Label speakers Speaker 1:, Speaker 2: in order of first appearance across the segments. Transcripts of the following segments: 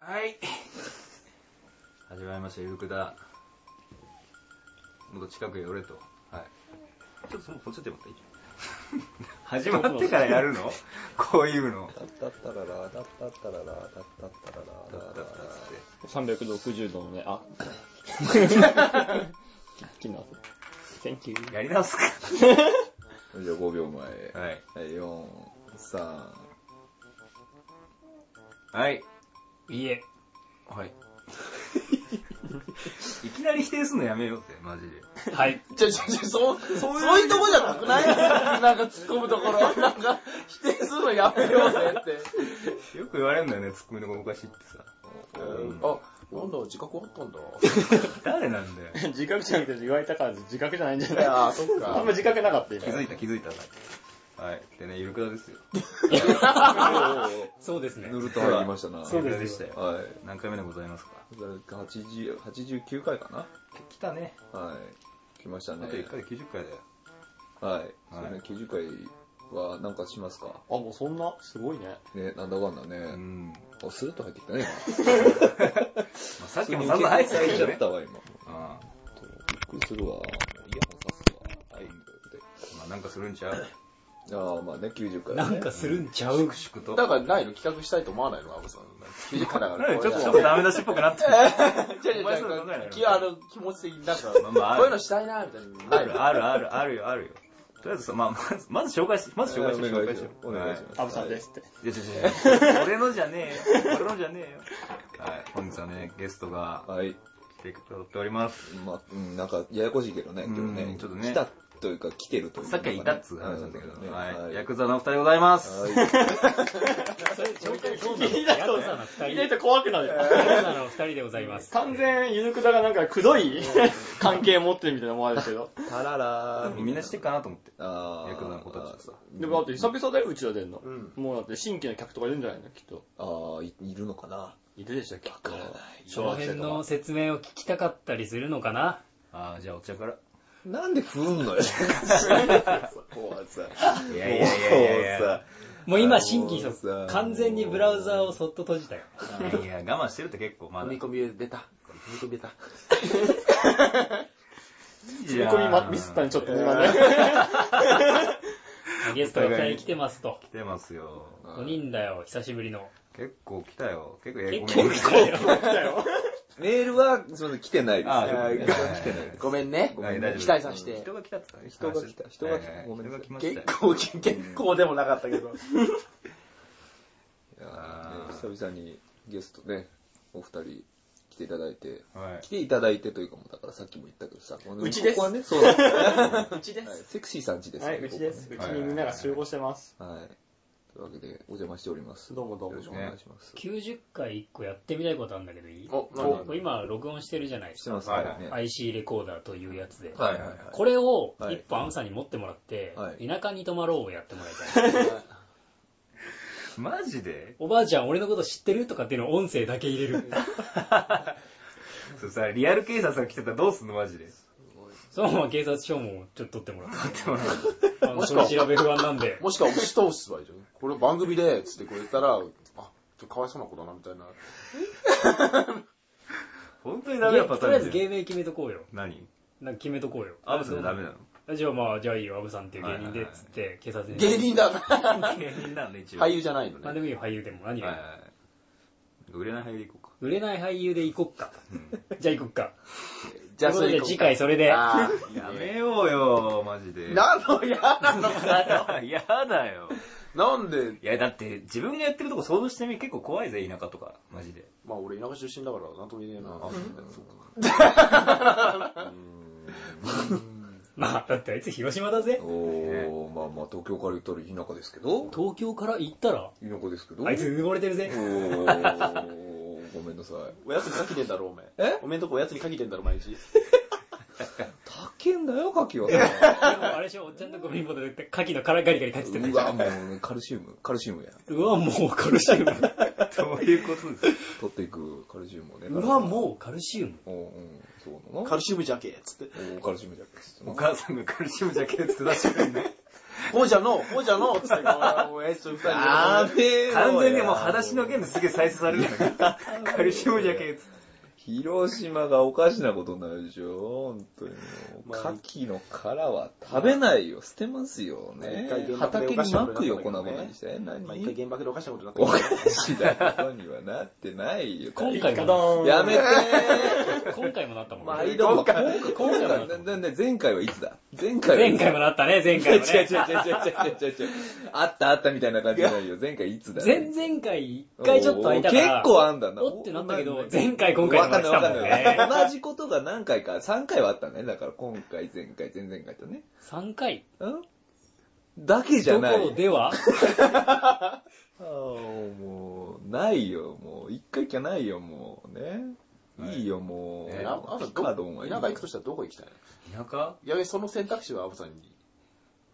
Speaker 1: はい。
Speaker 2: 始まりました、ゆるくだ。もっと近くへ寄れと。はい。ちょっとその、こっちでもらっていい始まってからやるのこういうの。
Speaker 3: タッタッタララタッタッタララタッタッタラ
Speaker 2: だ
Speaker 3: ラ
Speaker 2: ったらっつって。
Speaker 4: 360度のね、あ、きな。Thank you.
Speaker 2: やり直す
Speaker 3: じゃあ5秒前。
Speaker 2: か。はい。
Speaker 3: はい、4、3、
Speaker 2: はい。
Speaker 1: いえ。
Speaker 2: はい。いきなり否定すんのやめようって、マジで。
Speaker 1: はい。
Speaker 5: ちょちょちょ、そう、そういうとこじゃなくないなんか突っ込むところ。 なんか、否定するのやめようぜって。
Speaker 2: よく言われるんだよね、ツッコミのおかしいってさ。
Speaker 3: うん
Speaker 5: あ、なんだ、自覚あったんだ。
Speaker 2: 誰なんだよ。
Speaker 4: 自覚じゃなくて言われたから自覚じゃないんじゃ
Speaker 5: い
Speaker 4: ない
Speaker 5: やー、そっ
Speaker 4: あん
Speaker 5: か
Speaker 4: ま。自覚なかった今
Speaker 2: 気。づいた、気づいた。はい。でね、ゆるくだですよ。
Speaker 1: そうですね。
Speaker 3: 塗ると入りましたな。
Speaker 4: そう
Speaker 2: ゆ
Speaker 4: で
Speaker 2: る
Speaker 4: す
Speaker 2: くだでしたよ。
Speaker 3: は
Speaker 2: 何回目でございますか
Speaker 3: い。80 89回か
Speaker 2: 来たね。
Speaker 3: なはい。来ました
Speaker 2: あ
Speaker 3: ね
Speaker 2: と。1回で90回だよ。
Speaker 3: はい。それね、90回はなんかしますか
Speaker 4: あ、もうそんな、すごいね。
Speaker 3: ね、なんだかんだ
Speaker 2: う
Speaker 3: ね。
Speaker 2: ん。ま
Speaker 3: あ、スルッと入ってきたね、
Speaker 2: あさっき
Speaker 3: 今。
Speaker 2: も散々入ってた
Speaker 3: 入っ
Speaker 2: け
Speaker 3: ち
Speaker 2: ど
Speaker 3: ゃっ
Speaker 2: ね。
Speaker 3: たわ、
Speaker 2: う
Speaker 3: 今。
Speaker 2: ん。
Speaker 3: びっくりするわ。もうイヤホンさすわ。はい、ということで。
Speaker 2: まあ、なんかするんちゃう
Speaker 3: ああ、まあね、90回、ね。
Speaker 1: なんかするんちゃう。
Speaker 2: 粛々と。
Speaker 5: だからないの企画したいと思わないのアブさん。記事か
Speaker 2: な
Speaker 5: ら
Speaker 2: んかちょっとちょっ
Speaker 5: 違
Speaker 2: とダメ出しっぽくなってる。
Speaker 5: う違
Speaker 2: お前それ考えない
Speaker 5: う違
Speaker 2: の
Speaker 5: う。きあの、気持ち的になんか、
Speaker 2: まあまあある
Speaker 5: こういうのしたいな、みたいなの
Speaker 2: あ
Speaker 5: ないの。
Speaker 2: るあるあるあるよあるよ。とりあえずさ、まあ、まず、まず紹介し、まず紹介しよう、紹介しよう。
Speaker 3: お願いします。
Speaker 4: アブさん ですって。
Speaker 2: す。いや、違う違う違う。俺のじゃねえよ。俺のじゃねえよ。はい、本日はね、ゲストが
Speaker 3: はい。
Speaker 2: 来てくださっております。
Speaker 3: まあ、うん、なんか、ややこしいけどね、
Speaker 2: うん
Speaker 3: 今日ね。
Speaker 2: ちょっとね
Speaker 3: 来たというか、来てるというか。
Speaker 2: さっきはいたっつう
Speaker 3: なん
Speaker 2: 話な
Speaker 3: かね
Speaker 2: んだけ
Speaker 3: ね
Speaker 2: ど、は
Speaker 3: はい
Speaker 2: い。
Speaker 3: は
Speaker 2: ヤ
Speaker 3: い。
Speaker 2: クザのお二人でございます。
Speaker 4: いないと、いないと怖くなるよ。
Speaker 1: なの二人でございます。
Speaker 4: 完全、ゆずくだがなんか、くどい関係持ってるみたいな思われるけど。
Speaker 3: タララー。
Speaker 2: みんな知ってるかなと思って。
Speaker 3: あー
Speaker 2: ヤクザの子たちとさ。
Speaker 4: でもだって久々だよ、うちら出んの。
Speaker 5: ん
Speaker 4: もうだって新規の客とかいるんじゃないのきっと。
Speaker 3: ああ、いいるのかな。
Speaker 4: いるでしょ、きっと。
Speaker 1: その辺の
Speaker 4: と
Speaker 1: 説明を聞きたかったりするのかな
Speaker 2: ああ、じゃあお茶から。
Speaker 3: なんで振んのよ。怖さ。
Speaker 2: い
Speaker 3: い
Speaker 2: やいやいやいやいや。
Speaker 1: もう今新規
Speaker 3: あの
Speaker 1: 人、
Speaker 3: ーさ
Speaker 1: 完全にブラウザーをそっと閉じたよ。
Speaker 2: いやいや、我慢してるって結構、ま
Speaker 5: 踏
Speaker 2: だ。
Speaker 5: み込み出た。踏み込み出た。
Speaker 2: 込
Speaker 4: 積み込みまミスったね、ちょっとね、今ね。
Speaker 1: ゲストが二人来てますと。
Speaker 2: 来てますよ。
Speaker 1: 5人だよ、久しぶりの。
Speaker 2: 結構来たよ。結構、え
Speaker 1: 結構来たよ。
Speaker 3: メールは、その、来てないです。
Speaker 2: あー
Speaker 3: はい
Speaker 2: ごめん
Speaker 3: 来てないです。
Speaker 5: ごめんね。
Speaker 2: はい大丈夫
Speaker 5: 期待させて
Speaker 2: 人。が来たって言った
Speaker 3: 人
Speaker 2: ね
Speaker 3: が来た人が来た
Speaker 2: はいはい
Speaker 3: ごめんな
Speaker 2: 人
Speaker 3: さ
Speaker 2: が来ま
Speaker 3: い
Speaker 2: したよ。
Speaker 5: 結構、結構でもなかったけど。
Speaker 3: いや
Speaker 2: あ
Speaker 3: ーね久々にゲストね、お二人来ていただいて。
Speaker 2: はい
Speaker 3: 来ていただいてというかもう、だからさっきも言ったけどさ、この
Speaker 4: うちです
Speaker 3: ここはね、そうなんですよね
Speaker 4: うちで
Speaker 3: はい。セクシーさんちですよ
Speaker 4: は
Speaker 3: ね
Speaker 4: い、うちです。う
Speaker 3: こ
Speaker 4: ちにみんなが集合してます。
Speaker 3: こねはい。というわけで、お邪魔しております。
Speaker 4: どうもどうも
Speaker 3: よろしくお願いします。
Speaker 1: 90回1個やってみたいことあるんだけどいい
Speaker 5: お何
Speaker 1: これ今録音してるじゃないで
Speaker 3: し
Speaker 1: す
Speaker 3: て
Speaker 1: か。
Speaker 3: ますからね。
Speaker 1: IC レコーダーというやつで。
Speaker 3: はいはいはい。
Speaker 1: これを
Speaker 3: はい
Speaker 1: 一本アムさんに持ってもらって、
Speaker 3: はい
Speaker 1: 田舎に泊まろうをやってもらいたい。
Speaker 2: マジで
Speaker 1: おばあちゃん俺のこと知ってるとかっていうのを音声だけ入れる。
Speaker 2: それさ、リアル警察が来てたらどうすんのマジで。
Speaker 1: そのまま警察署もちょっと取ってもらって。あの
Speaker 5: もし
Speaker 1: 取
Speaker 5: か
Speaker 1: り調べ不安なんで。
Speaker 5: もしか押し通すわ、じゃあこれ番組で、つってこう言ったら、あ、ちょっとかわいそうな子だな、みたいな。
Speaker 2: 本当に
Speaker 1: と
Speaker 2: ダメ
Speaker 1: り
Speaker 2: なパター
Speaker 1: あ
Speaker 2: ン
Speaker 1: えず
Speaker 2: じゃん
Speaker 1: 芸名決めとこうよ。
Speaker 2: 何
Speaker 1: なんか決めとこうよ。
Speaker 2: アブさんダメなの
Speaker 1: じゃあまあ、じゃあいいよ、アブさんっていう芸人
Speaker 2: はい
Speaker 1: で、
Speaker 2: はいはい
Speaker 1: つって警察に。
Speaker 5: 芸人だな。
Speaker 2: 芸人なのね、一応。
Speaker 5: 俳優じゃないのね。
Speaker 1: 何でもいいよ、俳優でも。何
Speaker 2: はいはい
Speaker 1: が。
Speaker 2: はい。売れない俳優でいこうか。
Speaker 1: 売れない俳優で行こっか。じゃあ行こっか。
Speaker 5: じゃあ、
Speaker 1: とい
Speaker 5: それ
Speaker 1: うことで次回それで。
Speaker 5: あー
Speaker 2: やめようよ、マジで。
Speaker 5: なの嫌なのかよ。
Speaker 2: やだよ。
Speaker 5: なんで、
Speaker 2: いや、だって、自分がやってるとこ想像してみ、結構怖いぜ、田舎とか。マジで。
Speaker 5: まあ俺田舎出身だから、なんとも言えねえな。
Speaker 1: まあ、だってあいつ広島だぜ。
Speaker 3: おー、まあまあ、東京から言ったら田舎ですけど、
Speaker 1: 東京から行ったら、
Speaker 3: 田舎ですけど。
Speaker 1: あいつ埋もれてる
Speaker 3: お
Speaker 1: ぜ。
Speaker 3: ー、ごめんなさい。
Speaker 5: おやつにかけてんだろ、おめ
Speaker 3: え
Speaker 5: おめんとこおやつにかけてんだろ、毎日。
Speaker 3: たけんだよ、牡蠣は。
Speaker 1: でもあれでしょ、おっちゃんとゴミボトルで牡蠣の殻ガリガリかじってた
Speaker 3: う
Speaker 1: じゃ
Speaker 3: わ、
Speaker 1: ん。
Speaker 3: もう、カルシウム、カルシウムや。
Speaker 1: うわ、もうカルシウム。
Speaker 2: どういうことですか
Speaker 3: 取っていくカルシウムをね。
Speaker 1: うわ、もうカルシウム。
Speaker 3: う。うんうん、そうなの。
Speaker 5: カルシウムじゃけえ、つって。
Speaker 3: おーカルシウムじゃなくて
Speaker 2: お母さんが苦しむじゃけって出してるんで。
Speaker 5: ほうじゃのう、ほうじゃのう、つって。
Speaker 2: おい、そう 完
Speaker 5: べ
Speaker 2: 全にもう裸足の剣ですげえ再生されるんだけど。 カルシウムじゃけえっつって
Speaker 3: 広島がおかしなことになるでしょ本当にもう。
Speaker 4: まあ
Speaker 3: 牡蠣の殻は食べないよ。捨てますよね
Speaker 5: 一回。原爆
Speaker 3: 畑
Speaker 5: で
Speaker 3: に
Speaker 5: おかしな
Speaker 3: ま
Speaker 5: こと
Speaker 3: く
Speaker 5: に
Speaker 3: よ、
Speaker 5: なった
Speaker 3: 粉
Speaker 5: けどね
Speaker 3: 々にして。何
Speaker 5: まあ、一回原爆でおかしなことになった
Speaker 3: お
Speaker 5: け
Speaker 3: か
Speaker 5: ど。
Speaker 3: しなことにはなってないよ。
Speaker 1: 今回
Speaker 4: ガ
Speaker 1: も、
Speaker 4: ドーン。
Speaker 3: やめて
Speaker 1: 今回もなったもんね。
Speaker 5: 毎度
Speaker 3: 今回、
Speaker 1: 今
Speaker 3: 今
Speaker 1: 回
Speaker 3: 回、
Speaker 1: もなった
Speaker 3: な
Speaker 1: もん。
Speaker 3: なんで前回はいつだ前回はい
Speaker 1: 前
Speaker 3: つ
Speaker 1: 回もなったね、前
Speaker 3: 違う違
Speaker 1: 回
Speaker 3: う
Speaker 1: も
Speaker 3: 違う違う
Speaker 1: ね。
Speaker 3: 違う違う違う。あったあったみたいな感じじゃないよ。前回いつだ
Speaker 1: 前々回一回ちょっと空いたか
Speaker 3: お
Speaker 1: ら。
Speaker 3: ー結構あんだな。
Speaker 1: おってなったけ
Speaker 3: お
Speaker 1: ど、前回今回
Speaker 3: わ
Speaker 1: も
Speaker 3: か
Speaker 1: な
Speaker 3: ない
Speaker 1: んった
Speaker 3: わ
Speaker 1: も
Speaker 3: かん
Speaker 1: ん
Speaker 3: ない。
Speaker 1: ね。
Speaker 3: 同じことが何回か、3回はあったね。だから今回、前回、前々回とね。
Speaker 1: 3回
Speaker 3: んだけじゃ
Speaker 1: どこ
Speaker 3: ない。
Speaker 1: ろでは
Speaker 3: ああ、もう、ないよ。もう、一回きゃないよ、もう。ね。いいよ、もう。
Speaker 5: えなあな
Speaker 3: ピカドンはいい
Speaker 5: た、
Speaker 3: よ
Speaker 5: 田舎行くとしたらどこ行きたいの
Speaker 2: 田舎
Speaker 5: いや、その選択肢はアブさんに。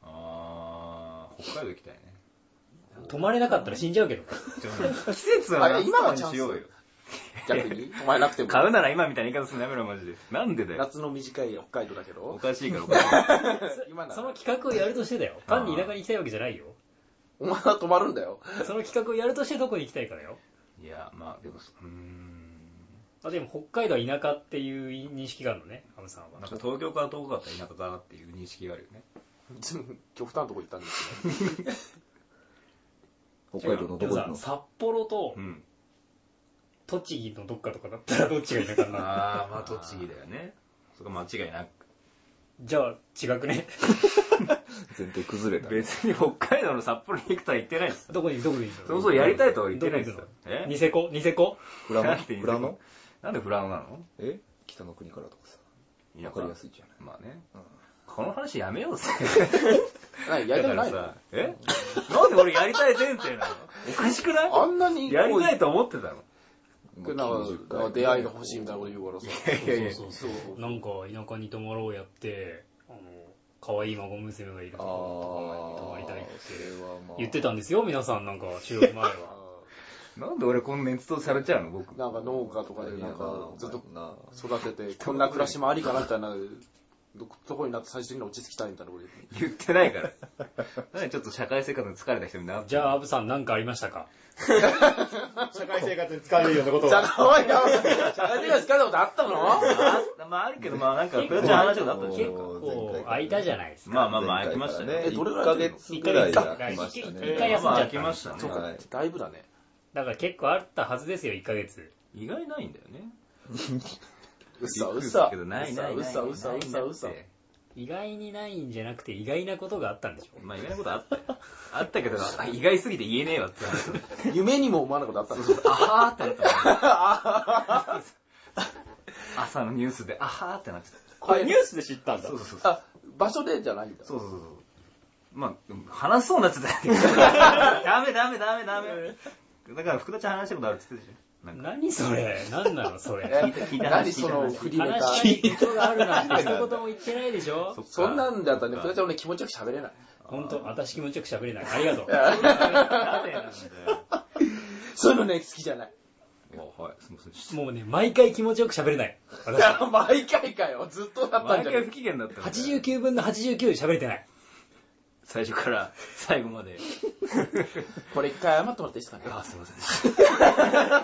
Speaker 2: あー、北海道行きたいね。
Speaker 1: 止まれなかったら死んじゃうけど。
Speaker 2: 季節は
Speaker 5: あ
Speaker 2: 夏
Speaker 5: れ今
Speaker 2: とか
Speaker 5: は
Speaker 2: に
Speaker 5: チャンス
Speaker 2: しようよ。
Speaker 5: 逆に。お前なくても。
Speaker 2: 買うなら今みたいな言い方するのやめろ、マジで。なんでだよ。
Speaker 5: 夏の短い北海道だけ
Speaker 2: お
Speaker 5: ど。
Speaker 2: かしいから、おかしいから。
Speaker 5: 今なら
Speaker 1: その企画をやるとしてだよ。単に田舎に行きたいわけじゃないよ。
Speaker 5: お前は止まるんだよ。
Speaker 1: その企画をやるとしてどこに行きたいからよ。
Speaker 2: いや、まあ、でも、うーん。
Speaker 1: あでも北海道は田舎っていう認識があるのね、ハムさんは。
Speaker 2: なんか東京から遠かったら田舎かなっていう認識があるよね。
Speaker 5: 極端なとこ行ったんですよ。
Speaker 3: 北海道の
Speaker 1: で
Speaker 3: どこ
Speaker 1: もさ
Speaker 3: 行、く
Speaker 1: 札幌と
Speaker 2: うん。
Speaker 1: 栃木のどっかとかだったらどっちが田舎になる
Speaker 2: あー、まあ、栃木だよね。 そこ間違いなく。
Speaker 1: じゃあ違くね。
Speaker 3: の全体崩れた。
Speaker 2: 別に北海道の札幌に行くとは言ってないです。
Speaker 1: どこにどこに行くの
Speaker 2: そもそもやりたいとは言ってないです
Speaker 1: どこに行く
Speaker 2: え
Speaker 1: のニセコニセコ
Speaker 3: フラ
Speaker 2: なんて言う
Speaker 3: ノフ
Speaker 2: の
Speaker 3: ラノ
Speaker 2: なんでフラノなの
Speaker 3: え北の国からとかさ。
Speaker 2: 田舎
Speaker 3: わかりやすいじゃない。
Speaker 2: まあね。
Speaker 3: うん
Speaker 2: この話やめ ようぜ。
Speaker 5: ない、や
Speaker 2: だ
Speaker 5: り
Speaker 2: か
Speaker 5: たく
Speaker 2: ら
Speaker 5: ないの
Speaker 2: さ、え なんで俺やりたい前提なのおかしくない
Speaker 5: あんなに、
Speaker 2: やりたいと思ってたの
Speaker 5: こうなんか出会いが欲しいみたいなこと言うからさ。
Speaker 2: いやいや
Speaker 1: そうそうそう。なんか田舎に泊まろうやって、あの、可愛い孫娘がいると
Speaker 3: ああ
Speaker 1: ころとかに泊まりたいって
Speaker 3: それはまあ
Speaker 1: 言ってたんですよ、皆さんなんか収録前は。
Speaker 2: なんで俺こんな熱とされちゃうの僕。
Speaker 5: なんか農家とかでなんかずっと
Speaker 3: な
Speaker 5: 育てて、こんな暮らしもありかなみたいな、どとこになって最終的に落ち着きたいみたいなこと言って
Speaker 2: 言ってないから。 なんでちょっと社会生活の疲れた人になって
Speaker 1: じゃあ、アブさんなんかありましたか
Speaker 4: 社会生活に使われるようなこと
Speaker 5: じゃ
Speaker 4: は。
Speaker 5: あ、お い、やばい。社会的な疲れたことあったの
Speaker 2: あまああるけど、まあなんか、プロちゃん話があったでし
Speaker 1: 結
Speaker 2: ょ
Speaker 1: 構空いたじゃないですか。
Speaker 2: まあまあまあ、空きましたね。
Speaker 5: え
Speaker 3: え、
Speaker 5: ど
Speaker 3: ど
Speaker 5: れ
Speaker 3: れ
Speaker 5: ぐらい
Speaker 3: ヶ月ぐらい空きましたね。
Speaker 1: 一回休んじ
Speaker 2: ま
Speaker 1: ゃった
Speaker 2: あ空きましたね
Speaker 5: そう。か
Speaker 3: はい、
Speaker 5: だいぶだね。
Speaker 1: だから結構あったはずですよ、1ヶ月。
Speaker 2: 意外ないんだよね。
Speaker 5: うっさ、
Speaker 2: びっ
Speaker 5: う
Speaker 2: く
Speaker 5: っ
Speaker 2: りす
Speaker 5: さ
Speaker 2: る。けどないないない。
Speaker 5: うっさ、うっさ、うっさ、うっさ。
Speaker 1: 意外にないんじゃなくて意外なことがあったんでしょ
Speaker 2: まあ意外なことあったよ。あった けど、あ意外すぎて言えねえわって話だった。
Speaker 5: 夢にも思わなか ったの
Speaker 2: あはーってなった。 朝のニュースで、あはーってなってた。
Speaker 4: これニュース で知ったんだ
Speaker 2: そ。うそうそう。
Speaker 5: あ、場所でじゃないんだ。
Speaker 2: そうそうそうそう。まあ、話そうなっちゃ った。ダメダメダメダメ。だから福田ちゃん話したことあるって言ってたじゃん。なんか
Speaker 1: 何それ何なのそれ。
Speaker 5: え
Speaker 2: 聞いた聞いた
Speaker 5: 何その振りネタ。
Speaker 1: 話したいことがあるなんて一言も言ってないでしょ
Speaker 2: そっか
Speaker 5: そんなんだったらね、ふたちゃん俺気持ちよく喋れない。
Speaker 1: 本当私気持ちよく喋れない。ありがとう。
Speaker 2: なんでなんだよ
Speaker 5: そういうのね、好きじゃない。
Speaker 2: あはい、すみません。質問
Speaker 1: もうね、毎回気持ちよく喋れない。
Speaker 5: いや毎回かよ。ずっとだったん
Speaker 2: 毎
Speaker 5: じゃな
Speaker 2: 回
Speaker 5: い
Speaker 2: 不機嫌だったの
Speaker 1: 89分の89で喋れてない。
Speaker 2: 最初から最後まで。
Speaker 5: これ一回謝ってもらっていいですかね。
Speaker 2: あ、すみませんでした。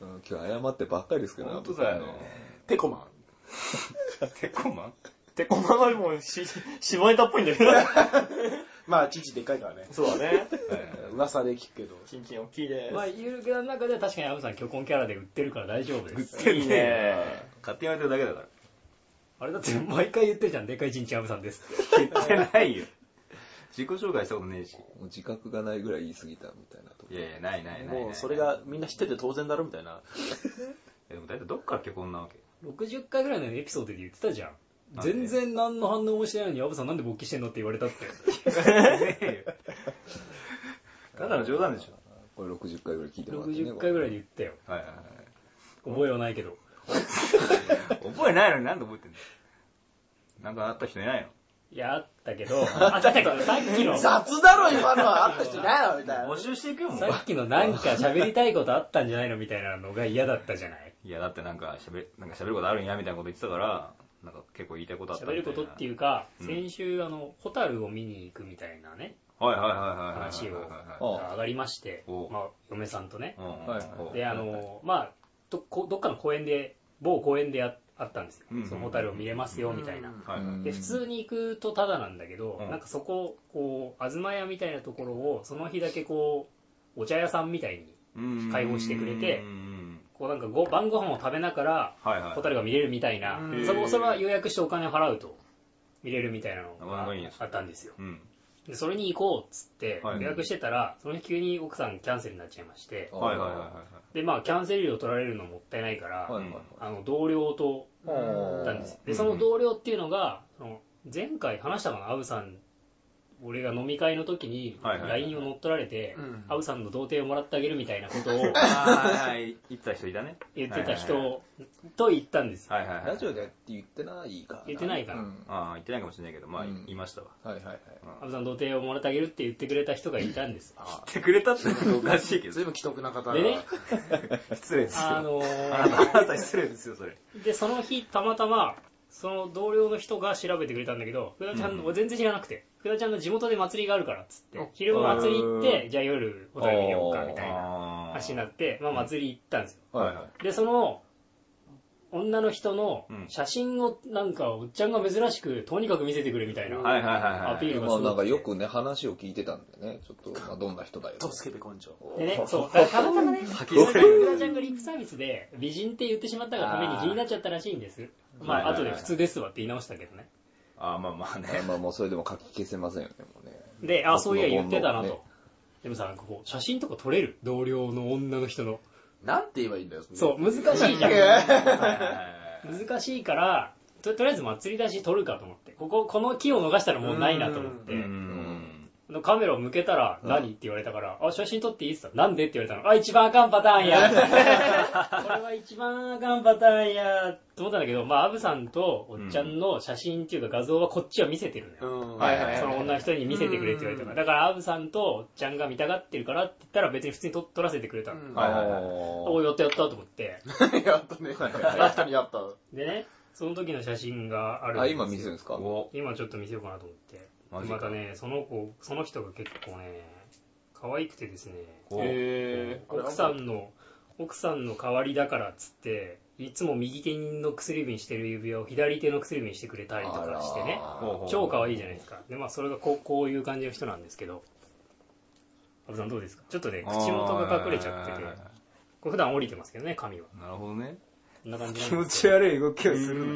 Speaker 3: うん今日謝ってばっかりですけど
Speaker 2: 本当だよね。
Speaker 5: ペコマ
Speaker 2: テコマン
Speaker 4: で、この前もし、下ネタっぽいんだけど。
Speaker 5: ン。まあ、父でっかいからね。
Speaker 4: そうだね。
Speaker 5: 噂で聞くけど。
Speaker 4: キンキン大きいで
Speaker 1: まあ、ゆるキャラの中では確かにアブさん虚婚キャラで売ってるから大丈夫です。
Speaker 4: す。いいね。
Speaker 2: 勝手に言われてるだけだから。
Speaker 1: あれだって 毎回言ってるじゃん、でかいちんちんアブさんですって。
Speaker 2: 言ってないよ。自己紹介したことねえし。
Speaker 3: もう自覚がないぐらい言い過ぎたみたいなとこ
Speaker 2: いやいや、ないないないない。
Speaker 5: もう、それがみんな知ってて当然だろみたいな。
Speaker 2: いや。でも大体どっからこんなわけ
Speaker 1: 60回ぐらいのエピソードで言ってたじゃん。全然何の反応もしてないのに、アブさんなんで勃起してんのって言われた って。
Speaker 2: ねえよただの冗談でしょ。
Speaker 3: これ60回ぐらい聞いてもらってね。
Speaker 1: 60回ぐらいで言ったよ。
Speaker 2: はいはいは
Speaker 1: 覚えはないけど。
Speaker 2: い。覚えないのになんで覚えてんのなんかあった人いない
Speaker 1: いや、あったけど、あったけど、 さっきの、さ
Speaker 5: 雑だろ、今のは。あった人いないよ、みた
Speaker 2: の
Speaker 5: いな。
Speaker 2: 募集していくよ、もう。
Speaker 1: っきのなんか喋りたいことあったんじゃないのみたいなのが嫌だったじゃない。
Speaker 2: いや、だってなんか喋、なんか喋ることあるんや、みたいなこと言ってたから、なんか結構言いたいことあった
Speaker 1: 喋ることっていうか、
Speaker 2: うん
Speaker 1: 先週、あの、ホタルを見に行くみたいなね、
Speaker 2: はいはいはいはい。
Speaker 1: 話を
Speaker 2: は
Speaker 3: あ
Speaker 1: 上がりまして、
Speaker 2: お
Speaker 1: まあ、嫁さんとね
Speaker 2: い。うん
Speaker 3: はいはい
Speaker 1: で、あの、まあ、どこどっかの公園で、某公園でやあったんですよ
Speaker 2: うんうん。
Speaker 1: そのホタルを見れますよ、みたいな。
Speaker 2: はいはい
Speaker 3: うん
Speaker 1: で普通に行くとタダなんだけど、
Speaker 2: うん
Speaker 1: なんかそここう東屋みたいなところをその日だけこうお茶屋さんみたいに
Speaker 2: うん
Speaker 1: 解放してくれて
Speaker 2: うん
Speaker 1: こうなんかご晩ご飯を食べながら
Speaker 2: はいはい。
Speaker 1: ホタルが見れるみたいな、
Speaker 2: うん
Speaker 1: そこそれは予約してお金払うと見れるみたいなの
Speaker 2: なかな
Speaker 1: が
Speaker 2: かいいですね
Speaker 1: あったんですよ
Speaker 2: うん。
Speaker 1: でそれに行こうっつって
Speaker 2: はい
Speaker 1: 予約してたらその日急に奥さんキャンセルになっちゃいまして
Speaker 3: あ
Speaker 2: はいはいはいはい。
Speaker 1: でまあキャンセル料取られるのもったいないから、
Speaker 3: はいはい
Speaker 1: あの同僚と
Speaker 3: はい
Speaker 1: 行ったんですよ
Speaker 2: う
Speaker 1: で
Speaker 2: ん
Speaker 1: その同僚っていうのがその前回話したかなアブさん俺が飲み会の時に
Speaker 2: はいはいはい
Speaker 1: LINE を乗っ取られて、
Speaker 5: うん
Speaker 1: アブさんの童貞をもらってあげるみたいなこと を
Speaker 2: あーはいはい。言ってた人いたね。
Speaker 1: 言ってた
Speaker 2: はいはい
Speaker 1: 人と言ったんですよ
Speaker 2: はいはいはい。
Speaker 3: ラジオでやって言ってないかな
Speaker 1: 言ってないかな
Speaker 3: うん
Speaker 2: ああ、言ってないかもしれないけど、まあ、
Speaker 3: うん
Speaker 2: いましたわ。
Speaker 3: はいはいはい
Speaker 1: アブさん童貞をもらってあげるって言ってくれた人がいたんです
Speaker 2: 言ってくれたってことおかしいけど
Speaker 5: 随。分既得な方が
Speaker 1: でね
Speaker 2: 失礼ですよ。
Speaker 1: あ
Speaker 2: あ
Speaker 1: の
Speaker 2: なた、あなた失礼ですよ、それ。
Speaker 1: でその日たまたまその同僚の人が調べてくれたんだけど福田ちゃん
Speaker 2: う
Speaker 1: の、
Speaker 2: ん
Speaker 1: 俺全然知らなくて福田ちゃんの地元で祭りがあるからっつって
Speaker 5: お
Speaker 1: 昼間祭り行っ
Speaker 3: う
Speaker 1: て
Speaker 3: ん
Speaker 1: じゃあ夜ホタル見ようかみたいな
Speaker 2: あ
Speaker 1: 話になって、まあ、祭り行ったんですよ
Speaker 3: はいはい
Speaker 1: でその女の人の
Speaker 2: うん
Speaker 1: 写真をなんかおっちゃんが珍しくとにかく見せてくれみたいな、
Speaker 2: はいはいはいはい。
Speaker 1: アピールが
Speaker 3: まあ
Speaker 1: す
Speaker 3: なん
Speaker 1: ご
Speaker 3: か
Speaker 1: く
Speaker 3: よ
Speaker 1: て
Speaker 3: くね、話を聞いてたんでね、ちょっと、まあどんな人だよ。
Speaker 5: ドスケベ根性
Speaker 1: でねそうだからたまたまね
Speaker 2: き捨てる
Speaker 1: 福田ちゃんがリップサービスで美人って言ってしまったがために気になっちゃったらしいんですまあ
Speaker 2: はいはいはい
Speaker 1: 後で普通ですわって言い直したけどね
Speaker 2: ああ、まあまあね。
Speaker 3: まあもうそれでも書き消せませんよね、もうね。
Speaker 1: で
Speaker 3: ま
Speaker 1: あ
Speaker 3: あ
Speaker 1: そういや言ってたな
Speaker 3: そ
Speaker 1: と、
Speaker 3: の
Speaker 1: でもさこう写真とか撮れる同僚の女の人の
Speaker 5: なんて言えばいいんだよ、そ
Speaker 1: そう難しいじゃん難しいからととりあえず祭り出し撮るかと思ってこここの木を逃したらもうないなと思って、
Speaker 2: うん。
Speaker 1: あのカメラを向けたら何って言われたから、あ、写真撮っていいっすかなんでって言われたの。あ、一番あかんパターンや。これは一番あかんパターンや。と思ったんだけど、まあ、アブさんとおっちゃんの写真っていうか画像はこっちは見せてるのよ。
Speaker 5: うん。
Speaker 2: はいはいはい
Speaker 1: その女の人に見せてくれって言われたから。だから、アブさんとおっちゃんが見たがってるからって言ったら別に普通に撮撮らせてくれたの。
Speaker 5: うん
Speaker 2: はいはいはい。
Speaker 1: おお、やったやったと思って。
Speaker 5: やったね。確かにやった。
Speaker 1: でね、その時の写真があるん
Speaker 3: あ、
Speaker 1: ですよ
Speaker 3: 今見せるんですか
Speaker 2: お
Speaker 1: 今ちょっと見せようかなと思って。
Speaker 2: マジか
Speaker 1: またね、その子、その人が結構ね、可愛くてですね。
Speaker 2: お
Speaker 5: へ
Speaker 1: 奥さんの奥さんの代わりだからっつっていつも右手の薬指にしてる指輪を左手の薬指にしてくれたりとかしてね
Speaker 3: あ
Speaker 2: ほうほう
Speaker 1: 超可愛いじゃないですかでまあそれがこうこういう感じの人なんですけど阿部さんどうですかちょっとね口元が隠れちゃってて
Speaker 2: あー
Speaker 1: これ普段降りてますけどね髪は
Speaker 2: なるほどね。
Speaker 1: こんな感じ
Speaker 2: 気
Speaker 1: なん
Speaker 2: 持
Speaker 1: です
Speaker 2: ち
Speaker 1: けど
Speaker 2: 悪い動きをするの。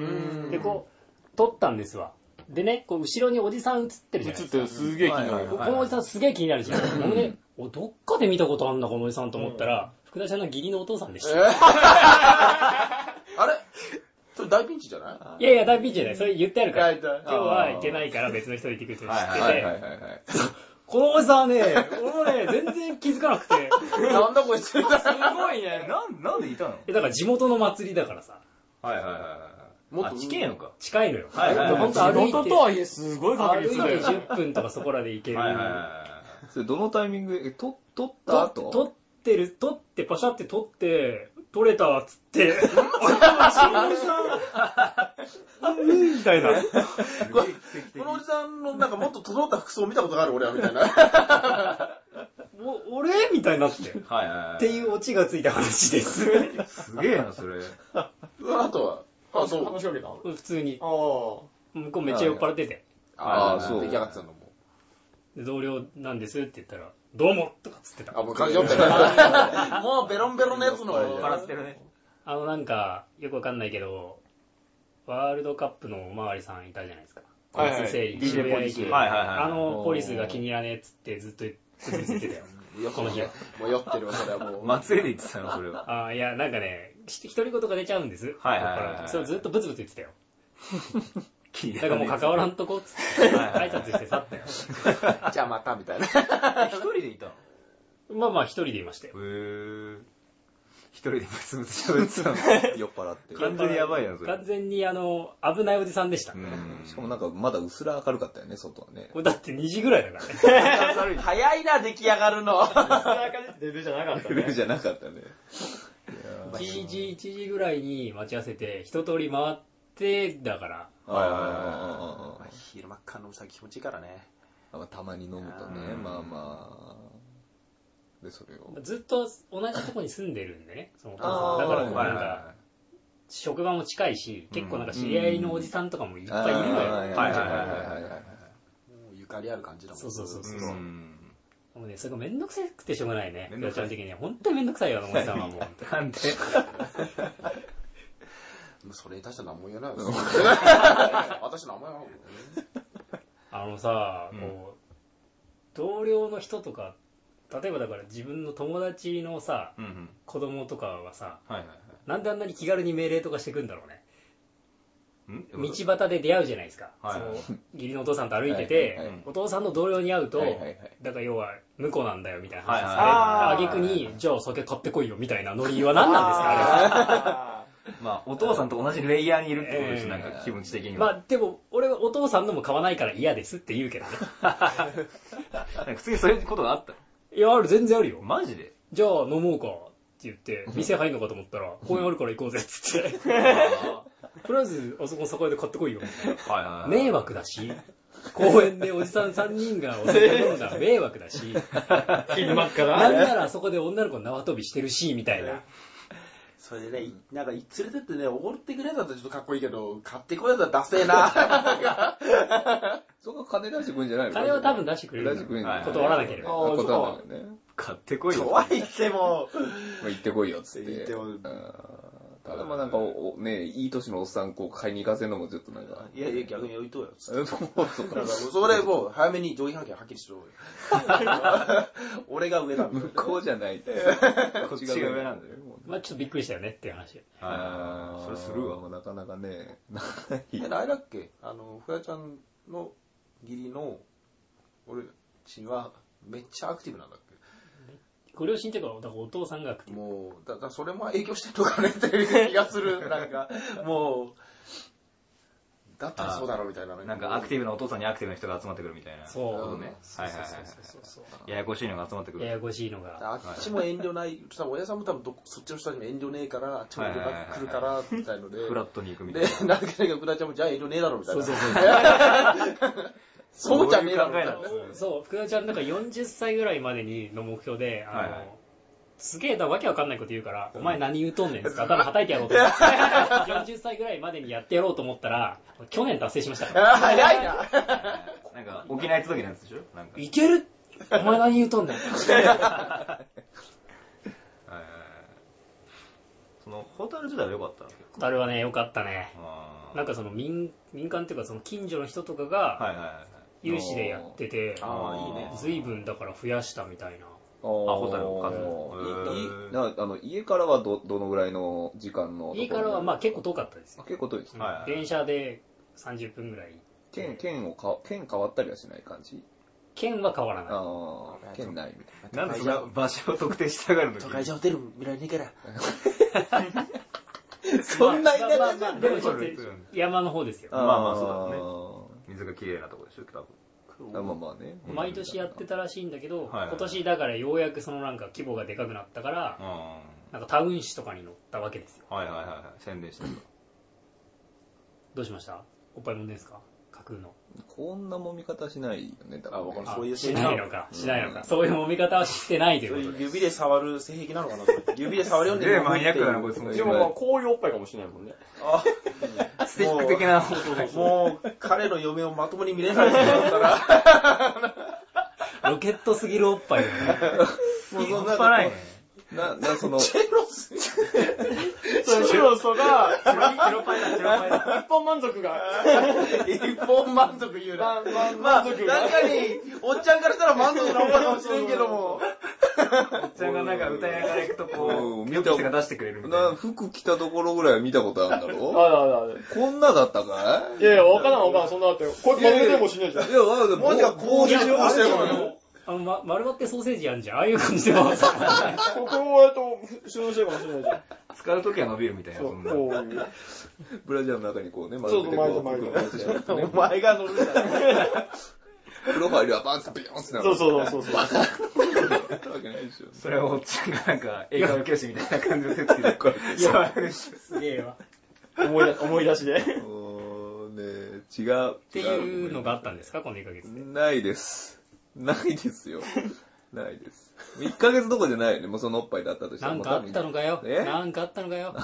Speaker 5: ー
Speaker 1: でこう撮ったんですわでねこう後ろにおじさん映ってるじゃないですか
Speaker 5: すげえ気にな
Speaker 1: ここのおじさんすげえ気になるじゃん。俺ね、おどっかで見たことあんな、このおじさんと思ったら、福田ちゃんの義理のお父さんでした。
Speaker 5: あれそれ大ピンチじゃない
Speaker 1: いやいや、大ピンチじゃない。それ言ってあるから。
Speaker 5: 書いてある
Speaker 1: 今日は行けないから別の人行ってくると知って
Speaker 2: はい
Speaker 1: て、
Speaker 3: はいはいはいはい。
Speaker 1: このおじさんはね、俺もね、全然気づかなくて。
Speaker 5: なんだこいつ。
Speaker 2: ごいね。なん、なんでいたの
Speaker 1: えだから地元の祭りだからさ、
Speaker 2: はいはいはいはい。
Speaker 5: もっと
Speaker 2: あ、近いのか。
Speaker 1: 近いのよ。
Speaker 2: はいはいはい
Speaker 1: 本当歩いて、歩
Speaker 5: はいえ、すごい
Speaker 1: いて10分とかそこらで行ける。
Speaker 2: はいはいはいは
Speaker 3: それどのタイミングで、え、と撮った
Speaker 1: と
Speaker 3: 後
Speaker 1: 撮ってる、撮って、パシャって撮って、撮れたわっつって、 みたいな。
Speaker 5: このおじさんのなんかもっと整った服装見たことがある俺はみたいな。
Speaker 1: お俺みたいになって。っ
Speaker 2: い。はいはいはい。
Speaker 1: ていうオチがついた話です。
Speaker 2: すげえな、それ。
Speaker 5: うわあとは、あ、そう。
Speaker 4: 話しかけた
Speaker 1: 普通に。
Speaker 5: あ
Speaker 1: 向こうめっちゃ酔っ払ってて。
Speaker 5: あ。
Speaker 3: あーそう
Speaker 5: 出来上がってたのも
Speaker 1: で同僚なんですって言ったら、どうもとかつってた
Speaker 5: う。。あ、もう感じよった。もうベロンベロンのやつの。
Speaker 2: 酔っ払ってるね。
Speaker 1: あのなんか、よくわかんないけど、ワールドカップのおまわりさんいたじゃないですか。
Speaker 4: はいはい
Speaker 1: 交通整理
Speaker 4: DJ
Speaker 1: 渋谷駅
Speaker 4: ポリス
Speaker 2: はいはいはい
Speaker 1: あのポリスが気に入らねえっつってずっとずっと言ってたよ。
Speaker 5: よく
Speaker 1: この日は。
Speaker 5: もう酔ってるわ、それはもう。
Speaker 2: 祭りで言ってたの、それは。
Speaker 1: あーいや、なんかね、ひ独り言が出ちゃうんです。
Speaker 2: はいはいはいはい
Speaker 1: だからそれずっとブツブツ言ってたよ。
Speaker 2: 気に
Speaker 1: だからもう関わらんとこっつって、
Speaker 2: はい
Speaker 1: 挨拶して去ったよ。
Speaker 5: じゃあまた、みたいな。
Speaker 2: らん。一人でいたのへ
Speaker 1: まあまあ一人でいましたよ。
Speaker 2: ー。一人でブツブツ喋ってたの。
Speaker 3: 酔っ払って。
Speaker 2: 完全にやばいやん、それ
Speaker 1: 完。全にあの、危ないおじさんでした。
Speaker 2: うん
Speaker 3: しかもなんかまだうすら明るかったよね、外はね。
Speaker 1: これだって2時ぐらいだからね。
Speaker 5: 早いな、出来上がるの。
Speaker 4: デブじゃなかった
Speaker 3: レベル
Speaker 4: ね。
Speaker 3: じゃなかったね。
Speaker 1: 1時、1時ぐらいに待ち合わせて、一通り回ってだから。
Speaker 3: はいはいはいはいはい
Speaker 5: 昼間っから飲む酒気持ちいいからね。
Speaker 3: あまあ。たまに飲むとね、
Speaker 2: うん
Speaker 3: まあまあ。で、それを。
Speaker 1: ずっと同じとこに住んでるんでね、そのお父さ
Speaker 3: あー
Speaker 1: ん。だからこう
Speaker 2: はいは
Speaker 1: なん
Speaker 2: い
Speaker 1: か
Speaker 2: は、
Speaker 1: 職場も近いし、結構なんか知り合いのおじさんとかもいっぱいいるのよ。
Speaker 3: あ
Speaker 2: はいは
Speaker 3: ー
Speaker 2: いはい
Speaker 3: はいはいはい。
Speaker 5: もうゆかりある感じだもん
Speaker 1: そうそうそう
Speaker 2: い
Speaker 1: そう。
Speaker 2: うん。
Speaker 1: もうね、それがめんどくさくてしょうがないね。
Speaker 2: めんど
Speaker 1: フ
Speaker 2: く
Speaker 1: ち
Speaker 2: さ
Speaker 1: ゃ
Speaker 2: い
Speaker 1: ん的には。本当にめんどくさいよ、あのおじさ んはもう。
Speaker 2: なんで
Speaker 5: もうそれに対しては何も言えないよ。 私何も言わないもん。
Speaker 1: あのさ、
Speaker 2: うん
Speaker 1: こう、同僚の人とか、例えばだから自分の友達のさ、
Speaker 2: うんうん。
Speaker 1: 子供とかはさ、
Speaker 2: はいはいは
Speaker 1: なんであんなに気軽に命令とかしてくんだろうね。
Speaker 2: い。ん
Speaker 1: 道端で出会うじゃないですか。
Speaker 2: はいはい
Speaker 1: その義理のお父さんと歩いて
Speaker 3: はいはい
Speaker 1: て
Speaker 2: はい、
Speaker 1: お父さんの同僚に会うと
Speaker 3: はいはいはい、
Speaker 1: だから要は、婿なんだよみたいな
Speaker 2: はい
Speaker 1: 話
Speaker 2: はい
Speaker 1: さ
Speaker 4: はい
Speaker 1: れて、あげくに、じゃあ酒買ってこいよみたいなノリは何なんですか、あれは。
Speaker 4: あ
Speaker 2: まあ、お父さんと同じレイヤーにいるってことで
Speaker 1: え
Speaker 2: す、
Speaker 1: え
Speaker 2: なんか気持ち的に
Speaker 1: ま
Speaker 2: は。
Speaker 1: あでも、俺はお父さんのも買わないから嫌ですって言うけどね。
Speaker 2: なんか普通にそういうことがあった
Speaker 1: いや、ある、全然あるよ
Speaker 2: の。マジで
Speaker 1: じゃあ飲もうかって言って、店入んのかと思ったら、公園あるから行こうぜって言って、とりあえずあそこの酒屋で買ってこいよみたい
Speaker 2: はいはい
Speaker 1: な。
Speaker 2: はい。
Speaker 1: 迷惑だし、公園でおじさん3人がお酒飲んだら迷惑だし、
Speaker 4: ー昼間っか
Speaker 1: なん
Speaker 4: ら。
Speaker 1: ならあそこで女の子縄跳びしてるし、みたいな。
Speaker 5: それでね、いなんか、連れてってね、おごってくれたらちょっとかっこいいけど、買ってこいだったらダセーな。
Speaker 3: そこ金出してくんじゃないの
Speaker 1: 金は多分出してくれる
Speaker 3: 出してくれるんじゃい
Speaker 2: 断ら
Speaker 1: なければ
Speaker 3: あ断らなきゃね。
Speaker 2: 買ってこい
Speaker 5: と
Speaker 2: よ。
Speaker 5: は言っても、
Speaker 3: まあ行ってこいよっつって。
Speaker 5: 行ってこ
Speaker 3: う
Speaker 5: い
Speaker 3: んただまあなんか、おおね、いい年のおっさんこう買いに行かせるのもちょっとなんか。
Speaker 5: いやいや、逆に置いとうよ。つって
Speaker 3: えそうそう
Speaker 5: だから、それもう、早めに上下関係はっきりしろよ。俺が上だ。
Speaker 3: 向こうじゃない。こ
Speaker 2: っちが上なんだよ。
Speaker 1: まあちょっとびっくりしたよねっていう話。
Speaker 2: ああ、それするわ。
Speaker 3: なかなかね、な
Speaker 5: え、
Speaker 3: い。
Speaker 5: あれだっけあの、ふやちゃんの義理の、俺、ちは、めっちゃアクティブなんだっ
Speaker 1: ご両親っていうか、だからお父さんが
Speaker 5: けもう、だだからそれも影響してるのかねっていう気がする。なん か、もう、だったらそうだろうみたいな。
Speaker 2: なんかアクテ
Speaker 5: ィ
Speaker 2: ィブなお父さんにアクティブな人が集まってくるみたいな。
Speaker 1: そう
Speaker 2: ことね。はいはいはいはい。ややこしいのが集まってく
Speaker 1: やや
Speaker 2: る。
Speaker 1: こしいのが。
Speaker 5: あっちも遠慮ない、多分親さんも多分どこそっちの人にも遠慮ねえから、あっちも遠慮なく来るから、みたいので。
Speaker 2: フラットに行くみたい
Speaker 5: で、
Speaker 2: な。
Speaker 5: なんかね、福田ちゃんも、じゃあ遠慮ねえだろ、みたい
Speaker 1: そう
Speaker 5: な。
Speaker 1: そうそう。
Speaker 5: そうじゃねえだろ、み
Speaker 2: どうい
Speaker 5: たいう
Speaker 2: 考えな。ん
Speaker 5: な
Speaker 2: ですか
Speaker 1: そう、福田ちゃん、なんか40歳ぐらいまでにの目標で、あの、
Speaker 2: はいはい
Speaker 1: すげえだわけわかんないこと言うから、お前何言うとんねんっつって頭叩いてやろうと思って。40歳ぐらいまでにやってやろうと思ったら、去年達成しましたから。
Speaker 5: あ早いな。
Speaker 2: なんか、沖縄行った時のやつでしょなんか。
Speaker 1: いけるお前何言うとんねん。
Speaker 2: はいはいはいその、ホタル時代は良かったの
Speaker 1: あれはね、よかったね。
Speaker 2: あー
Speaker 1: なんかその民民間っていうかその近所の人とか
Speaker 2: は
Speaker 1: が
Speaker 2: いはいはい。
Speaker 1: 有志でやってて、
Speaker 5: ああ、いいね。
Speaker 1: 随分だから増やしたみたい
Speaker 3: あ、
Speaker 1: な。
Speaker 2: あ、
Speaker 3: ホ
Speaker 2: ホタルの数も。
Speaker 3: いいなあの家からはどどのぐらいの時間のところ
Speaker 1: 家からはまあ結構遠かったです
Speaker 3: あ
Speaker 1: よ。
Speaker 3: 結構遠いですね、
Speaker 2: はいはい
Speaker 1: 電車で30分ぐらい。
Speaker 3: 県県をか県変わったりはしない感じ
Speaker 1: 県は変わらない。
Speaker 3: ああ県内みたい
Speaker 2: えーなんでそんな場所を特定したがるの
Speaker 5: 都会じゃホテル見られねえから。そ
Speaker 1: まあ
Speaker 5: んな田
Speaker 1: まあ
Speaker 5: 舎じゃ
Speaker 1: まあま
Speaker 5: ん
Speaker 1: あ。でもちょっと山の方ですよ
Speaker 3: な。
Speaker 2: まあまあそうだね
Speaker 3: そ
Speaker 2: 水が綺麗なとこでしょ、多分。
Speaker 3: あまあまあね
Speaker 1: 毎年やってたらしいんだけど、
Speaker 2: はいはい
Speaker 1: 今年だからようやくそのなんか規模がでかくなったから、
Speaker 2: う
Speaker 1: なんかタウン誌とかに載ったわけですよ。
Speaker 2: ん。はいはいはいはい。宣伝してる。
Speaker 1: どうしましたおっぱいもんですか架空の。
Speaker 3: こんな揉み方しないよねだからね
Speaker 5: あわかる
Speaker 1: あ
Speaker 5: そういう
Speaker 1: し
Speaker 5: 宣伝
Speaker 1: ないのか、しないのか。そういう揉み方はしてないということで。
Speaker 5: 指で触る性癖なのかなそれ指で触るように。
Speaker 2: すげえマニアックだなこいつも
Speaker 4: でもまあ、こういうおっぱいかもしれないもんね。
Speaker 5: あ
Speaker 2: スティック的な。
Speaker 5: もう、彼の嫁をまともに見れないと思ったら、
Speaker 1: ロケットすぎるおっぱいだね。
Speaker 5: もうそん
Speaker 2: 引っ張ら
Speaker 5: な
Speaker 2: ね。
Speaker 3: ななその
Speaker 5: チェロス
Speaker 4: そう、シロソが、
Speaker 2: 白パイだ、白パイ だ。
Speaker 4: 一本満足が、
Speaker 5: 一本満足言うな。
Speaker 4: まま
Speaker 5: まあ、
Speaker 4: 満
Speaker 5: なんか
Speaker 4: 足
Speaker 5: に
Speaker 4: が。、
Speaker 5: おっちゃんからしたら満足なおっぱいかもしれんけども。
Speaker 2: おっちゃんがなんか歌いながら行くとこ
Speaker 3: うん
Speaker 2: う、ミョキが出してくれるみたい
Speaker 3: な
Speaker 2: な。
Speaker 3: 服着たところぐらいは見たことあるんだ
Speaker 4: あ
Speaker 3: ろ
Speaker 4: らあらあら。
Speaker 3: こんなだったかい
Speaker 4: いやいや、わからんわからん、そんなだって。これ、丸めてもしないじゃん。
Speaker 3: いや、わかる
Speaker 5: もしかこう
Speaker 3: 棒で
Speaker 5: しようとしてるかもよ。
Speaker 1: あの、ま、丸まってソーセージやんじゃん。ああいう感じで回す。
Speaker 4: ここをやると、収納してるかもしれないじゃん。
Speaker 2: 使うときは伸びるみたいな。
Speaker 4: そ、
Speaker 2: そうんな
Speaker 4: こういう。
Speaker 3: ブラジャーの中にこうね、
Speaker 4: そうそう
Speaker 3: こ
Speaker 4: 巻いて
Speaker 3: 服を回してやる とね
Speaker 5: お前が乗るんだよ。
Speaker 3: プロファイルはバンってビヨンってなる。
Speaker 4: そうそうそうそう。
Speaker 3: やったわけないでしょ。
Speaker 2: それ をおっちゃんがなんか、映画の教師みたいな感じで説明してくれる。
Speaker 1: すげえわ。
Speaker 4: 思い出思い出しで。
Speaker 3: もうね、違う。って
Speaker 1: いうのがあったんですか、この1ヶ月で。
Speaker 3: ないです。ないですよ。ないです。1ヶ月どころじゃないよね。もうそのおっぱいだったとして
Speaker 1: な
Speaker 3: も。
Speaker 1: んかあったのかよ。
Speaker 3: え
Speaker 1: なんかあったのかよ。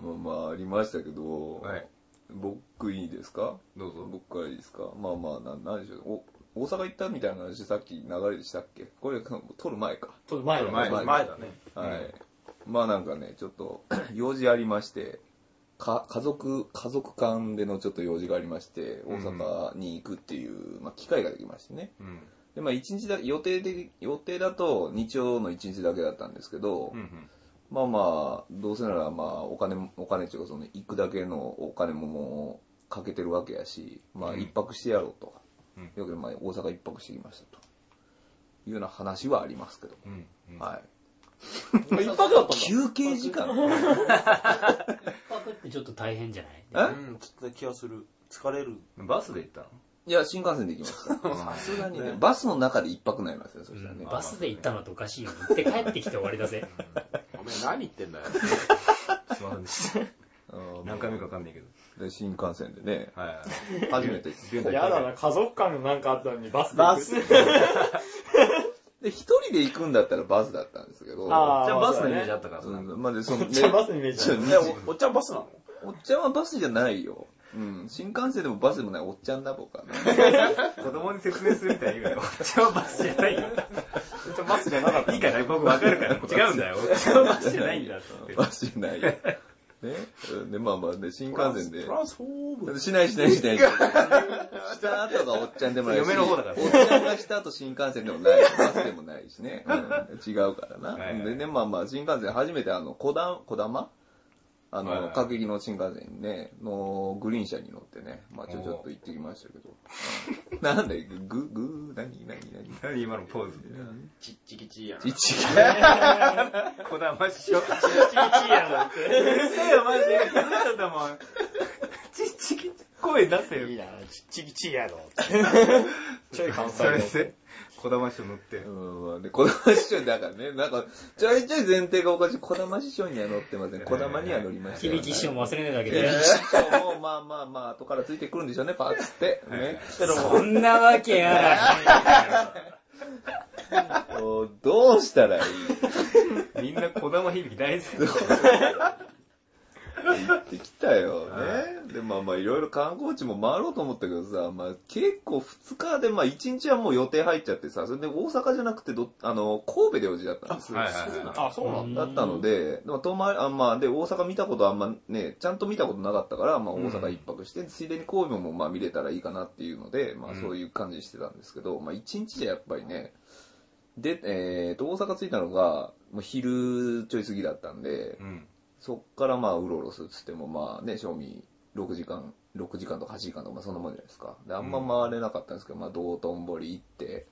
Speaker 3: まあまあ、ありましたけど、
Speaker 2: はい
Speaker 3: 僕いいですか
Speaker 2: どうぞ
Speaker 3: 僕からいいですかまあまあ、なんなんでしょう。お、大阪行ったみたいな話さっき流れでしたっけこれ、撮る前か。
Speaker 4: ちょっと前だ
Speaker 2: 前
Speaker 3: だ
Speaker 5: 前だね。
Speaker 3: はい。まあなんかね、ちょっと 用事ありまして、か家族、家族間でのちょっと用事がありまして、大阪に行くっていう、まあ機会ができましてね。
Speaker 2: うん。
Speaker 3: で、まあ一日だ、予定で、予定だと日曜の一日だけだったんですけど、
Speaker 2: うん。
Speaker 3: まあまあ、どうせならまあ、お金も、お金っていうかその、行くだけのお金ももう、かけてるわけやし、まあ、
Speaker 2: うん
Speaker 3: 一泊してやろうと。
Speaker 2: うん
Speaker 3: よくまあ、大阪一泊してきましたと。いうような話はありますけど。
Speaker 2: うん。うん。
Speaker 3: はい。
Speaker 4: 一泊だったんだ。
Speaker 3: 休憩時間
Speaker 1: パクってちょっと大変じゃない
Speaker 5: うん
Speaker 3: え、
Speaker 5: ちょっと気がする。疲れる。
Speaker 2: バスで行ったの
Speaker 3: いや、新幹線で行きました。
Speaker 2: さ
Speaker 3: さすがにね、バスの中で一泊になりますよ、そしたら
Speaker 1: うん
Speaker 3: ね。
Speaker 1: バスで行ったのっておかしいよ。行って帰ってきて終わりだぜ。
Speaker 5: おめえ何言ってんだよ。
Speaker 2: すいませんでした。
Speaker 3: うん
Speaker 2: 何回目かわかんないけど。
Speaker 3: で新幹線でね、
Speaker 2: はいはい。
Speaker 3: 初めて。
Speaker 4: やだな、家族間のなんかあったのにバスで行く。
Speaker 5: バス
Speaker 3: で、一人で行くんだったらバスだったんですけど、
Speaker 4: あー
Speaker 2: じゃあバスのイメージあったからさ。
Speaker 3: うん、まあで、その、ね
Speaker 4: じゃあバスに見えちゃう。
Speaker 5: え、おおっちゃんバスなの
Speaker 3: おっちゃんはバスじゃないよ。うん。新幹線でもバスでもないおっちゃんだ、僕はね。
Speaker 2: 子供に説明するみたいに言うなよ。お茶はバスじゃないよ。
Speaker 4: おっちゃんバスじゃなかった
Speaker 2: いいかな、僕わかるから。 違うんだよ。お茶はバスじゃないん だって。
Speaker 3: バスじ ゃないよ。ね。うんで、まあまあね、新幹線で
Speaker 5: ト。ランスフォーム。
Speaker 3: しないしないしない。した後がおっちゃんでもないし。
Speaker 2: 嫁の方だから
Speaker 3: おっちゃんがした後新幹線でもないし、バスでもないしね。うん違うからな。
Speaker 2: はいはい
Speaker 3: でね、まあまあ、新幹線初めてあの、こだ、こだまあ
Speaker 2: はいは
Speaker 3: の、
Speaker 2: い
Speaker 3: 各駅の新幹線にね、のグリーン車に乗ってね、まあちょちょっと行ってきましたけど。 なんだよ、ぐ、ぐ、なになになに
Speaker 2: 何今のポーズ。
Speaker 5: ちっちきちいやな。
Speaker 3: 一
Speaker 2: こだましよ。
Speaker 4: や
Speaker 2: いや、マジで。言うんだもん。ちっちき、声出せ
Speaker 4: いい
Speaker 2: よ。
Speaker 4: な、ちっちぎちいやろ。ちょい関西
Speaker 2: それ
Speaker 4: 弁。
Speaker 2: で、こだましを塗って。
Speaker 3: うん、で、こだま師匠だからね、なんか、ちょいちょい前提がおかしい。こだま師匠には乗ってません。こだまには乗りましたよ、
Speaker 1: 響き師匠も忘れないだけで
Speaker 3: え。ーもうまあまあまあ、後からついてくるんでしょうね、パーツって。ね。
Speaker 1: そんなわけやら
Speaker 3: おどうしたらいい
Speaker 2: みんなこだま響き大好き。
Speaker 3: 行ってきたよね。で、まあまあ、いろいろ観光地も回ろうと思ったけどさ、まあ結構2日で、まあ1日はもう予定入っちゃってさ、それで大阪じゃなくてど、あの、神戸で用事だったんですよ。
Speaker 2: はいはいはい
Speaker 5: あ、そうなんだ。
Speaker 3: だったので、でも遠回り、あまあ、で、大阪見たことあんまね、ちゃんと見たことなかったから、まあ、大阪一泊して、ついでに神戸もまあ見れたらいいかなっていうので、まあ、
Speaker 2: うん
Speaker 3: そういう感じにしてたんですけど、まあ、一日じゃやっぱりね、で、えーと、大阪着いたのが、もう昼ちょい過ぎだったんで
Speaker 2: う、ん。
Speaker 3: そっからまあ、うろうろするっつっても、まあね、賞味6時間、6時間とか8時間とか、まあ、そんなもんじゃないですか。で、あんま回れなかったんですけど、まあ、道頓堀行って、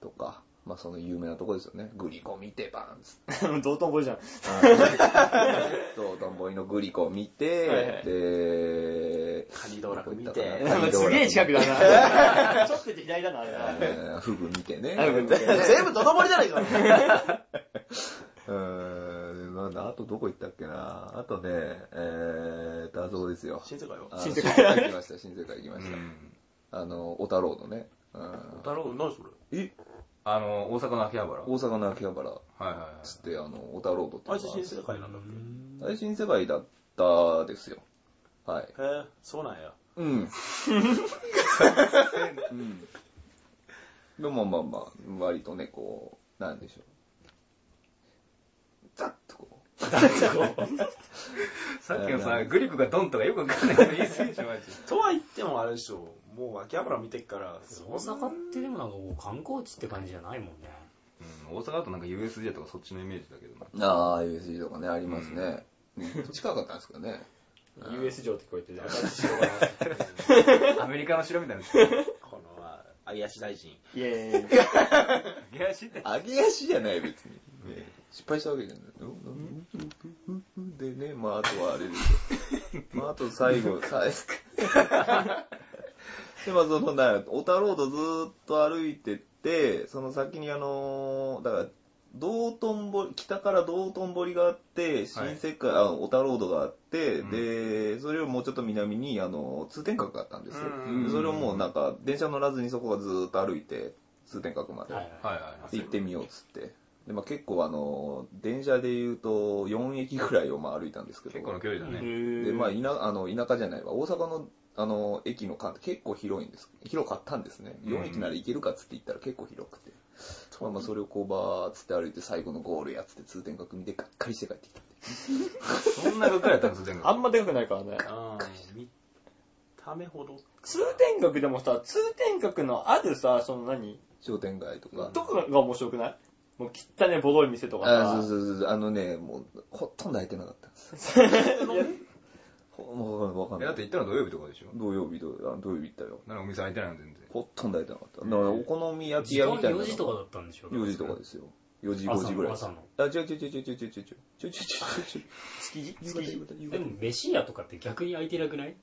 Speaker 3: とか、まあ、その有名なとこですよね。グリコ見て、バーンっつって
Speaker 4: 道頓堀じゃん。
Speaker 3: そう、どんぼりのグリコを見て、
Speaker 4: はいはい
Speaker 3: で、
Speaker 5: カニ道楽見
Speaker 3: どこ行った
Speaker 5: て。
Speaker 3: かな
Speaker 4: すげえ近くだな。ちょっと左だな、あれな。
Speaker 3: えーフグ見てね。
Speaker 5: 全部どどぼりじゃないか。
Speaker 3: うーん、なんだ、あとどこ行ったっけな。あとね、えーと、あそこですよ。
Speaker 5: 新世界は。
Speaker 3: あ
Speaker 4: 新世界
Speaker 3: 行きました、新世界行きま
Speaker 2: う
Speaker 3: した。
Speaker 2: ん。
Speaker 3: あの、小太郎のね。うん
Speaker 5: だろう、何それ。
Speaker 3: え
Speaker 2: あの、大阪の秋葉原。はい
Speaker 3: 大阪の秋葉原っ
Speaker 2: はいは
Speaker 3: つって、あの、小太郎とって
Speaker 5: あい
Speaker 3: いう
Speaker 5: つ
Speaker 3: のがあって
Speaker 5: 新世界なんだっ
Speaker 3: あれ新世界だったですよ。はい。
Speaker 5: け。へえ、そうなんや。
Speaker 3: うん。うん。でもまあまあまあ、割とね、こう、なんでしょう。ざっとこう。
Speaker 2: い。さっきのさ、グリコがドンとかよくわかんないけど、いい選手マジで。
Speaker 5: とは言ってもあれでしょ。もう秋葉原見てっから、
Speaker 1: 大阪ってでもなんかもう観光地って感じじゃないもんね。
Speaker 2: うん、大阪だとなんか USJ とかそっちのイメージだけどな。
Speaker 3: ああ、USJ とかね、ありますね。近かったんですけどね。
Speaker 4: US 城って聞こえてる。
Speaker 2: アメリカの城みたいな。
Speaker 5: この、あ怪し大臣。
Speaker 4: イェーイ。
Speaker 2: ゲラシって。
Speaker 3: 揚げ足じゃない、別に。ね失敗したわけじゃない。でね、まああとはあれですよ。まああと最後、最後。で、まあそのな、オタロードずーっと歩いてって、その先にあのーだから、道頓堀、北から道頓堀があって、新世界、あの、オタロードがあって、
Speaker 2: うん
Speaker 3: で、それをもうちょっと南に、あの、通天閣があったんですよ。
Speaker 5: うん
Speaker 3: でそれをもうなんか、電車乗らずにそこはずーっと歩いて、通天閣まで
Speaker 1: はいはい
Speaker 2: はいはいはい。
Speaker 3: 行ってみようっつって。で、まあ結構あの、電車で言うと、4駅ぐらいをまあ歩いたんですけど。
Speaker 2: 結構の距離だね。
Speaker 3: で、
Speaker 4: で
Speaker 3: まあ、田あの田舎じゃないわ、大阪のあの駅の間って結構広いんです。広かったんですね。
Speaker 2: うん
Speaker 3: 4駅なら行けるかっつって言ったら結構広くて。まあまあ、それをこうばーっつって歩いて最後のゴールやっつって通天閣見てがっかりして帰ってきたって。
Speaker 2: そんな学科やったんです、全国。
Speaker 4: あんまでかくないからね。
Speaker 2: あー見た目ほど。
Speaker 4: 通天閣でもさ、通天閣のあるさ、その何
Speaker 3: 商店街とか。
Speaker 4: どこが面白くないもう汚ねボロい店とかさ。
Speaker 3: あそうそうそう、あのね、もう、ほとんど空いてなかった んです。
Speaker 4: いや
Speaker 3: ほもうわかん
Speaker 2: え、
Speaker 3: ない。
Speaker 2: だって行ったの土曜日とかでしょ
Speaker 3: 土曜日、土曜あ土曜日行ったよ。
Speaker 2: なんかお店開いてないの全然。
Speaker 3: ほとんど空いてなかった。だから、お好み焼き
Speaker 1: 時
Speaker 3: 屋
Speaker 1: 間
Speaker 3: みたいなの
Speaker 1: 4
Speaker 3: が。
Speaker 1: 時とかだったんでしょ
Speaker 3: 4時とかですよ。4時、5時ぐらいです。
Speaker 1: 朝の
Speaker 3: あ、違う違う違う違う違う違う違う違う違う違う違う。
Speaker 4: 築地
Speaker 3: 夕
Speaker 4: 築
Speaker 3: 方
Speaker 4: 地
Speaker 3: 夕方夕
Speaker 1: で
Speaker 3: 方
Speaker 1: も飯屋とかって逆に空いてなくない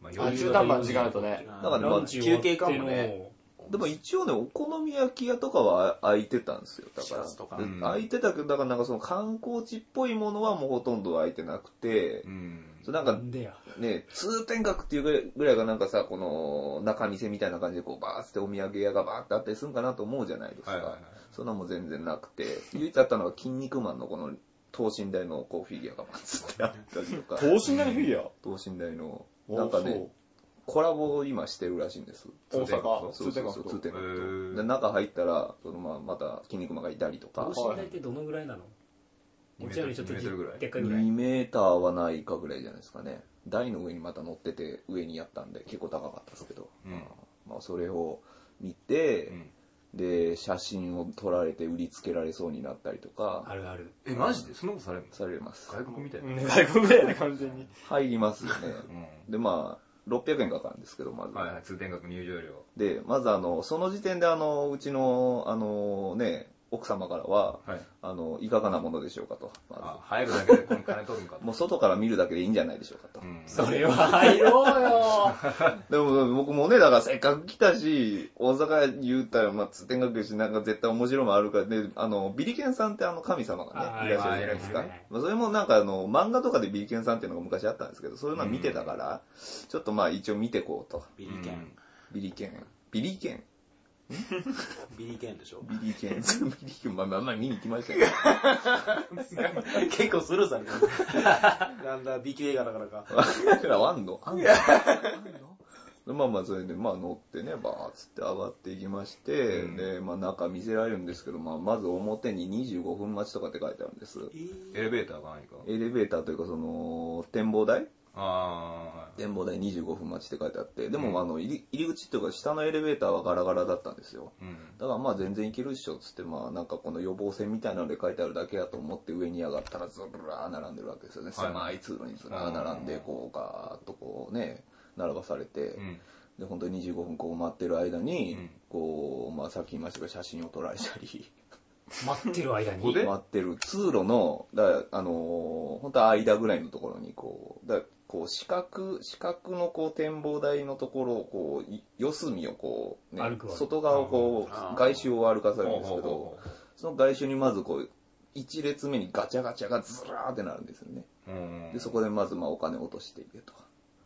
Speaker 2: まあ
Speaker 4: あ、
Speaker 2: 夜
Speaker 4: 中途半端な時間だとね。
Speaker 3: だからまあ
Speaker 1: ランチ終わって
Speaker 5: 休憩かもね
Speaker 3: でも一応ね、お好み焼き屋とかは空いてたんですよ。だか。
Speaker 5: しらすとから
Speaker 2: うん
Speaker 3: 空いてたけど、だからなんかその観光地っぽいものはもうほとんど空いてなくて
Speaker 2: う、ん。
Speaker 3: そうな
Speaker 1: なんんか
Speaker 3: か
Speaker 1: んでや
Speaker 3: ね、通天閣っていうぐらいがなんかさ、この中店みたいな感じでこうバーってお土産屋がバーってあったりするんかなと思うじゃないですか。
Speaker 2: はいはいはい
Speaker 3: そんなもん全然なくて、唯一あったのが筋肉マンのこの等身大のこうフィギュアがバーってあったりとか
Speaker 4: 等、身大のフィギュア
Speaker 3: 等身大の、
Speaker 4: お
Speaker 3: なんか
Speaker 4: そ
Speaker 3: ね
Speaker 4: う、
Speaker 3: コラボを今してるらしいんです。
Speaker 4: 大阪、
Speaker 3: そう
Speaker 4: 通
Speaker 3: そ
Speaker 4: 天
Speaker 3: うそう、通
Speaker 4: 閣と。
Speaker 3: 天閣
Speaker 2: へー
Speaker 3: と。で、中入ったら、そのまあまた、筋肉マンがいたりとか
Speaker 1: 等、身大ってどのぐらいなのもちろんちょっと
Speaker 2: 2メートルぐらい
Speaker 1: でっかいぐらい
Speaker 3: 2メーターはないかぐらいじゃないですかね。台の上にまた乗ってて、上にやったんで、結構高かったですけど。
Speaker 2: うん
Speaker 3: まあ、それを見て
Speaker 2: う、ん
Speaker 3: で、写真を撮られて売りつけられそうになったりと
Speaker 1: あ
Speaker 3: か、
Speaker 1: るある
Speaker 2: え、マジでそんなことされるの
Speaker 3: されます。
Speaker 2: 外国みたいな。
Speaker 4: うん外国だよね、完全に。
Speaker 3: 入りますよね。
Speaker 2: う
Speaker 3: で、まあ、600円かかるんですけど、まず。
Speaker 2: ん。はいはい、通天閣入場料。
Speaker 3: で、まずあの、その時点であの、うちの、あのね、奥様からは、
Speaker 2: はい。
Speaker 3: あの、いかがなものでしょうかと。まず
Speaker 2: あ、入るだけでこの金取るんかと。
Speaker 3: もう外から見るだけでいいんじゃないでしょうかと。
Speaker 2: うん。
Speaker 1: それは入ろうよ
Speaker 3: でも僕もね、だからせっかく来たし、大阪言うたら、まあ、通天閣やし、なんか絶対面白いもあるから、で、あの、ビリケンさんってあの神様が
Speaker 1: あー
Speaker 3: ね、いらっしゃるじゃないです
Speaker 1: は
Speaker 3: か
Speaker 1: いはいはい。
Speaker 3: まあ、それもなんかあの、漫画とかでビリケンさんっていうのが昔あったんですけど、そういうのは見てたから、ちょっとまあ一応見てこうと。
Speaker 5: ビリケン。
Speaker 3: ビリケン。ビリケン
Speaker 5: ビリケンでしょ
Speaker 3: ビリ ケン。ビリケン、まあまあまあ見に行きまし たけど。
Speaker 5: 結構スルーされて る。なんだ、B 級映画だからか。
Speaker 3: あんのあんのでまあまあ、それで、まあ乗ってね、バーっつって上がっていきまして、
Speaker 2: うん
Speaker 3: で、まあ中見せられるんですけど、まあまず表に25分待ちとかって書いてあるんです。
Speaker 2: エレベーターが何か。
Speaker 3: エレベーターというかその、展望台
Speaker 2: あー、
Speaker 3: 展望台25分待ちって書いてあって、でもあの入り、入り口っていうか下のエレベーターはガラガラだったんですよ。
Speaker 2: うん。
Speaker 3: だからまあ全然いけるっしょっつって、まあなんかこの予防線みたいなので書いてあるだけやと思って上に上がったらずらー並んでるわけですよ
Speaker 2: は
Speaker 3: ね。
Speaker 2: い
Speaker 3: 狭い通路にずらー並んで、こうガーッとこうね、並ばされて、
Speaker 2: うん。
Speaker 3: で、本当に25分こう待ってる間に、
Speaker 2: うん
Speaker 3: こう、まあさっき言いましたが写真を撮られたり、
Speaker 1: 待ってる間
Speaker 2: ここ
Speaker 1: に
Speaker 2: でえ
Speaker 3: 待ってる通路の、だからあのー本当は間ぐらいのところにこう、だからこう四角、四角のこう展望台のところをこう、い四隅をこう、ね
Speaker 1: 歩くわけ
Speaker 3: 外側をこ
Speaker 5: あー
Speaker 3: う、外周を歩かされる
Speaker 2: ほ
Speaker 3: ん
Speaker 2: う
Speaker 3: です
Speaker 2: ほ
Speaker 3: け
Speaker 2: う
Speaker 3: ど
Speaker 2: ほ、
Speaker 3: その外周にまずこう、一列目にガチャガチャがずらーってなるんですよね。
Speaker 2: うほう。
Speaker 3: で、そこでまずまあお金を落としていけと。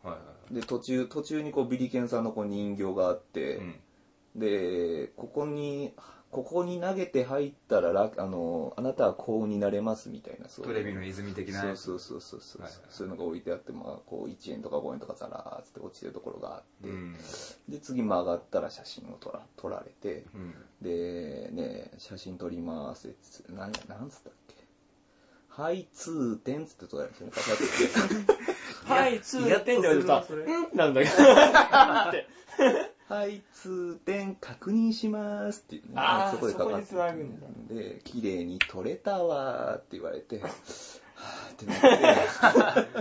Speaker 2: で。はいはい
Speaker 3: で、途中、途中にこうビリケンさんのこう人形があって、
Speaker 2: はい。うん。
Speaker 3: で、ここに、ここに投げて入ったらラ、あの、あなたは幸運になれますみたいな、そう
Speaker 2: テレビの泉的な
Speaker 3: そ
Speaker 2: や
Speaker 3: う
Speaker 2: つ。
Speaker 3: そうそうそうそう、
Speaker 2: はいはい
Speaker 3: そういうのが置いてあって、まあ、こう、1円とか5円とかザラーつって落ちてるところがあって、
Speaker 2: うん。
Speaker 3: で、次曲がったら写真を撮ら撮られて、
Speaker 2: うん。
Speaker 3: で、ね、写真撮りますってつって、なん、なんつったっけはい、通点つって撮られるんですよね。
Speaker 4: はい、通天って言われてさ、うんってなんだけど。
Speaker 3: はい、通点確認しますっていうね。
Speaker 4: あー
Speaker 3: って
Speaker 4: そこに繋ぐんだ
Speaker 3: で、綺麗に撮れたわーって言わ れて、はーってなって、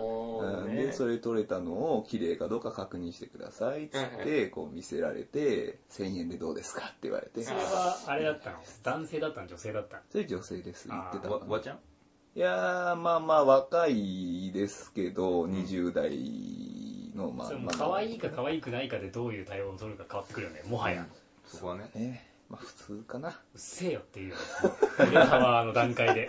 Speaker 3: うんで、それ撮れたのを綺麗かどうか確認してくださいっつって、こう見せられて、1000円でどうですかって言われて
Speaker 1: そ、れはあれだったの男性だったの女性だったの
Speaker 3: それ女性です、言ってた
Speaker 2: わ
Speaker 3: か、な
Speaker 2: わちゃん
Speaker 3: いやー、まあまあ若いですけど、20代の、まあ
Speaker 1: それも
Speaker 3: まあ、
Speaker 1: 可愛いか可愛くないかでどういう対応を取るか変わってくるよねもはや
Speaker 2: そこはね。
Speaker 3: ね。まあ普通かな。
Speaker 1: うっせえよっていうよ。俺のパワーの段階で。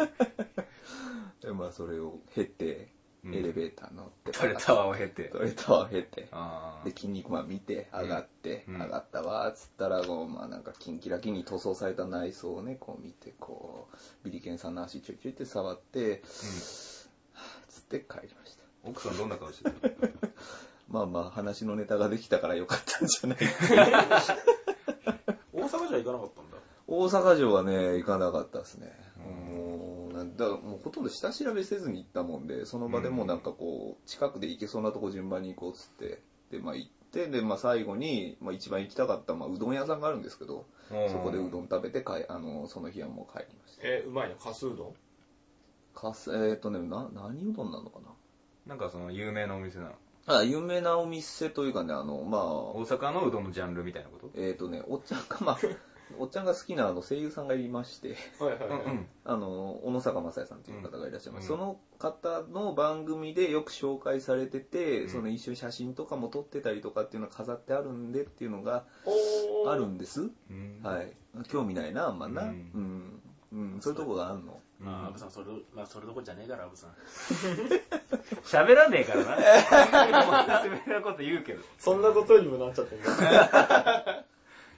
Speaker 3: でまあそれを経て、
Speaker 2: うん
Speaker 3: エレベーター乗って、
Speaker 2: トレタワーを経て。
Speaker 3: トレタワーを経て、
Speaker 2: あ
Speaker 3: で、筋肉マン見て、上がって、
Speaker 2: うん
Speaker 3: 上がったわーっつったら、こう、まあなんか、キンキラキンに塗装された内装をね、こう見て、こう、ビリケンさんの足ちょいちょいって触って、つって帰りました。
Speaker 2: あ。奥さんどんな顔してたの
Speaker 3: まあまあ、話のネタができたからよかったんじゃない
Speaker 5: 大阪じゃ行かなかったんだ。
Speaker 3: 大阪城はね、行かなかったですね。もう、なんだからもうほとんど下調べせずに行ったもんで、その場でもうなんかこう、近くで行けそうなとこ順番に行こうっつって、で、まあ行って、で、まあ最後に、まあ一番行きたかった、まあうどん屋さんがあるんですけど、
Speaker 2: うん
Speaker 3: そこでうどん食べて帰、あの、その日はもう帰りました。
Speaker 5: えーうまいのカスうどん
Speaker 3: かす、えっ、とね、な、何うどんなのか
Speaker 2: なんかその有名なお店なの。
Speaker 3: なあ、有名なお店というかね、あの、まあ、
Speaker 2: 大阪のうどんのジャンルみたいなこと
Speaker 3: えっ、とね、おっちゃんが、 まあ、おっちゃんが好きなあの声優さんがいまして、
Speaker 5: はいは
Speaker 2: うん
Speaker 5: い
Speaker 2: うん。
Speaker 3: あの、小野坂雅也さんという方がいらっしゃいます。
Speaker 2: うん
Speaker 3: その方の番組でよく紹介されてて、
Speaker 2: うん
Speaker 3: その一緒に写真とかも撮ってたりとかっていうのが飾ってあるんでっていうのが
Speaker 5: おー
Speaker 3: あるんです。
Speaker 2: うん
Speaker 3: はい。興味ないな、あんまな。う。
Speaker 2: うん
Speaker 3: うん、そういうとこがあるの。
Speaker 5: まあ、アブさん、それ、まあ、それどころじゃねえから、アブさん。
Speaker 2: 喋らねえから な。真面目なこと言うけど。
Speaker 4: そんなことにもなっちゃってる。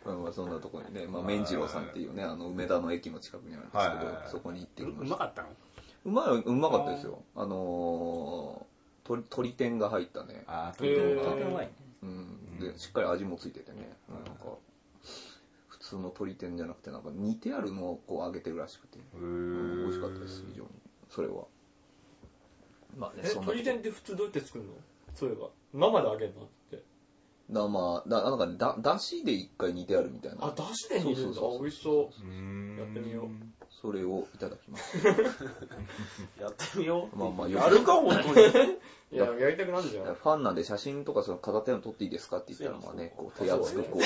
Speaker 3: まあまあそんなとこにね、まあ、メンジローさんっていうね、あの、梅田の駅の近くにあるんです
Speaker 2: はい
Speaker 3: け
Speaker 2: はい
Speaker 3: ど
Speaker 2: は、い
Speaker 3: そこに行ってき
Speaker 1: う
Speaker 3: ま
Speaker 1: う
Speaker 3: し
Speaker 1: ま
Speaker 3: た。
Speaker 1: かったの
Speaker 3: うまい、うまかったですよ。あのー、鳥鳥天が入ったね。
Speaker 2: あー、
Speaker 1: へー
Speaker 2: とてもうまいね。
Speaker 3: うん。
Speaker 2: う
Speaker 3: で、
Speaker 2: ん
Speaker 3: しっかり味もついててね。
Speaker 2: うん
Speaker 3: なんか、普通の鶏天じゃなくて、なんか煮てあるのをこう揚げてるらしくて。
Speaker 2: う
Speaker 3: うん
Speaker 2: ー
Speaker 3: 美味しかったです、非常に。それは。まあね、
Speaker 4: え、
Speaker 3: そんなと
Speaker 4: 鳥
Speaker 3: こ。
Speaker 4: 天って普通どうやって作るのそういえば。生で揚げるのって。
Speaker 3: だまあ、だなんかねだ、だしで一回煮てあるみたいな。
Speaker 4: あ、出汁で煮るんだ。
Speaker 3: そうそうそう
Speaker 4: あ美味しそう
Speaker 2: ーん
Speaker 4: やってみよう
Speaker 3: それをいただきます。
Speaker 5: やってみよ
Speaker 3: まあまあ、
Speaker 5: う。
Speaker 3: よ
Speaker 5: やるか、本 当に。
Speaker 4: う。いや、やりたくなるじゃん。
Speaker 3: ファンなんで写真とかその片手の撮っていいですかって言ったら、まあね、こう手厚くこう、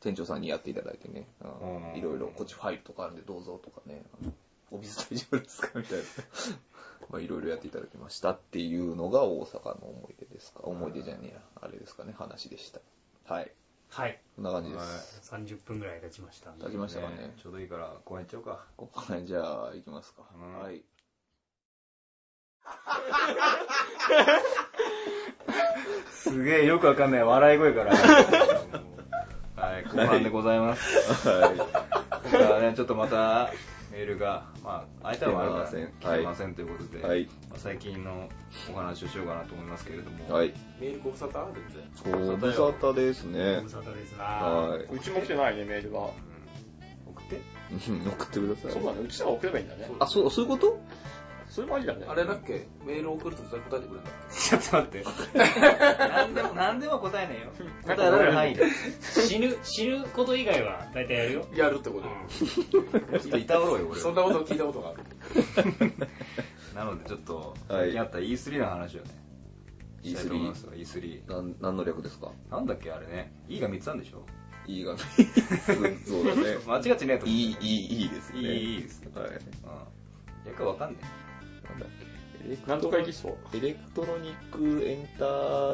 Speaker 3: 店長さんにやっていただいてね、うん
Speaker 2: うん
Speaker 3: いろいろ、こっちファイルとかあるんでどうぞとかね、あのお水大丈夫ですかみたいな。 まあいろいろやっていただきましたっていうのが大阪の思い出ですか。思い出じゃねえや、あれですかね、話でした。はい。
Speaker 1: はい。
Speaker 3: こんな感じです。
Speaker 1: 30分ぐらい経ちました。
Speaker 3: いただきましたか
Speaker 2: ね
Speaker 3: ね。
Speaker 2: ちょうどいいから公園行っちゃおうか。
Speaker 3: ここね、じゃあ行きますか。
Speaker 2: うん
Speaker 3: はい。
Speaker 2: すげえよくわかんない笑い声 から。はい、後半でございます。はい。だからね、ちょっとまたメールが、まあ、相手はあるから、ね、来
Speaker 3: 来てませんはい
Speaker 2: てませんということで、
Speaker 3: はい
Speaker 2: まあ最近のお話をしようかなと思いますけれども、
Speaker 3: はい。
Speaker 5: メールご無沙汰全然。
Speaker 3: ご無沙汰ですね
Speaker 1: ご無。沙汰ですな
Speaker 3: は
Speaker 4: うちも来てないね、メールは。
Speaker 2: うん送って。
Speaker 3: い。うん 送ってください。
Speaker 4: そうだね、うちの方送ればいいんだね。
Speaker 3: あ、そう、そういうこと
Speaker 4: それもありだね。
Speaker 5: あれだっけメール送ると答えてくれたっ
Speaker 2: ちょっと待って。何でも、何でも答えねえよ。答え
Speaker 4: られる範
Speaker 2: 範
Speaker 4: 囲
Speaker 2: 囲
Speaker 4: で
Speaker 2: で。
Speaker 1: 死ぬ、死ぬこと以外は大体やるよ。
Speaker 5: けやるってこ
Speaker 1: う
Speaker 2: ちょっといたおろうよ、
Speaker 5: と。
Speaker 2: 俺。
Speaker 5: そんなこと聞いたことがある。
Speaker 2: なので、ちょっと、
Speaker 3: は
Speaker 2: 最
Speaker 3: い
Speaker 2: 近あった E3 の話をね、
Speaker 3: E3
Speaker 2: したいと思いますが E3。
Speaker 3: なん何の略ですか
Speaker 2: なんだっけ、あれね。E が3つあるんでしょ
Speaker 3: ?E が。そうだね。
Speaker 2: 間違ってねえと思う。
Speaker 3: E、E、E ですね。
Speaker 2: いい、いいです。
Speaker 3: は
Speaker 2: う
Speaker 3: い。
Speaker 2: ん。役わかんね
Speaker 3: なんだっけ。エレク
Speaker 4: なんと
Speaker 3: ト
Speaker 4: か
Speaker 3: ロ
Speaker 4: いきそう。
Speaker 3: エレクトロニックエンタ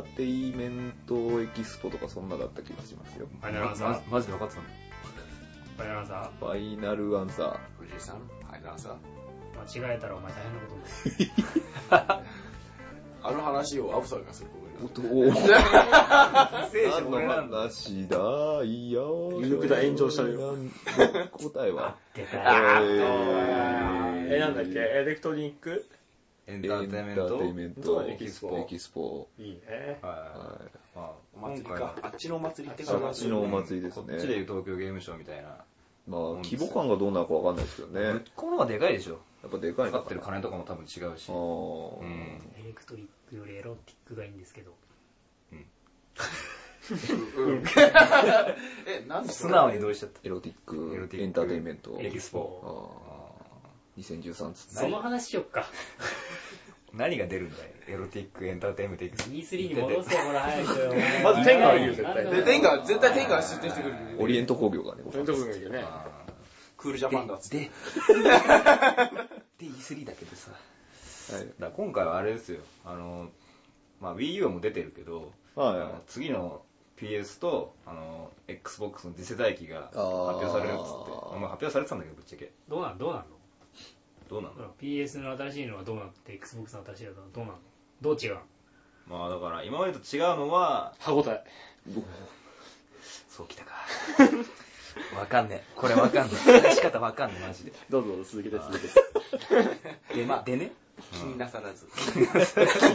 Speaker 3: ーテイメントエキスポとかそんなだった気がしますよ。
Speaker 1: ん。バイナルアンサー
Speaker 2: ママジで分かってたんだ。
Speaker 1: バイナルアンサ
Speaker 3: ファイナルアンサ
Speaker 5: 富士山、はい、なんさ。
Speaker 1: ー間違えたらお前大変なことになる。
Speaker 5: あの話をアブさんがするこ
Speaker 3: ー。お
Speaker 5: と
Speaker 3: と、おー
Speaker 2: 聖書
Speaker 3: 何の
Speaker 2: 俺らの。
Speaker 3: 話だいやー。
Speaker 4: ゆうくだ炎上したよ
Speaker 3: なん。答えは
Speaker 1: 出たよ。
Speaker 3: あ
Speaker 4: え、なんだっけエレクトリニック
Speaker 2: エン
Speaker 3: エ
Speaker 2: タ
Speaker 3: ン
Speaker 2: ー
Speaker 3: タ
Speaker 2: テイメン
Speaker 3: ーテ
Speaker 2: ト。
Speaker 3: イメント
Speaker 4: エ
Speaker 3: エ
Speaker 4: キ
Speaker 3: キ
Speaker 4: ス
Speaker 3: ス
Speaker 4: ポ
Speaker 3: ポ。エキスポ。
Speaker 4: いいね。
Speaker 2: は
Speaker 3: はい。
Speaker 2: い。まあ、
Speaker 5: に。お祭り
Speaker 2: 今回
Speaker 5: か
Speaker 2: は。
Speaker 5: あっちのお祭りって
Speaker 3: あっちのお祭りで
Speaker 2: こ
Speaker 3: す
Speaker 2: っちで
Speaker 3: ね。
Speaker 2: いう東京ゲームショウみたいな。
Speaker 3: まあ、規模感がどうなのかわかんないですけどね。や
Speaker 2: 向こうの方がでかいでしょ。
Speaker 3: っぱでかい
Speaker 2: か
Speaker 3: の
Speaker 2: かってる金とかも多分違うし。
Speaker 3: ああ、
Speaker 2: うん。
Speaker 1: エレクトリックよりエロティックがいいんですけど。
Speaker 5: え、なんで
Speaker 2: 素直に同意しちゃった。
Speaker 3: エロティッ
Speaker 2: エロ
Speaker 3: ク
Speaker 2: ティック
Speaker 3: エンターテインメント。
Speaker 2: エキスポ。
Speaker 3: ああ、2013つって
Speaker 1: その話しよっか。
Speaker 2: 何が出るんだよ。エロティックエンターテイメントエキスポ。
Speaker 1: E3 に戻せ、ほら、早くよ。
Speaker 4: まず天下がいいよ絶対
Speaker 5: で、天下、絶対天下が出展してくる。
Speaker 3: オリエント工業がね、
Speaker 4: そういうとこがいいよね。
Speaker 2: あ
Speaker 5: クールジャパンだっつ
Speaker 2: ー
Speaker 5: って。
Speaker 2: で、で、E3 だけどさ。
Speaker 3: は
Speaker 2: だ
Speaker 3: い
Speaker 2: から今回はあれですよ。あの、まあ Wii U はもう出てるけど、
Speaker 3: はい
Speaker 2: あの次の PS と、あの、Xbox の次世代機が
Speaker 3: あ
Speaker 2: 発
Speaker 3: ー
Speaker 2: 表されるっつって。あまあ、発表されてたんだけど、ぶっちゃけ。
Speaker 1: どうなんどうなんの
Speaker 2: どうなん
Speaker 1: ほ
Speaker 2: だろ
Speaker 1: ら ?PS の新しいのはどうなって、Xbox の新しいのはどうなんのどう違う
Speaker 2: う。
Speaker 1: の
Speaker 2: まあ、だから、今までと違うのは、
Speaker 4: 歯応え。
Speaker 2: そうきたか。 わかんねえ。これわかんねえ。出し方わかんねえ、マジで。
Speaker 4: どうぞどうぞ続けて続けて。
Speaker 2: で、まあ、でね。
Speaker 5: 気になさらず。
Speaker 3: 気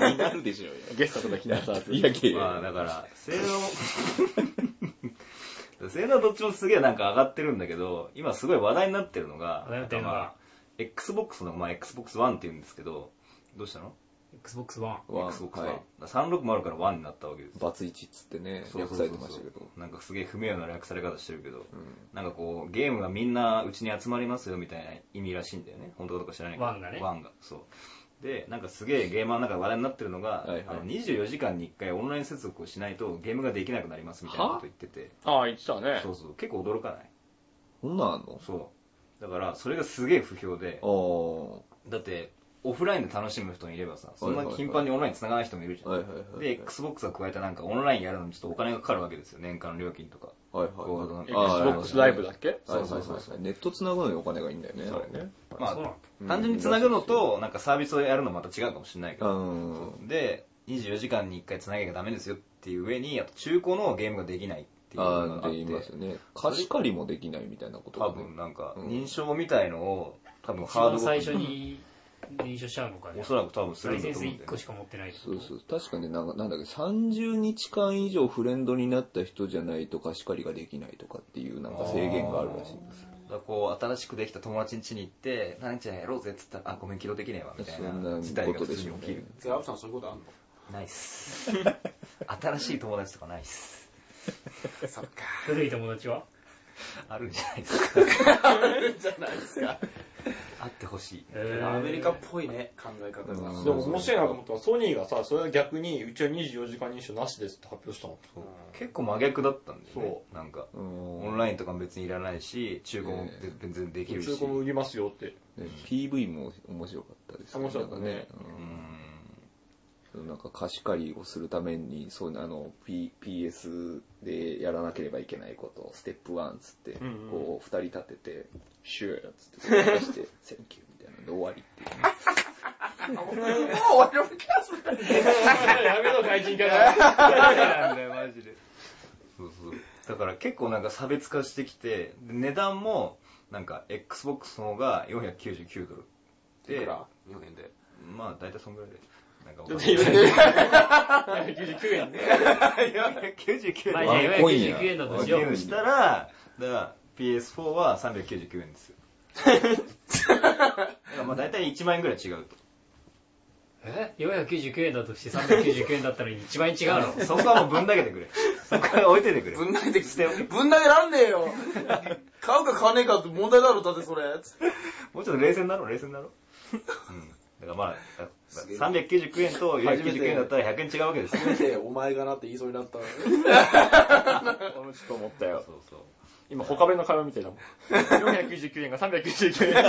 Speaker 3: になるでしょうよ。
Speaker 4: ゲストとか来なさって。
Speaker 3: いや、け
Speaker 2: まあ、だから、性能、 性能どっちもすげえなんか上がってるんだけど、今すごい話題になってるのが、
Speaker 1: 話題になってるのが
Speaker 2: まあ Xbox の、まあ、Xbox One って言うんですけど、どうしたの
Speaker 1: ?Xbox One。
Speaker 3: ワン
Speaker 2: ?Xbox
Speaker 3: は
Speaker 2: One
Speaker 3: い。
Speaker 2: 360から1になったわけです。
Speaker 3: バツイチっつってね、
Speaker 2: そうそ
Speaker 3: 略
Speaker 2: うそ
Speaker 3: さ
Speaker 2: う
Speaker 3: れてましたけど。
Speaker 2: なんかすげえ不名誉な略され方してるけど、なんかこう、ゲームがみんなうちに集まりますよみたいな意味らしいんだよね。本当かどうか知らないけど。
Speaker 1: ワンがね
Speaker 2: ワンが、そう。で、なんかすげえゲーマーの中で話題になってるのが、
Speaker 3: はいはい
Speaker 2: あの24時間に1回オンライン接続をしないとゲームができなくなりますみたいなこと言ってて、
Speaker 4: ああ、言ってたね。
Speaker 2: そうそう、結構驚かない
Speaker 3: そんなんあんの
Speaker 2: そう。だから、それがすげえ不評で、
Speaker 3: あ
Speaker 2: だって、オフラインで楽しむ人もいればさ、そんな
Speaker 3: はいはいはい
Speaker 2: 頻繁にオンライン繋がない人もいるじゃん。
Speaker 3: あ。はいはいはい。
Speaker 2: で、Xbox が加えたなんかオンラインやるのにちょっとお金がかかるわけですよ、年間の料金とか。
Speaker 3: はい
Speaker 2: こうなん
Speaker 3: はい
Speaker 2: か
Speaker 3: はい。
Speaker 4: Xbox ライブだっけ
Speaker 3: はいはい
Speaker 2: そう
Speaker 3: は
Speaker 2: そう
Speaker 3: いはい。ネット繋ぐのにお金がいいんだよね。
Speaker 2: そう
Speaker 3: あれね。
Speaker 2: ま
Speaker 1: そうなの
Speaker 2: あ、単純に繋ぐのと、なんかサービスをやるのまた違うかもしれないけ
Speaker 3: う
Speaker 2: ど。
Speaker 3: ん。
Speaker 2: で、24時間に1回繋げなきゃダメですよっていう上に、あと中古のゲームができないっていうのがあ
Speaker 3: あ
Speaker 2: っ
Speaker 3: あ、
Speaker 2: て
Speaker 3: で、言いますよね。貸し借りもできないみたいなこと
Speaker 2: 多
Speaker 3: がね
Speaker 2: 分なんか
Speaker 3: うん
Speaker 2: 認証みたいのを、多分
Speaker 1: 一
Speaker 2: ハード
Speaker 1: 番
Speaker 2: ごと
Speaker 1: 最初に認証しちゃうのかね
Speaker 2: おそらく多分す
Speaker 1: ラ
Speaker 2: る
Speaker 1: イ
Speaker 2: んだ
Speaker 1: セン
Speaker 2: と
Speaker 1: ス
Speaker 2: 思うんだよ
Speaker 1: 1個
Speaker 2: ね
Speaker 1: し。か持ってないってこ
Speaker 3: そ
Speaker 1: と
Speaker 3: うそう。確かね、なんかなんだっけ、30日間以上フレンドになった人じゃないと貸し借りができないとかっていうなんか制限があるらしいんですよ。
Speaker 2: だからこう、新しくできた友達ん家に行って、なんちゃんやろうぜって言ったら、あ、ごめん、起動できねえわ、みたい
Speaker 3: そん
Speaker 2: な
Speaker 3: な
Speaker 2: 事態が
Speaker 3: こと
Speaker 2: 普
Speaker 3: で
Speaker 2: 通
Speaker 3: しょ
Speaker 2: に
Speaker 3: う
Speaker 2: 起
Speaker 3: ね
Speaker 2: きる。
Speaker 5: じゃあ、アブさんそういうことあんの
Speaker 2: ないっす。新しい友達とかないっす。
Speaker 5: そっか。
Speaker 1: 古い友達は
Speaker 2: あるんじゃないですか。
Speaker 5: じゃないですか。
Speaker 2: あってほしい。
Speaker 5: ア
Speaker 1: ア
Speaker 5: メリカっぽいね、考え方が。
Speaker 3: うん
Speaker 4: でも面白いなと思ったのは、ソニーがさ、それは逆に、うちは24時間認証なしですって発表したの。
Speaker 2: そう結構真逆だったんだよね。なんか、
Speaker 3: うん
Speaker 2: オンラインとかも別にいらないし、中古も
Speaker 3: ええ
Speaker 2: 全然できるし。
Speaker 4: 中古も売りますよって。
Speaker 3: ね PV も面白かったです
Speaker 4: 面白かったね
Speaker 3: なんか
Speaker 2: う
Speaker 3: ね
Speaker 2: ん
Speaker 3: うんなんか貸し借りをするために、そういうあの、P、PS でやらなければいけないこと、ステップ1っつって、
Speaker 4: んうん
Speaker 3: こう、二人立てて、シューっつ って、渡して、センキューみたいなんで終わりっていう。
Speaker 4: やめろ、外人から。
Speaker 2: なんだよ、マジで。そうそう。だから結構なんか差別化してきて、で値段も、なんか Xbox の方が499ドル。
Speaker 5: いく
Speaker 2: で、
Speaker 5: ら日本円で。
Speaker 2: まあ大体そんぐらいで。なん か
Speaker 4: ちょっと言うて。99円ね。
Speaker 2: 499
Speaker 1: まあ
Speaker 2: 円
Speaker 1: じゃあ
Speaker 3: ワンコインや
Speaker 1: 499円だとし
Speaker 2: ゲ
Speaker 1: よ
Speaker 2: ーム
Speaker 1: う。
Speaker 2: したら、だから PS4 は399円 ですよ。だからまあ大体1万円ぐらい違うと。
Speaker 1: え ?499 円だとして399円だったのに一番違うの
Speaker 2: そこはもうぶん投げて くれ。そこは置いててくれ。
Speaker 5: ぶん投げてきて、ぶん投げらんねえよ。買うか買わねえかって問題だろ、だってそれ。
Speaker 2: もうちょっと冷静になろう、冷静になろ う。うん。だからまあ、だだ399円と499円だったら100円違うわけですよ。
Speaker 5: 見て、お前がなって言いそうになった。
Speaker 4: 俺ちょっと思った
Speaker 2: そう
Speaker 4: よ。
Speaker 2: そう。
Speaker 4: 今、他弁の会話みたい だもん。499円が399円。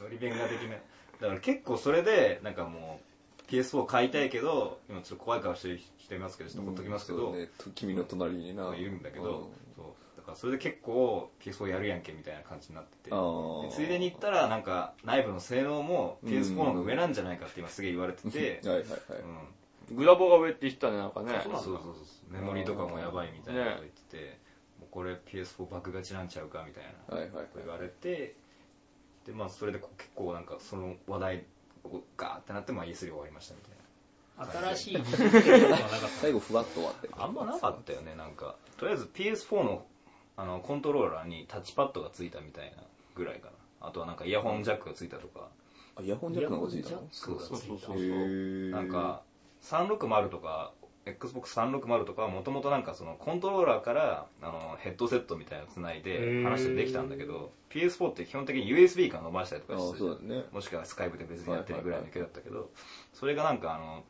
Speaker 2: 乗り弁ができない。だから結構それで、なんかもう、PS4 買いたいけど、今ちょっと怖い顔してる人いますけど、ちょっとほっときますけど、
Speaker 3: そうねと君の隣にな。
Speaker 2: いるんだけ
Speaker 3: う
Speaker 2: ど、そう。だからそれで結構 PS4 やるやんけみたいな感じになってて
Speaker 3: あ、
Speaker 2: で
Speaker 3: ー
Speaker 2: ついでに言ったら、なんか内部の性能も PS4 の方が上なんじゃないかって今すげえ言われてて、
Speaker 3: はいはいはい。
Speaker 2: うん。
Speaker 4: グラボが上って言ってたね、なんかね。
Speaker 2: そうそうそうそうメモリーとかもやばいみたいなこと言ってて、もうこれ PS4 爆勝ちなんちゃうかみたいな
Speaker 3: はいはいはい
Speaker 2: こと言われてでまあそれでこう結構なんかその話題こうガーってなってまあ E3 終わりましたみたい
Speaker 1: 新しい技術っていうのはなかっ
Speaker 3: 最後ふわっと終わって。
Speaker 2: なあんまなかったよねなんかとりあえず PS4 のあのコントローラーにタッチパッドがついたみたいなぐらいかなあとはなんかイヤホンジャックがついたとか
Speaker 3: あ、イヤホンジャックの方がついた
Speaker 1: イヤホ
Speaker 3: の
Speaker 1: ンジャック
Speaker 2: そう
Speaker 4: そう
Speaker 3: へ
Speaker 4: そう
Speaker 3: ー
Speaker 2: なんか、360とか、Xbox360 とかはもともとなんかそのコントローラーからあのヘッドセットみたいなのつないで話してできたんだけど、PS4 って基本的に USB から伸ばしたりとかし
Speaker 3: あ
Speaker 2: て
Speaker 3: そうだね
Speaker 2: もしくはスカイプで別にやってるぐらいのけだったけど、それがなんかあの、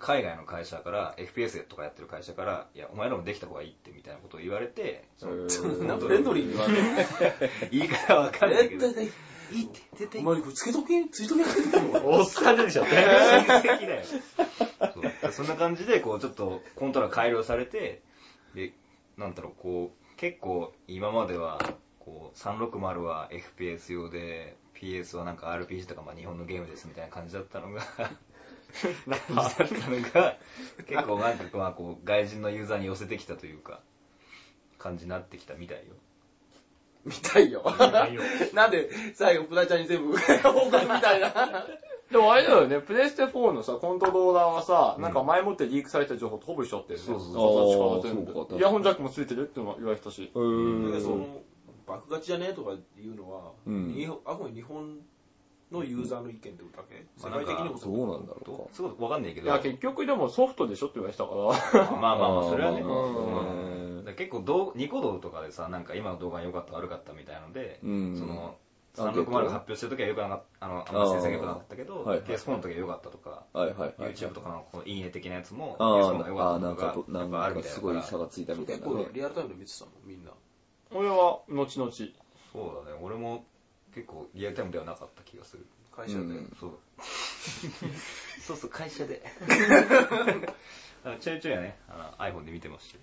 Speaker 2: 海外の会社から、FPS とかやってる会社から、いや、お前らもできた方がいいってみたいなことを言われて、その
Speaker 3: へー
Speaker 5: フレンドリーに言われる。
Speaker 2: 言い方わかんないけど
Speaker 5: 絶、対
Speaker 2: いいって、絶
Speaker 5: お
Speaker 2: 対いい。
Speaker 5: 前、これつけとけつい とけついとけ
Speaker 4: おっさん出てきちゃった。
Speaker 2: 親戚だよ。そうそんな感じで、こう、ちょっとコントロール改良されて、で、なんだろう、こう、結構今までは、こう、360は FPS 用で、PS はなんか RPG とか、まあ日本のゲームですみたいな感じだったのが、感じだったのが、結構なんかまあこう、外人のユーザーに寄せてきたというか、感じになってきたみたいよ。
Speaker 5: みたいよ。
Speaker 1: いよ
Speaker 5: なんで、最後、プラちゃんに全部、報告みたいな。
Speaker 4: でもあれだよね、プレステ4のさ、コントローラーはさ、なんか前もってリークされた情報とほぼ一緒だったよね。
Speaker 2: そうそう
Speaker 3: そう
Speaker 4: 形から
Speaker 3: あーそう
Speaker 4: 全
Speaker 3: か
Speaker 4: 部。イヤホンジャックもついてるってのは言われてたし。
Speaker 5: だからそ
Speaker 3: うん。
Speaker 5: の、爆勝ちじゃねえとかいうのは、
Speaker 3: うん
Speaker 5: 日本あくまで日本のユーザーの意見ってことだけ世
Speaker 2: まあ
Speaker 5: 界的にも
Speaker 3: ど
Speaker 5: う。
Speaker 3: うなんだろ
Speaker 2: どうすごいわかんないけ
Speaker 4: い
Speaker 2: ど。
Speaker 4: や、結局でもソフトでしょって言われてたから。
Speaker 2: まあまあまあ、
Speaker 3: あー
Speaker 2: それはね。
Speaker 3: まあまあ
Speaker 2: うんだから結構どう、ニコ動とかでさ、なんか今の動画が良かった悪かったみたいなので、
Speaker 3: うん
Speaker 2: その、
Speaker 3: アンケー
Speaker 2: 360
Speaker 3: ト
Speaker 2: 発表してる時は良くなかった、あの、あんまり成績良くなかったけど、
Speaker 3: はい
Speaker 2: PS4 の時は良かったとか、
Speaker 3: う。はいはいはい。
Speaker 2: YouTube とかのこういいね的なやつも、
Speaker 3: あー
Speaker 2: PS4 が良か
Speaker 3: あー、なん
Speaker 2: った
Speaker 3: か
Speaker 2: と
Speaker 3: と、
Speaker 2: か、
Speaker 3: な
Speaker 2: やっぱある
Speaker 3: ん
Speaker 2: み
Speaker 3: か
Speaker 2: たいだ
Speaker 3: す
Speaker 2: か
Speaker 3: ごい
Speaker 2: ら。
Speaker 3: 差
Speaker 2: そう
Speaker 3: がついたみたい
Speaker 5: 結
Speaker 3: な
Speaker 5: 構
Speaker 3: ね。
Speaker 5: リアルタイムで見てたもん、みんな。
Speaker 4: 俺は、後々。
Speaker 2: だね、俺も結構リアルタイムではなかった気がする。
Speaker 5: 会社で。
Speaker 3: うん
Speaker 2: そう。 そうそう、会社で。 あのちょいちょいはね、あの iPhone で見てましたよ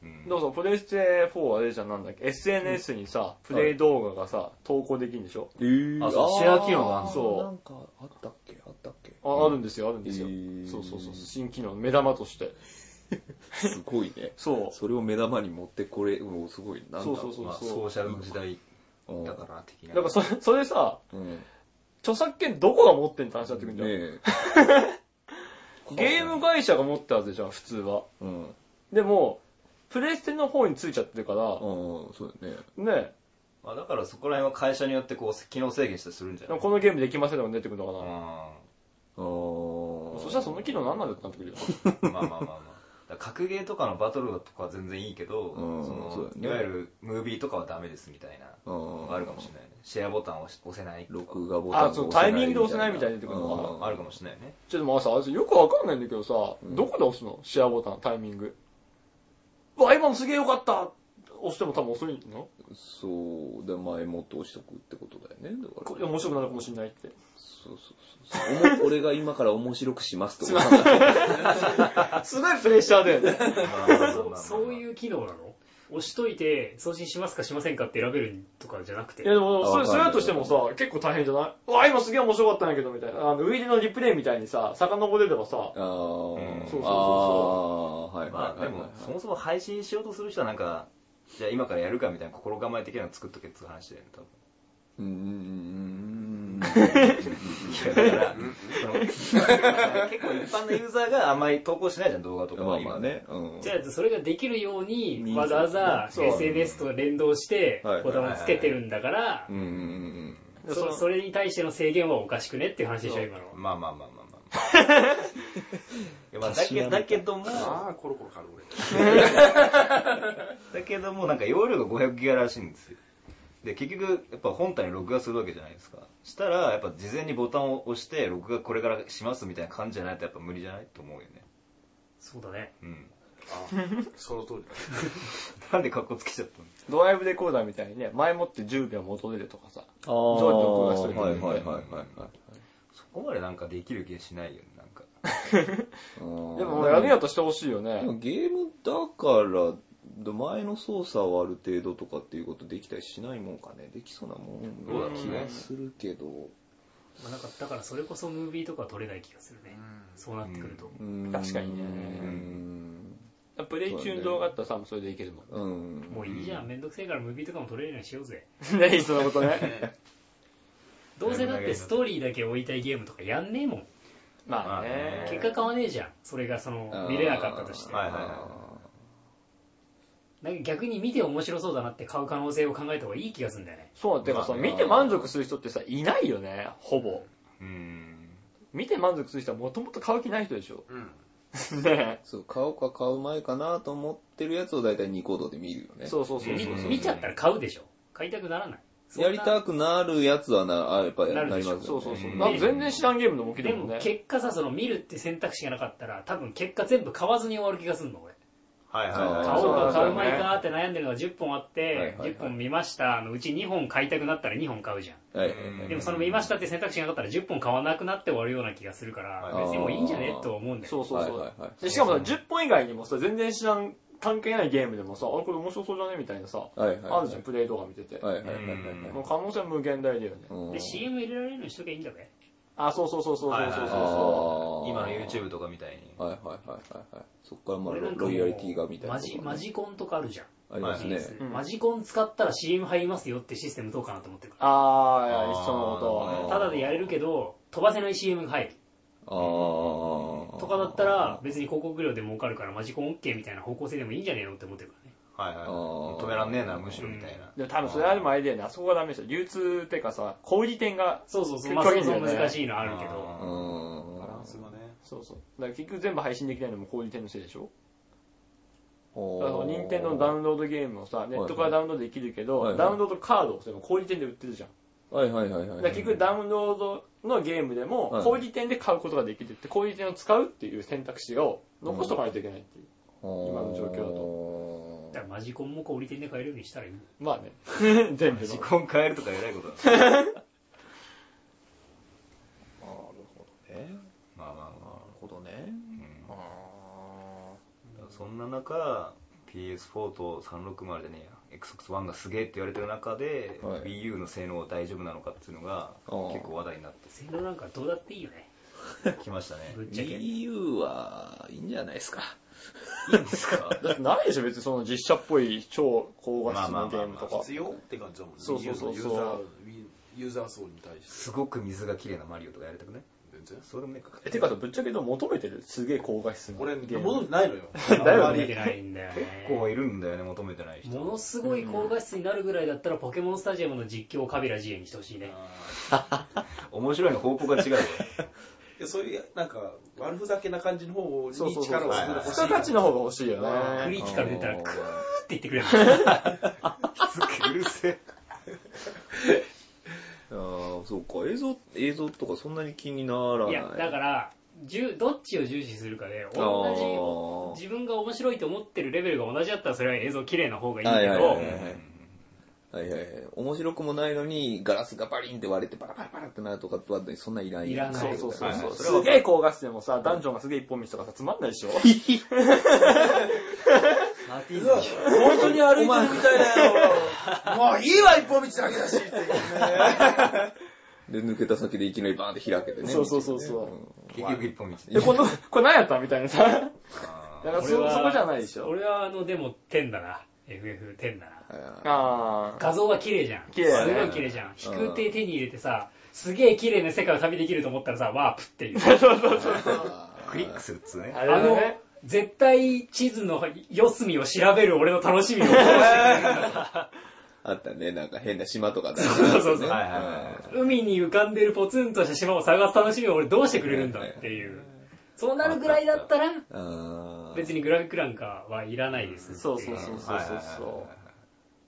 Speaker 2: うん
Speaker 4: どうぞ、プレステ4はあれじゃん、なんだっけ、SNS にさ、プレイ動画がさ、投稿できるんでしょ
Speaker 3: えー
Speaker 2: あそうシェア機能があるの
Speaker 4: そう
Speaker 3: なんか、あったっけあったっけ
Speaker 4: あ、あるんですよ、あるんですよ
Speaker 3: へ。ー
Speaker 4: そうそうそう、新機能、目玉として。
Speaker 3: すごいね。
Speaker 4: そう。
Speaker 3: それを目玉に持ってこれ、もうすごい。なんだ
Speaker 4: そうそうそう
Speaker 2: まあ、ソーシャルの時代
Speaker 3: うん
Speaker 2: だから的な。
Speaker 4: だからそ、それさ、
Speaker 3: うん。ね
Speaker 4: 著作権どこが持ってんって話になってくるんじゃん。
Speaker 3: え。
Speaker 4: ゲーム会社が持ったはずじゃん、普通は。
Speaker 3: うん。
Speaker 4: でも、プレステの方についちゃってるから、
Speaker 3: うん、そうだよね。
Speaker 4: ね、
Speaker 2: まあ、だからそこら辺は会社によってこう、機能制限したりするんじゃ
Speaker 4: で
Speaker 2: な
Speaker 4: も
Speaker 2: い
Speaker 4: このゲームできませんでも出てくるの
Speaker 2: う
Speaker 4: か
Speaker 2: ん
Speaker 3: あー
Speaker 4: な。そしたらその機能何なんだってなってく るよ。
Speaker 2: まあまあまあまあ。だから格ゲーとかのバトルとかは全然いいけど、
Speaker 3: うん
Speaker 2: その
Speaker 3: そうだよね
Speaker 2: いわゆるムービーとかはダメですみたいなのがあるかもしれないね。シェアボタンを押し押せないとか
Speaker 3: 録画ボタンが
Speaker 4: あそう
Speaker 3: 押せ
Speaker 4: タイミングで押せないみたいに出てくるのかな
Speaker 3: うん
Speaker 2: あるかもしれないね。
Speaker 4: ちょっとまあさ、あれよくわかんないんだけどさ、
Speaker 3: うん
Speaker 4: どこで押すのシェアボタン、タイミング。うわ、今のすげえよかった押しても多分遅いの
Speaker 3: そう。で、前もっと押しとくってことだよね。だから
Speaker 4: これ面白くなるかもしれないって。
Speaker 3: そうそうそうそうおも。 俺が今から面白くしますってことなんだ
Speaker 4: すごいプレッシャーだよね。
Speaker 1: そそういう機能なの押しといて送信しますかしませんかって選べるとかじゃなくて
Speaker 4: いや。でも、それ、
Speaker 3: あ
Speaker 4: それだとしても
Speaker 3: わ
Speaker 4: さ、結構大変じゃないうわ、今すげえ面白かったんやけど、みたいな。あの、ウィリのリプレイみたいにさ、遡れればさ、
Speaker 3: あー
Speaker 2: う
Speaker 4: そ
Speaker 2: ん
Speaker 4: うそうそうそう
Speaker 3: あー、はいは
Speaker 2: まあ
Speaker 3: いは
Speaker 2: で
Speaker 3: いはい
Speaker 2: も、そもそも配信しようとする人はなんか、じゃあ今からやるかみたいな心構え的なの作っとけっていう話だよね、 多分。
Speaker 3: うーん。
Speaker 2: いやだから、その結構一般のユーザーがあんまり投稿しないじゃん、動画とか
Speaker 3: ま
Speaker 2: は
Speaker 3: あまあね。うん。
Speaker 1: じゃあ、それができるように、
Speaker 3: 人数
Speaker 1: わざわざ
Speaker 4: そう
Speaker 1: SNS と連動して
Speaker 3: はい、
Speaker 1: ボタンをつけてるんだから
Speaker 3: う、んうんうん
Speaker 4: で
Speaker 1: そそれに対しての制限はおかしくねっていう話でしょ、今のは。
Speaker 2: まあまあまあまあまあ。いやまあだけだけども、
Speaker 5: ああ、コロコロ変わる俺。
Speaker 2: だけども、なんか容量が500ギガらしいんですよ。で、結局、やっぱ本体に録画するわけじゃないですか。したら、やっぱ事前にボタンを押して、録画これからしますみたいな感じじゃないとやっぱ無理じゃないと思うよね。
Speaker 1: そうだね。
Speaker 2: うん。
Speaker 5: ああ、その通りだ。
Speaker 2: なんで格好つけちゃったの
Speaker 4: ドライブレコーダーみたいにね、前もって10秒戻れるとかさ。
Speaker 3: あー
Speaker 4: 上位録画する
Speaker 3: はいはいはいはいはい。
Speaker 2: そこまでなんかできる気がしないよね、なんか。
Speaker 3: で
Speaker 4: でも、やるやとしてほしいよね
Speaker 3: で。もゲームだから、前の操作をある程度とかっていうことできたりしないもんかね。できそうなも
Speaker 2: どうだ
Speaker 3: ん
Speaker 2: ろう
Speaker 3: 気
Speaker 2: ね
Speaker 3: がするけど。
Speaker 1: まあなんか、だからそれこそムービーとかは撮れない気がするね。そうなってくると。
Speaker 3: うん
Speaker 4: 確かにね
Speaker 3: うん
Speaker 4: プレイ中の動画あったら多分それでいけるも
Speaker 3: うん。
Speaker 1: もういいじゃん、めんどくせえからムービーとかも撮れるようにしようぜ。
Speaker 4: ん。 ね、いっそのことね。
Speaker 1: どうせだってストーリーだけ追いたいゲームとかやんねえもん。
Speaker 4: まあ
Speaker 2: まあ
Speaker 4: ね。
Speaker 1: 結果買わねえじゃん。それがその、見れなかったとして。
Speaker 2: はいはい
Speaker 1: なんか逆に見て面白そうだなって買う可能性を考えた方がいい気がするんだよね。
Speaker 4: そう、てかさ、
Speaker 2: まあね
Speaker 4: 見て満足する人ってさ、いないよね、ほぼ。
Speaker 2: うん。
Speaker 4: 見て満足する人はもともと買う気ない人でしょ。
Speaker 5: うん。
Speaker 4: ね
Speaker 3: そう、買おうか買う前かなと思ってるやつを大体ニコ動で見るよ ね。
Speaker 4: そうそうそう
Speaker 1: み
Speaker 4: そう。
Speaker 1: 見ちゃったら買うでしょ。買いたくならない。そんな
Speaker 3: やりたくなるやつはな、あやっぱりなりますよね。
Speaker 4: そうそうそう。
Speaker 2: うん
Speaker 4: なんか全然知らんゲームでも起き
Speaker 1: で
Speaker 4: るも
Speaker 1: も
Speaker 4: んね。
Speaker 1: 結果さ、その見るって選択肢がなかったら、多分結果全部買わずに終わる気がするの、俺。
Speaker 2: はいはいはい。
Speaker 1: 買おう
Speaker 4: そう
Speaker 1: か
Speaker 4: そう
Speaker 1: 買
Speaker 4: そうう
Speaker 1: まいかって悩んでるのが10本あっ
Speaker 3: はいはい
Speaker 1: て、
Speaker 3: はい
Speaker 1: 10本見ましたのうち2本買いたくなったら2本買うじゃん。
Speaker 3: はい。
Speaker 2: うん
Speaker 1: でもその見ましたって選択肢がなかったら10本買わなくなって終わるような気がするから、
Speaker 3: はい
Speaker 1: 別にもういいんじゃねと思うんだ
Speaker 4: そ
Speaker 1: よ。
Speaker 4: うそうそう。
Speaker 3: はいはいはい
Speaker 4: でしかもさ、10本以外にもさ、全然知らん、関係ないゲームでもさ、あれこれ面白そうじゃねみたいなさ、
Speaker 3: はいはいはい
Speaker 4: あるじゃん、プレイ動画見てて。
Speaker 3: はいはいはいはい
Speaker 2: うん
Speaker 4: もう可能性は無限大だよね。
Speaker 3: はい。
Speaker 1: で、CM 入れられるようにしときゃいいんだべ。
Speaker 4: あ、そうそうそうそうそうそうそ
Speaker 3: あー
Speaker 2: 今の YouTube とかみたいに。
Speaker 3: はいはいはいはいはい。そこからまあ
Speaker 1: 俺
Speaker 3: ロ
Speaker 1: なんかも
Speaker 3: ロ
Speaker 1: う
Speaker 3: イヤリティがみたいな
Speaker 1: マ
Speaker 3: とこ
Speaker 1: ジ、
Speaker 3: ろがね、
Speaker 1: マジコンとかあるじゃん。
Speaker 3: ありますね。
Speaker 4: うん
Speaker 1: マジコン使ったら CM 入りますよってシステムどうかなと思ってる
Speaker 4: う。
Speaker 1: か
Speaker 4: あー、いや一緒
Speaker 2: あ
Speaker 4: の
Speaker 1: ら。
Speaker 2: ー
Speaker 1: ただでやれるけど、飛ばせない CM が入る。
Speaker 3: ああ。
Speaker 1: とかだったら、別に広告料で儲かるからマジコン OK みたいな方向性でもいいんじゃねえのって思ってるからね。
Speaker 2: はいはい。
Speaker 3: あー
Speaker 2: 止めらんねえな、むしろみたい
Speaker 4: こ
Speaker 2: な
Speaker 4: と。。でも多分それあれもあれだよね、あそこがダメでしょ。流通ってかさ、小売店が、
Speaker 1: そうそうそ
Speaker 4: 結
Speaker 1: う、まあ
Speaker 4: 構
Speaker 1: そ
Speaker 4: いいん
Speaker 1: もそ
Speaker 4: だよ
Speaker 1: も
Speaker 4: ね
Speaker 1: 難しいのある
Speaker 3: う
Speaker 1: けど。
Speaker 2: ど。
Speaker 3: ん。
Speaker 2: バランスがね。
Speaker 4: そうそう。だから結局全部配信できないのも小売店のせいでしょだからそ
Speaker 3: お
Speaker 4: の
Speaker 3: ー
Speaker 4: 任天堂のダウンロードゲームをさ、ネットからダウンロードできるけど、
Speaker 3: はいはい
Speaker 4: ダウンロードカードをそれも小売店で売ってるじゃん。
Speaker 3: はいはいはいはい。
Speaker 4: だから結局ダウンロードのゲームで
Speaker 3: は
Speaker 4: も
Speaker 3: い、
Speaker 4: 小売店で買うことができるって、小売店を使うっていう選択肢を残しとかないといけないっていう。今の状況だ
Speaker 3: と
Speaker 1: だからマジコンも小売店で買えるようにしたらいいんだよ
Speaker 4: まあね。 全部
Speaker 2: 時
Speaker 4: の。
Speaker 2: 間変えるとか偉いことだ。なるほどね。まあまあまあ。
Speaker 3: ほどね。
Speaker 2: うん
Speaker 5: あ
Speaker 2: そんな中、PS4 と360でねえや、Xbox One がすげえって言われてる中で、
Speaker 3: はい
Speaker 2: Wii U の性能は大丈夫なのかっていうのが、
Speaker 3: あー
Speaker 2: 結構話題になって
Speaker 1: 性能なんかどうだっていいよね。
Speaker 2: きましたね。
Speaker 1: ぶっちゃけ。
Speaker 3: EU はいいんじゃないですか。
Speaker 2: いいんですか
Speaker 4: だってないでしょ、別にその実写っぽい超高画質のゲームと
Speaker 2: まあまあまあまあ
Speaker 4: か。
Speaker 5: 必要って感じだもんね。
Speaker 4: そうそうそうそう
Speaker 5: ユーザー、ユーザー層に対して。
Speaker 2: すごく水が綺麗なマリオとかやりたくない
Speaker 5: 全然。
Speaker 2: そうでもねえか。
Speaker 4: えてかさ、ぶっちゃけど求めてるすげえ高画質の
Speaker 5: 俺、
Speaker 4: ゲー
Speaker 5: 戻っ
Speaker 4: ム。
Speaker 5: てないのよ。
Speaker 4: だよね
Speaker 1: あんまり出てないんだよね。
Speaker 2: こういるんだよね、求めてない人。
Speaker 1: ものすごい高画質になるぐらいだったら、ポケモンスタジアムの実況をカビラ GA にしてほしいね。
Speaker 2: 面白いの方向が違うよ。
Speaker 5: いやそういう、なんか、悪ふざけな感じの方に
Speaker 4: そうそうそう。
Speaker 5: 力を注いでほしい。
Speaker 4: 人たちの方が欲しいよ
Speaker 1: ク
Speaker 4: ね。
Speaker 1: リティカル出たら、クーって言ってくれる。
Speaker 2: うるせえ。
Speaker 3: ああ、そうか。映像、映像とかそんなに気にならない。
Speaker 1: いや、だから、じゅどっちを重視するかで、
Speaker 3: あー
Speaker 1: 同じ、自分が面白いと思ってるレベルが同じだったら、それは映像綺麗な方がいい
Speaker 3: はい
Speaker 1: け
Speaker 3: はい
Speaker 1: ど
Speaker 3: はい、はい。はいはいはい。面白くもないのに、ガラスがバリンって割れてバラバラバラってなるとかはそんないらんよ
Speaker 1: いらない
Speaker 4: そうそうそう
Speaker 2: はい
Speaker 4: そ
Speaker 2: は
Speaker 4: う。
Speaker 2: い
Speaker 4: すげえ高画質でもさ、ダンジョンがすげえ一本道とかさ、つまんないでしょ
Speaker 2: マティーズ
Speaker 5: 本当に歩いてるみたいだよ。もういいわ、一本道だけだしっていうね。
Speaker 3: で、抜けた先でいきなりバーンって開けてね。
Speaker 4: そうそうそうそう
Speaker 3: 道がね
Speaker 2: 結局一本道
Speaker 4: で、この、 これ何やったみたいなさ。だ
Speaker 2: あ
Speaker 4: からそ、
Speaker 1: 俺
Speaker 4: そ
Speaker 1: は
Speaker 4: こじゃないでしょ。
Speaker 1: 俺はあの、でも10だな。FF10 だな。
Speaker 3: んはいはい
Speaker 4: あー。
Speaker 1: 画像は綺麗じゃん。
Speaker 4: 綺麗だね
Speaker 1: すごい綺麗じゃん。飛空艇手に入れてさ、すげえ綺麗な世界を旅できると思ったらさ、ワープっていう。
Speaker 2: ーク リックするっつうね。
Speaker 4: あれ
Speaker 1: あ
Speaker 4: だ
Speaker 1: の
Speaker 4: ね。、
Speaker 1: 絶対地図の四隅を調べる俺の楽しみを。
Speaker 3: あったね、なんか変な島とかね。
Speaker 1: そうそうそう
Speaker 3: ね
Speaker 2: はいはいは
Speaker 1: 海に浮かんでるポツンとした島を探す楽しみを俺どうしてくれるんだっていう。そうなるぐらいだったら、
Speaker 3: あー
Speaker 1: 別にグラフィックなんかはいらないですってい。
Speaker 4: そうそうそうそうそうそ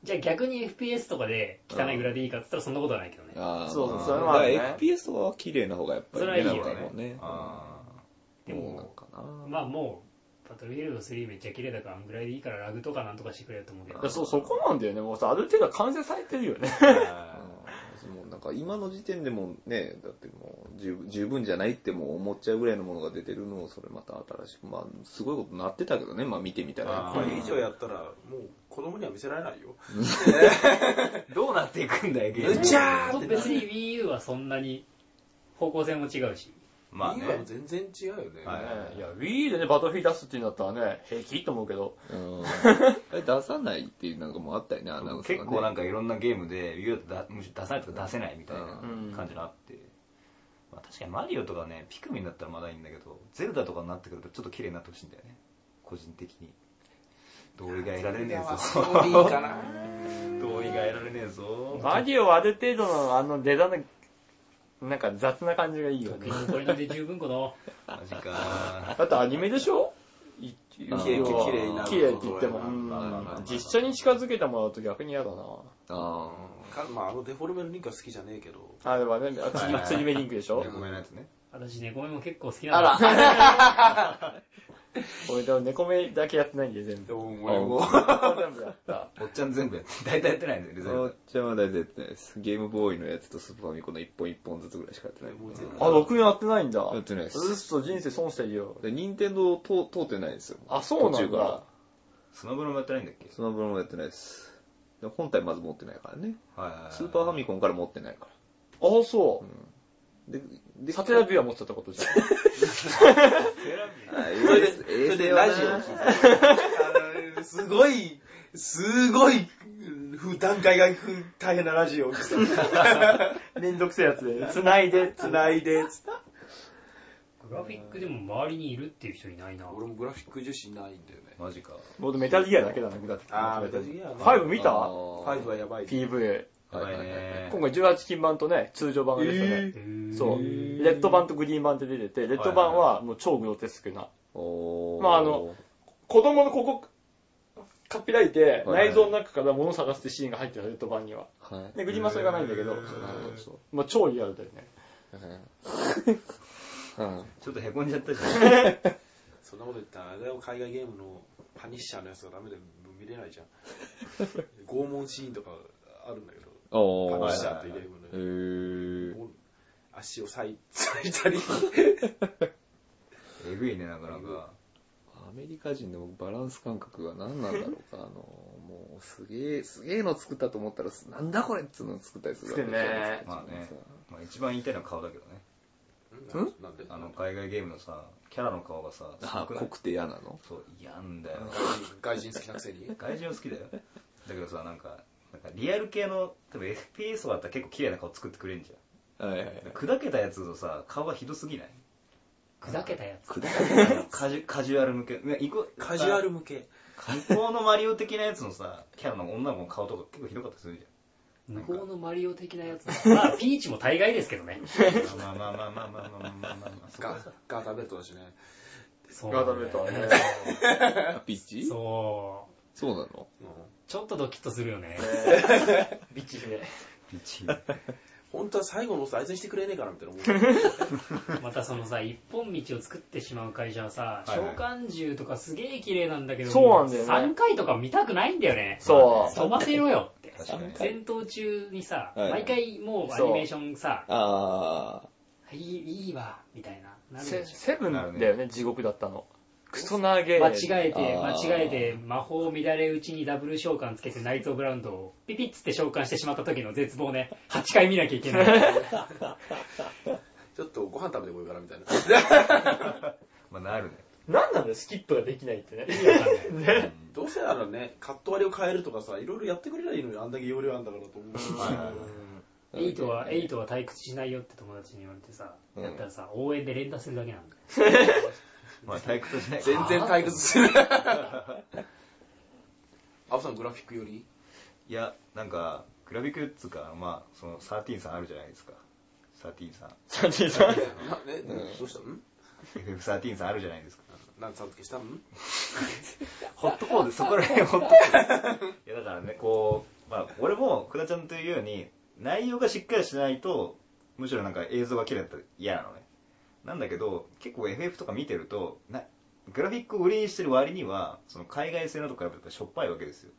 Speaker 1: じゃあ逆に FPS とかで汚いグラでいいかって言ったらそんなことはないけどね。
Speaker 3: あー
Speaker 4: そうそう
Speaker 3: まあ
Speaker 4: それもあるね
Speaker 3: だから FPS とかは綺麗な方がやっぱり
Speaker 1: それはいい
Speaker 3: な
Speaker 1: よ
Speaker 3: ん
Speaker 1: ね
Speaker 3: かもうね。
Speaker 2: あ
Speaker 1: で
Speaker 3: そうなん
Speaker 1: も、
Speaker 3: かな。
Speaker 1: まあもう、バトルフィールド3めっちゃ綺麗だからあんぐらいでいいからラグとかなんとかしてくれると思うけ
Speaker 4: う。いや
Speaker 1: ど。
Speaker 4: そう、そこなんだよね。もうさ、ある程度は完成されてるよね。
Speaker 2: ー
Speaker 3: うんもうなんか今の時点でもね、だってもう十分十分じゃないってもう思っちゃうぐらいのものが出てるのをそれまた新しく、まあすごいことになってたけどね、まあ見てみたら。
Speaker 2: あ
Speaker 5: これ以上やったら、もう子供には見せられないよ。
Speaker 2: どうなっていくんだよ、ゲーム。
Speaker 5: うちゃーって
Speaker 1: 別に Wii U はそんなに方向性も違うし。
Speaker 2: まあ
Speaker 5: 今
Speaker 2: ね
Speaker 5: も。全然違うよね。
Speaker 2: はい
Speaker 4: いや、Wii でね、バトルフィールド出すっていうんだったらね、平気と思うけど。
Speaker 3: うん、え出さないっていうなんかもあったよね、アナウンスが、ね。
Speaker 2: 結構なんかいろんなゲームで、言うだむしろ出さないとか出せないみたいな
Speaker 4: うん
Speaker 2: 感じのあって、まあ、確かにマリオとかね、ピクミンだったらまだいいんだけど、ゼルダとかになってくるとちょっと綺麗になってほしいんだよね、個人的に。同意が得られねえぞ。同意が得られねえぞ。
Speaker 4: マリオはある程度のあの値段の、なんか雑な感じがいいよ
Speaker 1: 特
Speaker 4: ね。
Speaker 1: にこれなんで十分この。
Speaker 2: マジか。
Speaker 4: だってアニメでしょい要は
Speaker 3: 綺麗綺麗になる
Speaker 4: 綺麗って言っても、
Speaker 5: まあ
Speaker 4: うん
Speaker 2: まあまあまあ
Speaker 4: 実写に近づけてもらうと逆に嫌だな。
Speaker 3: あ
Speaker 5: かまあ、あのデフォルメのリンクは好きじゃねえけど。
Speaker 4: あれはね、あ釣り釣り目リンクでしょ
Speaker 2: ごめんなやつね。
Speaker 1: 私、猫目も結構好きな
Speaker 4: あ
Speaker 1: んだ。
Speaker 4: ら、俺でも猫目だけやってないんで 全部。
Speaker 2: 俺も、
Speaker 4: 全部やった。
Speaker 2: おっちゃん全部やって、大体やってないんだよね、全
Speaker 3: お
Speaker 2: 部
Speaker 3: っ。ちゃんは大体やってないです。ゲームボーイのやつとスーパーファミコンの一本一本ずつぐらいしかやってない。
Speaker 4: あ、6円やってないんだ。
Speaker 3: やってないです
Speaker 4: うっそ、人生損してるよ。
Speaker 3: で、任天堂通通ってないんですよ。
Speaker 4: あ、そうなん
Speaker 3: 途中
Speaker 4: だ
Speaker 3: か。
Speaker 2: スノブロもやってないんだっけ
Speaker 3: スマブラもやってないです。で本体まず持ってないからね。
Speaker 2: はいはいはい。
Speaker 3: スーパーファミコンから持ってないか
Speaker 4: あ、そ
Speaker 3: ら。で、
Speaker 4: う。
Speaker 3: で
Speaker 4: サテラビューは持っちゃったことじゃん。
Speaker 3: あ 衛星はな
Speaker 5: あのすごい、すごい、ふ段階がふ大変なラジオ。
Speaker 4: めんどくせえやつで。繋いで、繋い
Speaker 5: ないで、つって。
Speaker 1: グラフィックでも周りにいるっていう人いないな。
Speaker 6: 俺もグラフィック女子いないんだよね。
Speaker 2: マジか。
Speaker 4: 僕メタルギアだけだな、具体的に。
Speaker 5: あーメタルギア
Speaker 4: フ
Speaker 5: な
Speaker 4: ァイブ見た
Speaker 3: あ
Speaker 5: 5はやばい。
Speaker 4: ?PV。
Speaker 2: やばい
Speaker 3: はいはい
Speaker 2: ね
Speaker 4: 今。回18金版とね、通常版が出たね。
Speaker 1: ー
Speaker 4: そう。レッド版とグリーン版って出てて、レッド版はもう超グロテスクな。
Speaker 3: ーおー
Speaker 4: まああの、子供のここ、かっぴらいて、
Speaker 3: はいはい
Speaker 4: 内臓の中から物探すってシーンが入ってるレッド版には。
Speaker 3: はい。
Speaker 4: で、グリーン版それがないんだけど、そうまあ超リアルだよね。
Speaker 3: うん。
Speaker 2: ちょっとへこんじゃったじゃん。
Speaker 6: そんなこと言ったら、あれだよ海外ゲームのパニッシャーのやつがダメで見れないじゃん。拷問シーンとかあるんだけど、
Speaker 3: お
Speaker 6: パニッ
Speaker 3: ー
Speaker 6: シャーっていうゲーム
Speaker 3: へ
Speaker 6: の、
Speaker 3: ー。
Speaker 6: 足を裂い裂いたり、
Speaker 2: えぐいね、なかなか。
Speaker 3: アメリカ人のバランス感覚が何なんだろうか、あの、もうすげえ、すげえの作ったと思ったら、なんだこれっつうの作ったりするわけでしょ
Speaker 4: 作ってね
Speaker 2: まあね。まあ一番言いたいのは顔だけどね。
Speaker 6: んなんで
Speaker 2: あの、海外ゲームのさ、キャラの顔がさ、す
Speaker 3: あ、
Speaker 2: ごくな
Speaker 3: 濃
Speaker 2: い
Speaker 3: くて嫌なの
Speaker 2: そう、嫌んだよ。
Speaker 6: 外人好きなくせに
Speaker 2: 外人は好きだよ。だけどさ、なんか、なんかリアル系の、多分 FPS とかだったら結構綺麗な顔作ってくれんじゃ
Speaker 3: はいはいはい
Speaker 2: ん。砕けたやつのさ、顔はひどすぎない
Speaker 1: 砕けたやつ。
Speaker 2: カジュカジュアル向け。ねいこ
Speaker 6: カジュアル向け。
Speaker 2: 向こうのマリオ的なやつのさ、キャラの女の子の顔とか結構ひどかったりするじ
Speaker 1: 向こうのマリオ的 なやつ。まあ、ピーチも大概ですけどね。
Speaker 2: ゃん。まあまあまあまあまあまあまあまあまあまあ、そ
Speaker 6: ガ
Speaker 2: う
Speaker 6: ガーターベルトだしね。
Speaker 1: そう
Speaker 4: ガードベルトはね。
Speaker 3: あピッチそう
Speaker 1: そう。
Speaker 3: なの
Speaker 6: うん
Speaker 1: ちょっとドキッとするよね。
Speaker 4: ビッチ姫。
Speaker 2: ピッチ。
Speaker 6: 本当は最後のさ、あいつにしてくれねえかなみたいな思う。
Speaker 1: またそのさ、一本道を作ってしまう会社はさ、
Speaker 2: はいはい
Speaker 1: 召喚獣とかすげえ綺麗なんだけど、
Speaker 4: そうなんだよね
Speaker 1: 3回とか見たくないんだよね。
Speaker 4: そう。
Speaker 1: 飛ばせろよって。
Speaker 2: 確かに。
Speaker 1: 戦闘中にさ、
Speaker 3: はい
Speaker 1: 毎回もうアニメーションさ、
Speaker 3: あ
Speaker 1: いい、いいわ、みたいな。なる
Speaker 4: セ
Speaker 1: でし
Speaker 4: セブンだよね、地獄だったの。クソ投げ。
Speaker 1: ょ間違えて、間
Speaker 3: あー
Speaker 1: 違えて、魔法乱れ打ちにダブル召喚つけてナイトブラウンドをピピッつって召喚してしまった時の絶望ね、8回見なきゃいけない。
Speaker 6: ちょっとご飯食べてこようかなみたいな。
Speaker 2: まあなるね。
Speaker 4: なんなんだよ、スキップができないってね。
Speaker 6: どうせならね、カット割りを変えるとかさ、いろいろやってくれりゃいいのに、あんだけ容量あんだからと思う。
Speaker 1: 8は、8は退屈しないよって友達に言われてさ、
Speaker 3: うん
Speaker 1: やったらさ、応援で連打するだけなんだよ。
Speaker 2: まあ退屈しない。
Speaker 6: 全然退屈 する。アブさんグラフィックより
Speaker 2: いや、なんか、グラフィックっつうか、まあ、その13さんあるじゃないですか。13さん。
Speaker 4: サンディさん。
Speaker 6: な、え、どうしたん
Speaker 2: FF13 さんあるじゃないですか。
Speaker 6: なんさん付けしたん
Speaker 2: ホットコード、そこら 辺ホットコード。いや、だからね、こう、まあ、俺も、くだちゃんというように、内容がしっかりしないと、むしろなんか映像が綺麗だったら嫌なのね。なんだけど、結構 FF とか見てると、なグラフィックを売りにしてる割には、その海外製のと比べてしょっぱいわけですよ。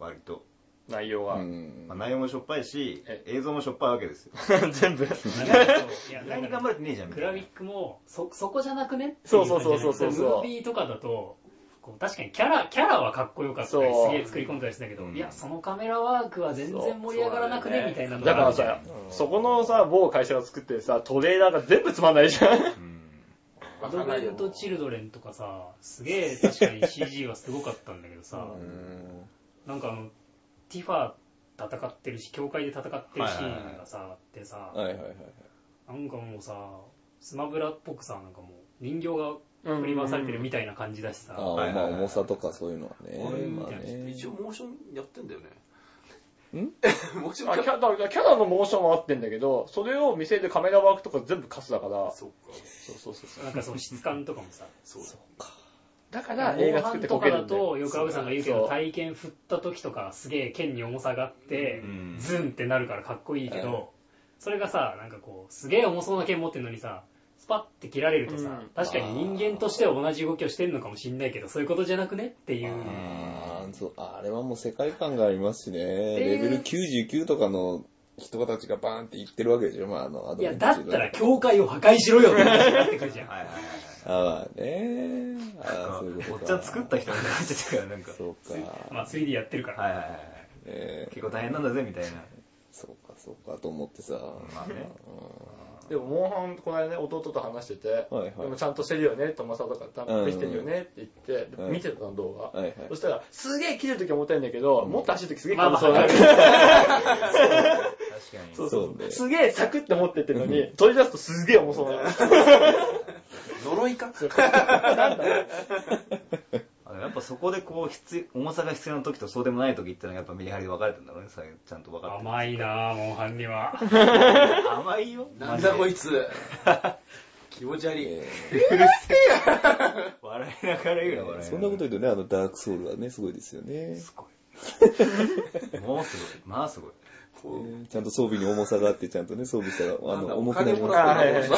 Speaker 2: 割と。
Speaker 4: 内容
Speaker 3: あ。
Speaker 4: は
Speaker 3: う。ん
Speaker 2: まあ、。内容もしょっぱいし
Speaker 4: え、
Speaker 2: 映像もしょっぱいわけ ですよ。
Speaker 4: 全部。
Speaker 1: いや
Speaker 2: 意
Speaker 1: だ
Speaker 2: 外
Speaker 1: か
Speaker 2: に
Speaker 1: ら
Speaker 2: 頑張れてねえじゃん、み
Speaker 1: グ
Speaker 2: たい
Speaker 1: ラフ
Speaker 2: な
Speaker 1: ィッ。クも、そ、そこじゃなくねってい
Speaker 4: そうそうそうそうそう
Speaker 1: 感じじゃないムービーとかだと、こう確かにキャラ、キャラはかっこよかったり、
Speaker 4: そう
Speaker 1: すげえ作り込んだりしたけど、
Speaker 2: うん
Speaker 1: いや、そのカメラワークは全然盛り上がらなくね、みたいなの
Speaker 4: だ
Speaker 1: が
Speaker 4: か
Speaker 1: あ
Speaker 4: ら
Speaker 1: るじゃん
Speaker 4: さ、そこのさ、某会社が作ってるさ、トレーラーが全部つまんないじゃん。
Speaker 2: うん
Speaker 1: アドベント・チルドレンとかさ、すげえ確かに CG はすごかったんだけどさ、
Speaker 3: うん
Speaker 1: なんかあの、ティファ戦ってるし、教会で戦ってるシーンがさ、あってさ、
Speaker 3: はいはいはい。
Speaker 1: なんかもうさ、スマブラっぽくさ、なんかもう、人形が振り回されてるみたいな感じだしさ、
Speaker 3: あ
Speaker 2: は
Speaker 3: あ、
Speaker 2: い
Speaker 3: ま
Speaker 2: はい
Speaker 3: あ
Speaker 2: はい
Speaker 3: 重さとかそういうのは
Speaker 6: あれ
Speaker 3: ね。まあね
Speaker 6: 一。応モーションやってんだよね。
Speaker 3: ん
Speaker 6: モーション
Speaker 4: あ
Speaker 6: や
Speaker 4: キャラキャラのモーションは合ってんだけど、それを見せるカメラワークとか全部カスだから、
Speaker 6: そっか。
Speaker 4: そうそうそうそう
Speaker 1: なんかその質感とかもさ、
Speaker 6: そうだ。
Speaker 4: だから映
Speaker 1: 後
Speaker 4: 画作っ
Speaker 1: 半
Speaker 4: て
Speaker 1: と
Speaker 4: こ
Speaker 1: か
Speaker 4: ける
Speaker 1: だ
Speaker 4: んだよ
Speaker 1: と、よくアブさんが言うけ
Speaker 4: そ
Speaker 1: ど、
Speaker 4: う
Speaker 1: 体験振った時とか、すげえ剣に重さがあって
Speaker 2: うん、
Speaker 1: ズンってなるからかっこいいけ
Speaker 3: はい
Speaker 1: ど、それがさ、なんかこう、すげえ重そうな剣持ってんのにさ、スパッて切られるとさ、
Speaker 4: うん
Speaker 1: 確かに人間としては同じ動きをしてるのかもしんないけど、そういうことじゃなくねっていう。
Speaker 3: あーそうあれはもう世界観がありますしね、レベル99とかの人たちがバーンって言ってるわけでしょ、まあ、あの、ア
Speaker 1: いや、
Speaker 3: ベンチ
Speaker 1: だ
Speaker 3: ャー
Speaker 1: ったら教会を破壊しろよって話になってくるじゃん。
Speaker 2: はいはいはい。
Speaker 3: ああ、ねえ。ああ、そういう
Speaker 2: お
Speaker 3: こ
Speaker 2: っ
Speaker 3: と
Speaker 2: ち
Speaker 3: か。
Speaker 2: ゃん作った人みたいになっちゃったから、なんか。
Speaker 3: そうか。
Speaker 1: まあ 3D やってるから。
Speaker 2: はいはいはいはい。
Speaker 3: ええ
Speaker 2: 結構大変なんだぜ、みたいな。
Speaker 3: そうか、そうか、と思ってさ。
Speaker 2: まあね。
Speaker 4: でも、モンハン、この間ね、弟と話してて、
Speaker 3: はい
Speaker 4: でもちゃんとしてるよね、友さとか、ちゃんとできてるよねって言って、で
Speaker 3: うん
Speaker 4: 見てたの動画。
Speaker 3: はいはい
Speaker 4: そしたら、すげえ切れるときは重たいんだけど、もっと走るときすげえ
Speaker 1: まあ
Speaker 4: 軽
Speaker 1: まあ
Speaker 4: そうなる。
Speaker 2: 確かに。
Speaker 4: そうそう
Speaker 3: そうね
Speaker 4: すげえサクって持ってってるのに、取り出すとすげえ重そうなる。
Speaker 6: 呪いか
Speaker 2: あでもやっぱそこでこう必要、重さが必要な時とそうでもない時ってのがやっぱメリハリ分かれてんだろうね、さちゃんと分かって
Speaker 1: 甘いなぁ、モンハンには。
Speaker 2: る。甘いよ。
Speaker 6: なんだこい
Speaker 2: つ。
Speaker 6: つ。 気持ち悪い。
Speaker 2: 笑いながら言うの、笑いながら。
Speaker 3: そんなこと言うとね、あの、ダークソウルはね、すごいですよね。
Speaker 2: すごい。もうすごい。まあすごい。
Speaker 3: ええちゃんと装備に重さがあって、ちゃんとね、装備したら、あ
Speaker 6: なん
Speaker 3: の、
Speaker 6: だ
Speaker 3: 重
Speaker 6: お
Speaker 3: くな
Speaker 6: 金
Speaker 3: り
Speaker 6: も
Speaker 3: ま
Speaker 6: ら
Speaker 3: す。
Speaker 6: った
Speaker 4: あは
Speaker 6: の
Speaker 4: いはい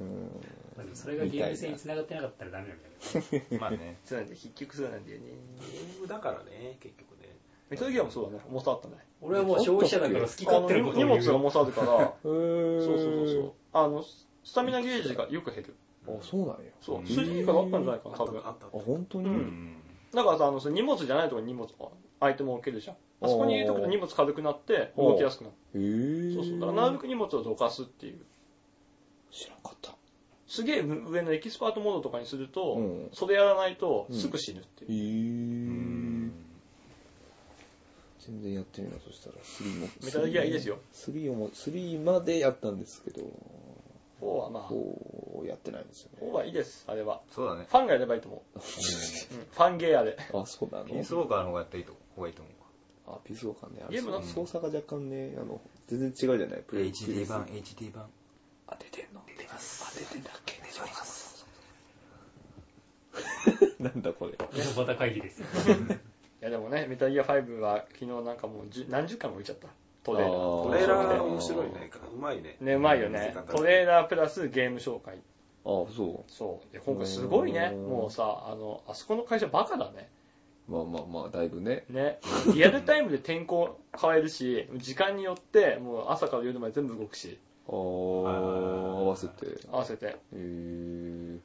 Speaker 3: うん。
Speaker 1: まあでもそれがゲーム性に繋がってなかったらダメなんだけど。
Speaker 2: まあね。
Speaker 4: そうなんだよ、結局そうなんだよね。
Speaker 6: ゲームだからね、結局ね。
Speaker 4: メタルギアもそうだね、重さあ ったね。
Speaker 1: 俺はもう消費者だから好き勝手なことを
Speaker 4: 荷
Speaker 1: 言うよ
Speaker 4: 物が重さあるから、
Speaker 3: へー
Speaker 4: そうそうそうそう。あの、スタミナゲージがよく減る。
Speaker 3: あ、そうなんや。
Speaker 4: そうう、
Speaker 2: ん
Speaker 4: 主人公があったんじゃない
Speaker 6: あ
Speaker 4: かな、
Speaker 6: ったあ
Speaker 4: 多
Speaker 6: っ
Speaker 4: 分
Speaker 6: た。あっ
Speaker 3: あ、本当
Speaker 4: う
Speaker 3: に、
Speaker 2: うんん。
Speaker 4: だからさ、あの、その荷物じゃないところに荷物、アイテムを置けるじゃん。あそこに入れとくと荷物軽くなって、動きやすくなる。
Speaker 3: へぇ
Speaker 4: そうそう。だからなるべく荷物をどかすっていう。
Speaker 3: 知らんかった。
Speaker 4: すげえ上のエキスパートモードとかにすると、
Speaker 3: うん
Speaker 4: それやらないと
Speaker 3: うん
Speaker 4: すぐ死ぬっていう。
Speaker 3: へ
Speaker 2: うん
Speaker 3: ぇ全然やってみよう、そしたら。3も。
Speaker 4: メタルギアいいですよ。
Speaker 3: 3をも、3までやったんですけど、
Speaker 4: 4はまあ、
Speaker 3: こうやってないんです よ
Speaker 4: 4
Speaker 3: ね。
Speaker 4: はいいです、あれは。
Speaker 2: そうだね。
Speaker 4: ファンがやればいいと思う。うん、ファンゲーやで。
Speaker 3: あ、そうなの
Speaker 2: ピースウォーカーの方がやったらいいと思う。方がいいと思
Speaker 3: あ、ピースウォーカーね。あれ
Speaker 4: ゲームの
Speaker 3: 操作が若干ね、あの、全然違うじゃない。
Speaker 2: う。HD 版、HD 版。
Speaker 3: 当ててんの出てます。当ててんだっけ出てます。 なんだこれ。
Speaker 1: 井戸端会議ですよ。
Speaker 4: いやでもね、メタルギア5は昨日なんかもう十何十回も浮いちゃった。トレーラー。
Speaker 6: た。
Speaker 3: ト
Speaker 6: トレーラー面白いね。うまいね。
Speaker 4: ね、うまいよね。トレーラープラスゲーム紹介。
Speaker 3: あー、そ
Speaker 4: そう。いや今回すごいね。
Speaker 3: うん
Speaker 4: もうさ、あの、あそこの会社バカだね。
Speaker 3: う。まあまあまあ、だいぶね。
Speaker 4: ね。リアルタイムで天候変えるし、時間によって、もう朝から夜まで全部動くし、
Speaker 3: あー、合わせて。へ
Speaker 4: 合わせて。
Speaker 3: ー。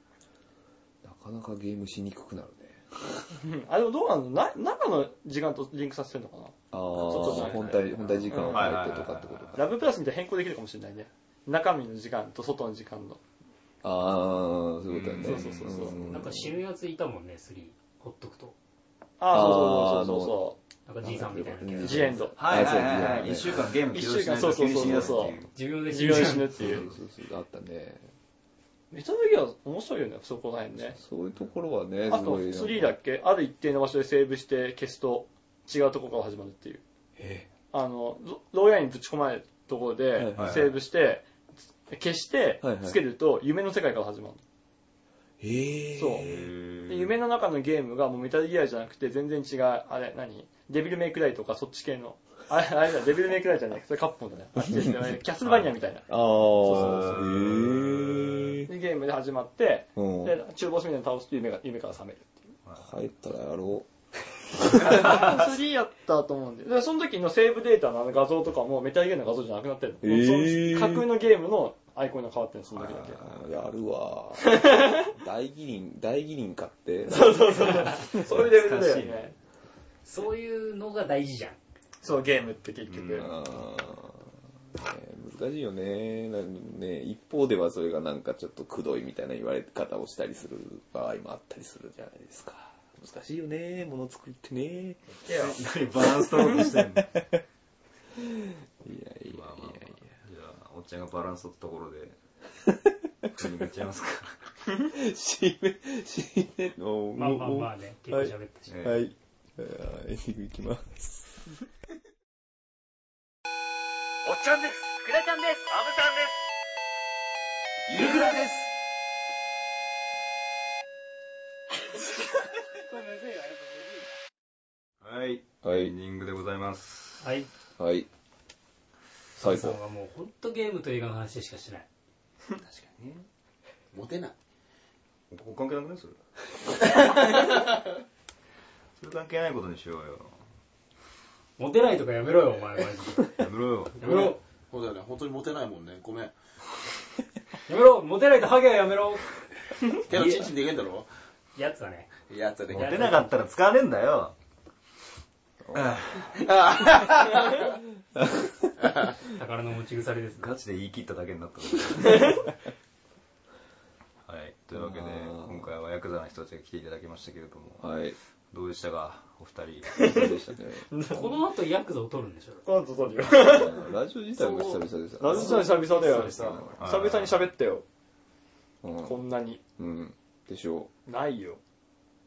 Speaker 3: なかなかゲームしにくくなるね。
Speaker 4: うんあ、でもどうなのな中の時間とリンクさせてるのかな
Speaker 3: ああ、
Speaker 4: そうそう
Speaker 3: 本体、本体時間を変えてとかってことか。
Speaker 4: ラブプラスみたいに変更できるかもしれないね。中身の時間と外の時間の。
Speaker 3: ああ、そういうことだね。
Speaker 2: うんそうそ
Speaker 4: そ
Speaker 2: う
Speaker 4: うそう
Speaker 1: なんか死ぬやついたもんね、3。ほっとくと。
Speaker 4: あ
Speaker 3: あー
Speaker 4: あ、そうそうそうそ
Speaker 1: なんかじいさんみたいなキャ
Speaker 4: う。
Speaker 1: ラ。
Speaker 4: ジエンド。
Speaker 2: はいはいはい
Speaker 3: あ
Speaker 2: は
Speaker 3: そう
Speaker 2: い。一週間ゲーム起動しない
Speaker 4: 一
Speaker 2: と
Speaker 4: 週間
Speaker 2: 急に死に出すっ
Speaker 4: そうそう
Speaker 2: て
Speaker 4: そ
Speaker 2: い
Speaker 4: う
Speaker 2: う。
Speaker 1: 自分で死
Speaker 4: 自
Speaker 1: ぬ
Speaker 4: 分で死ぬって
Speaker 3: そう
Speaker 4: い。
Speaker 3: そううそう、あったね。
Speaker 4: メタルギア面白いよね、そこら辺ね。
Speaker 3: そういうところはね、
Speaker 4: あ
Speaker 3: す
Speaker 4: と
Speaker 3: ごい。
Speaker 4: 3だっけある一定の場所でセーブして消すと違うとこから始まるっていう。あの、ろ牢屋にぶち込まれるところ
Speaker 3: はいは
Speaker 4: で
Speaker 3: いはい
Speaker 4: セーブして、消して
Speaker 3: はいは、い
Speaker 4: つけると夢の世界から始まる。
Speaker 3: えー、
Speaker 4: そう
Speaker 2: へ
Speaker 4: で
Speaker 2: ー
Speaker 4: 夢の中のゲームがもうメタルギアじゃなくて全然違う、あれ、何デビルメイクライとかそっち系の。あれ、あれだ、デビルメイクライじゃない。それカッポンだ ね。あ違う違うあれキャスルバニアみたいな。
Speaker 3: ああ、
Speaker 2: そうそうそう
Speaker 3: えー。
Speaker 4: でゲームで始まって、
Speaker 3: うん。
Speaker 4: で、中ボスみたいなの倒すと夢が、夢から覚める。
Speaker 3: 帰ったらやろ
Speaker 4: 3やったと思うんで。で、その時のセーブデータのあの画像とかもメタルギアの画像じゃなくなってるの。
Speaker 3: えー
Speaker 4: その架空のゲームのアイコンが変わってるの、その時だけ
Speaker 3: う。。あーやる わ。大義輪、大義輪買って。そうそう。
Speaker 4: そういうレベルだよね。
Speaker 1: そういうのが大事じゃん。
Speaker 4: そう、ゲームって結局。
Speaker 3: あーね難しいよねなんね。一方ではそれがなんかちょっとくどいみたいな言われ方をしたりする場合もあったりするじゃないですか。難しいよね、もの作りってね。いや
Speaker 4: いや
Speaker 2: 何バランス取ろうとしてんの まあ
Speaker 3: いや い
Speaker 2: まあまあ
Speaker 3: やいや。
Speaker 2: じゃあ、おっちゃんがバランス取ったところ で、次めっちゃいますか。
Speaker 3: 締め、締めの、
Speaker 1: まあまあまあね、結構喋ったし。
Speaker 2: ね
Speaker 3: はい。えーエンディングいきます。
Speaker 2: はい。
Speaker 3: は
Speaker 2: エン
Speaker 3: い。
Speaker 2: ディングでございます。
Speaker 1: はい。
Speaker 3: はい。
Speaker 1: サ
Speaker 3: 最
Speaker 1: イさん
Speaker 3: 後。
Speaker 1: はもうほんとゲームと映画の話しかしない。
Speaker 2: 確かにね。
Speaker 5: モテない。
Speaker 2: ここ関係なく ないそれ。それ関係ないことにしようよ。
Speaker 1: モテないとかやめろよ、お前、マジで。
Speaker 2: やめろ よ。
Speaker 1: やめろ。
Speaker 5: そうだよね、本当にモテないもんね。ごめん。
Speaker 1: やめろ、モテないとハゲはやめろ。
Speaker 5: 手のチンチンでいけんだろ
Speaker 1: やつだね。
Speaker 5: やったで
Speaker 2: モテなかったら使わねえんだよ。
Speaker 1: 宝の持ち腐れです。
Speaker 2: ガチで言い切っただけになった。 はい。というわけで、今回はヤクザな人たちが来ていただきましたけれども、
Speaker 3: はい。
Speaker 2: どうでしたか、お二人。
Speaker 3: そうでしたね。
Speaker 1: この後ヤクザを取るんでしょ
Speaker 4: 今度撮るよ。
Speaker 3: ラジオ自体も久々でしたね。
Speaker 4: ラジオさん久々だよ。
Speaker 6: 久
Speaker 4: 久
Speaker 6: 々
Speaker 4: 々に喋ったよ。こ
Speaker 3: うん
Speaker 4: なに。
Speaker 3: うん。でしょ
Speaker 4: ないよ。
Speaker 3: う。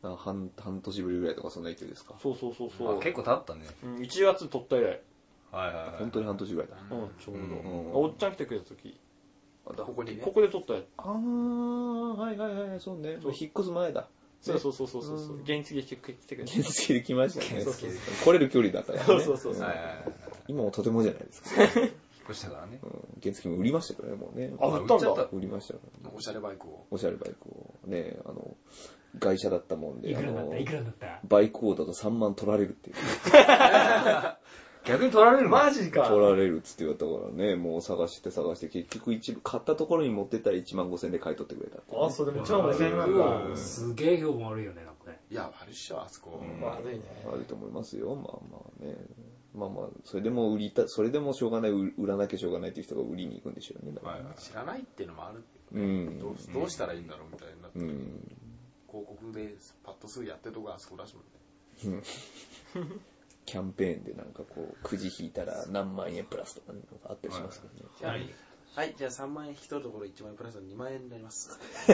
Speaker 3: なんか半半年ぶりぐらいとかそんな勢いですか。
Speaker 4: そうそうそうそ
Speaker 2: あ
Speaker 4: う。
Speaker 2: 結構経ったね。
Speaker 4: うん、1月撮った以来。
Speaker 2: はいはい、はい。
Speaker 3: 本当に半年ぐらいだ。
Speaker 4: うん、ちょうど。
Speaker 3: ん
Speaker 4: おっちゃん来てくれた時。
Speaker 5: ここにね
Speaker 4: こ。こで撮ったやつ。
Speaker 3: あー、はいはいはい、そうね。
Speaker 4: そう
Speaker 3: 引っ越す前だ。
Speaker 4: そうそうそうそうそう。原付で来てくれた。
Speaker 3: 原付で来ましたね
Speaker 4: そうそうそ。
Speaker 3: 来れる距離だったからね。
Speaker 4: そうそうそう
Speaker 2: はいはいはい。
Speaker 3: 今もとてもじゃないですか。
Speaker 2: 引っ越したからね
Speaker 3: う。ん原付も売りましたからね、もうね。
Speaker 4: あ売ったんだ
Speaker 3: 売ちゃ売りましたよ。
Speaker 5: おしゃれバイクを。
Speaker 3: おしゃれバイクを。ね、あの、外車だったもん
Speaker 1: い
Speaker 3: で、あ
Speaker 1: くらになっ
Speaker 3: の
Speaker 1: たい、くらになった
Speaker 3: バイクオーダーと3万取られるっていう。
Speaker 2: 逆に取られる
Speaker 4: マジか。
Speaker 3: 取られるっつって言われたからね、もう探して探して、結局一部、買ったところに持ってったら1万5千で買い取ってくれたっていうね、
Speaker 4: あ、それめっちゃ面白いな。
Speaker 1: うんすげえ評判悪いよね、なんかね。
Speaker 5: いや、悪いっしょ、あそこ。
Speaker 4: まずいね。
Speaker 3: あると思いますよ、まあまあね。まあまあ、それでも売りた、それでもしょうがない、売売らなきゃしょうがないっていう人が売りに行くんでしょうね。だから
Speaker 2: はいはい
Speaker 5: 知らないっていうのもある。
Speaker 3: うん。
Speaker 5: どうどうしたらいいんだろうみたいになって。
Speaker 3: う
Speaker 5: 広
Speaker 3: ん。
Speaker 5: 告でパッとすぐやってるとこあそこだしもんね。
Speaker 3: キャンペーンでなんかこう、くじ引いたら何万円プラスとかねなんかあったりしますけどね。
Speaker 5: はい。はい、じゃあ3万円引き取るところ1万円プラス2万円になります。
Speaker 4: い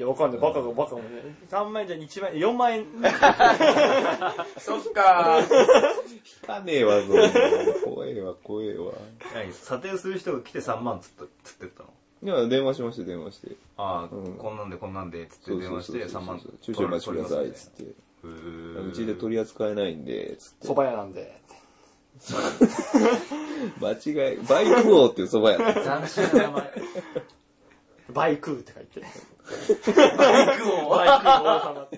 Speaker 4: や、わかんない。バカがバカもね。3万円じゃ1万円、4万円。
Speaker 5: そっかー。
Speaker 3: 聞かねえわ、それ。怖えわ、怖えわ。
Speaker 2: 何査定する人が来て3万つったつってったの
Speaker 3: いや、電話しまして、電話して。
Speaker 2: ああ、
Speaker 3: うん
Speaker 2: こんなんでこんなんでつって電話して3万
Speaker 3: 駐車お待ちください、つって。うちで取り扱えないんで、つって
Speaker 4: 蕎。麦屋なんで。
Speaker 3: 間違い、バイク王っていう蕎麦屋ね。
Speaker 2: 斬新な名前。
Speaker 4: バイクーって書いて。
Speaker 5: バイクを。
Speaker 4: バイクー王様。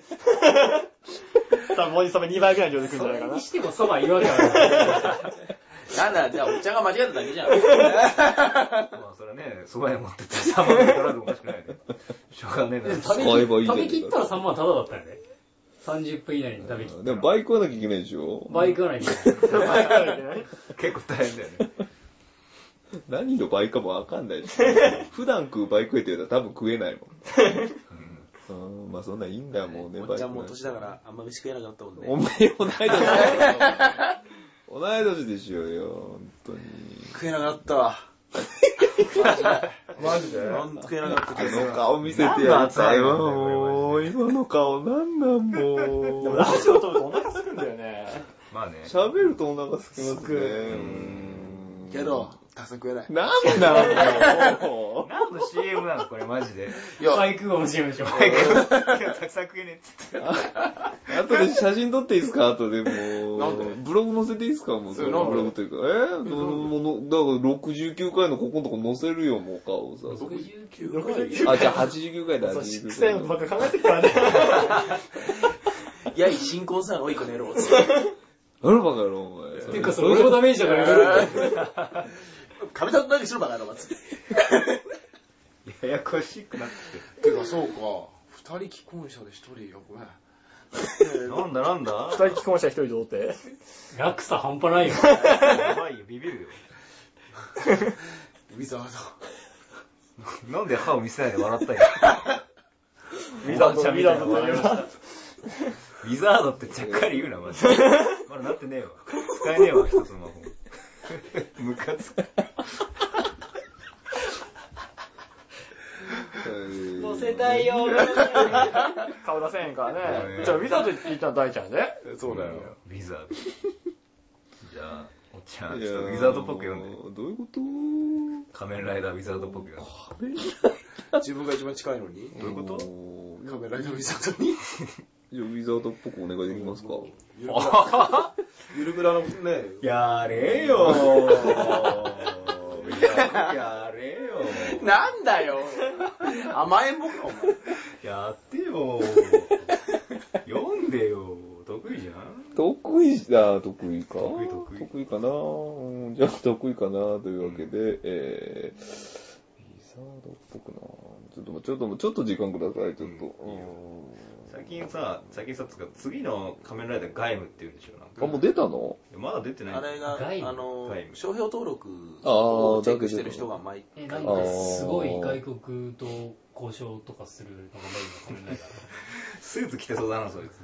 Speaker 4: 多分、王子様2倍ぐらいの量で来るんじゃないかな
Speaker 1: に。してもそば言うわけはない。
Speaker 5: なんだ、じゃあお茶が間違っただけじゃん。
Speaker 2: まあそれね、蕎麦屋持ってって3万取られてもおかしくないね。しょうがねえな。
Speaker 1: 食べ
Speaker 3: 買えばいいじゃん
Speaker 1: 食べきったら3万タダだったよね。30分以内に食べきったら。
Speaker 3: でもバイクはなきゃいけないでしょ
Speaker 1: バイクはないんだよ
Speaker 4: バイクーってね
Speaker 2: 結構大変だよね。
Speaker 3: 何のバイクかもわかんないし。普段食うバイクって言うたら多分食えないもん。うん、まあそんなんいいんだよ、もうね、
Speaker 5: お
Speaker 3: バ
Speaker 5: っ
Speaker 3: イ
Speaker 5: ちゃ
Speaker 3: ク
Speaker 5: ん
Speaker 3: なん
Speaker 5: も
Speaker 3: て。
Speaker 5: 年だからあんま飯食えなくなったもん
Speaker 3: お
Speaker 5: ね。
Speaker 3: 前同い年だよ。同い年でしょうよ、本当に。
Speaker 5: 食えなくなったわ。
Speaker 4: マジで
Speaker 5: ほんと食えなかった
Speaker 3: あ
Speaker 5: けど。
Speaker 3: の顔見せてやりたいわ、もう。今の顔なんなん、もう
Speaker 4: ラ。ジオ撮るとお腹すくんだよね。
Speaker 2: まあね。
Speaker 3: 喋るとお腹すきますね。
Speaker 4: く
Speaker 3: うん
Speaker 5: けど、多数食えない。
Speaker 3: なんなんも
Speaker 2: 何の CM なのこれマジで。
Speaker 5: いや、
Speaker 1: バイク王の CM でしょ。
Speaker 2: 今日たくさん食えねえっつって。
Speaker 3: う。あとで写真撮っていいですかあとでも
Speaker 5: なんで
Speaker 3: う。ブログ載せていいですかもう。
Speaker 5: それなんで
Speaker 3: ブログというか。えー、もうの、だから69回のここのとこ載せるよ、もう顔をさ。
Speaker 5: 69
Speaker 3: あ、じゃあ89回だ、
Speaker 4: そう、
Speaker 3: 89
Speaker 4: 癖
Speaker 3: 回
Speaker 4: をばっか考えてるからね。
Speaker 5: いやい、新婚さんおいこの野郎。
Speaker 3: あらバカやろ、お前。
Speaker 1: ていうか、それ俺もダメージだからやめろよ。
Speaker 5: 亀田だけしろバカ野郎。つって
Speaker 2: ややこしくなってき
Speaker 5: てか、そうか。二人既婚者で一人よ、ごめん。
Speaker 2: て。なんだなんだ
Speaker 4: 二人既婚者一人童貞。
Speaker 1: 落差半端ないよ。
Speaker 2: やばいよ、ビビるよ。
Speaker 5: ウィザード。
Speaker 2: なんで歯を見せないで笑ったんや。
Speaker 4: ウィ
Speaker 2: ザ
Speaker 4: ザ
Speaker 2: ー
Speaker 4: ード、
Speaker 2: ドと
Speaker 4: ウィザードといえ
Speaker 2: いえば
Speaker 4: ば。
Speaker 2: ウィザードってちゃっかり言うな、マ ジで。まだなってねえわ。使えねえわ、一つの魔法。ムカつく。
Speaker 1: 乗せたいよ。
Speaker 4: 顔出せへんから
Speaker 2: ね
Speaker 4: ね。じゃあ、ウィザードって言ったの大ちゃんね。
Speaker 2: そうだよ。ウィザード。じゃあ、おっちゃん、ちょっとウィザードっぽく読んで。
Speaker 3: で。どういうこと
Speaker 2: 仮面ライダーウィザードっぽく読んで。
Speaker 5: 自分が一番近いのに。
Speaker 2: どういうこと
Speaker 3: と
Speaker 5: カメラのウィザード に。
Speaker 3: じゃあウィザードっぽくお願いできますか
Speaker 5: ゆるくらゆるくらのね、
Speaker 2: やれよー。ウィやれよ。
Speaker 5: なんだよ。甘えん坊か、お前。
Speaker 2: やってよ。読んでよ。得意じゃん
Speaker 3: 得意だ、得意か。
Speaker 2: 得意得意
Speaker 3: 得意かな。うん、じゃあ得意かな、というわけで、えー、リザードっぽくな。ちょっと、ちょっと、ちょっと時間ください、ちょっと。
Speaker 2: うんいいよ
Speaker 3: うん
Speaker 2: 最近さ、最近さ、つうか次の仮面ライダーガイムっていうんでしょ、なんか。
Speaker 3: あ、もう出たの
Speaker 2: いやまだ出てない。
Speaker 5: あれが、
Speaker 1: 外部
Speaker 5: あの
Speaker 2: 外、部
Speaker 5: 商標登録をチェックしてる人が毎
Speaker 1: え、な
Speaker 5: 回
Speaker 1: ん
Speaker 5: い
Speaker 1: か
Speaker 5: ます
Speaker 1: ごい外国と交渉とかするのがメインの仮面ライ
Speaker 2: スーツ着てそうだな、そい つ。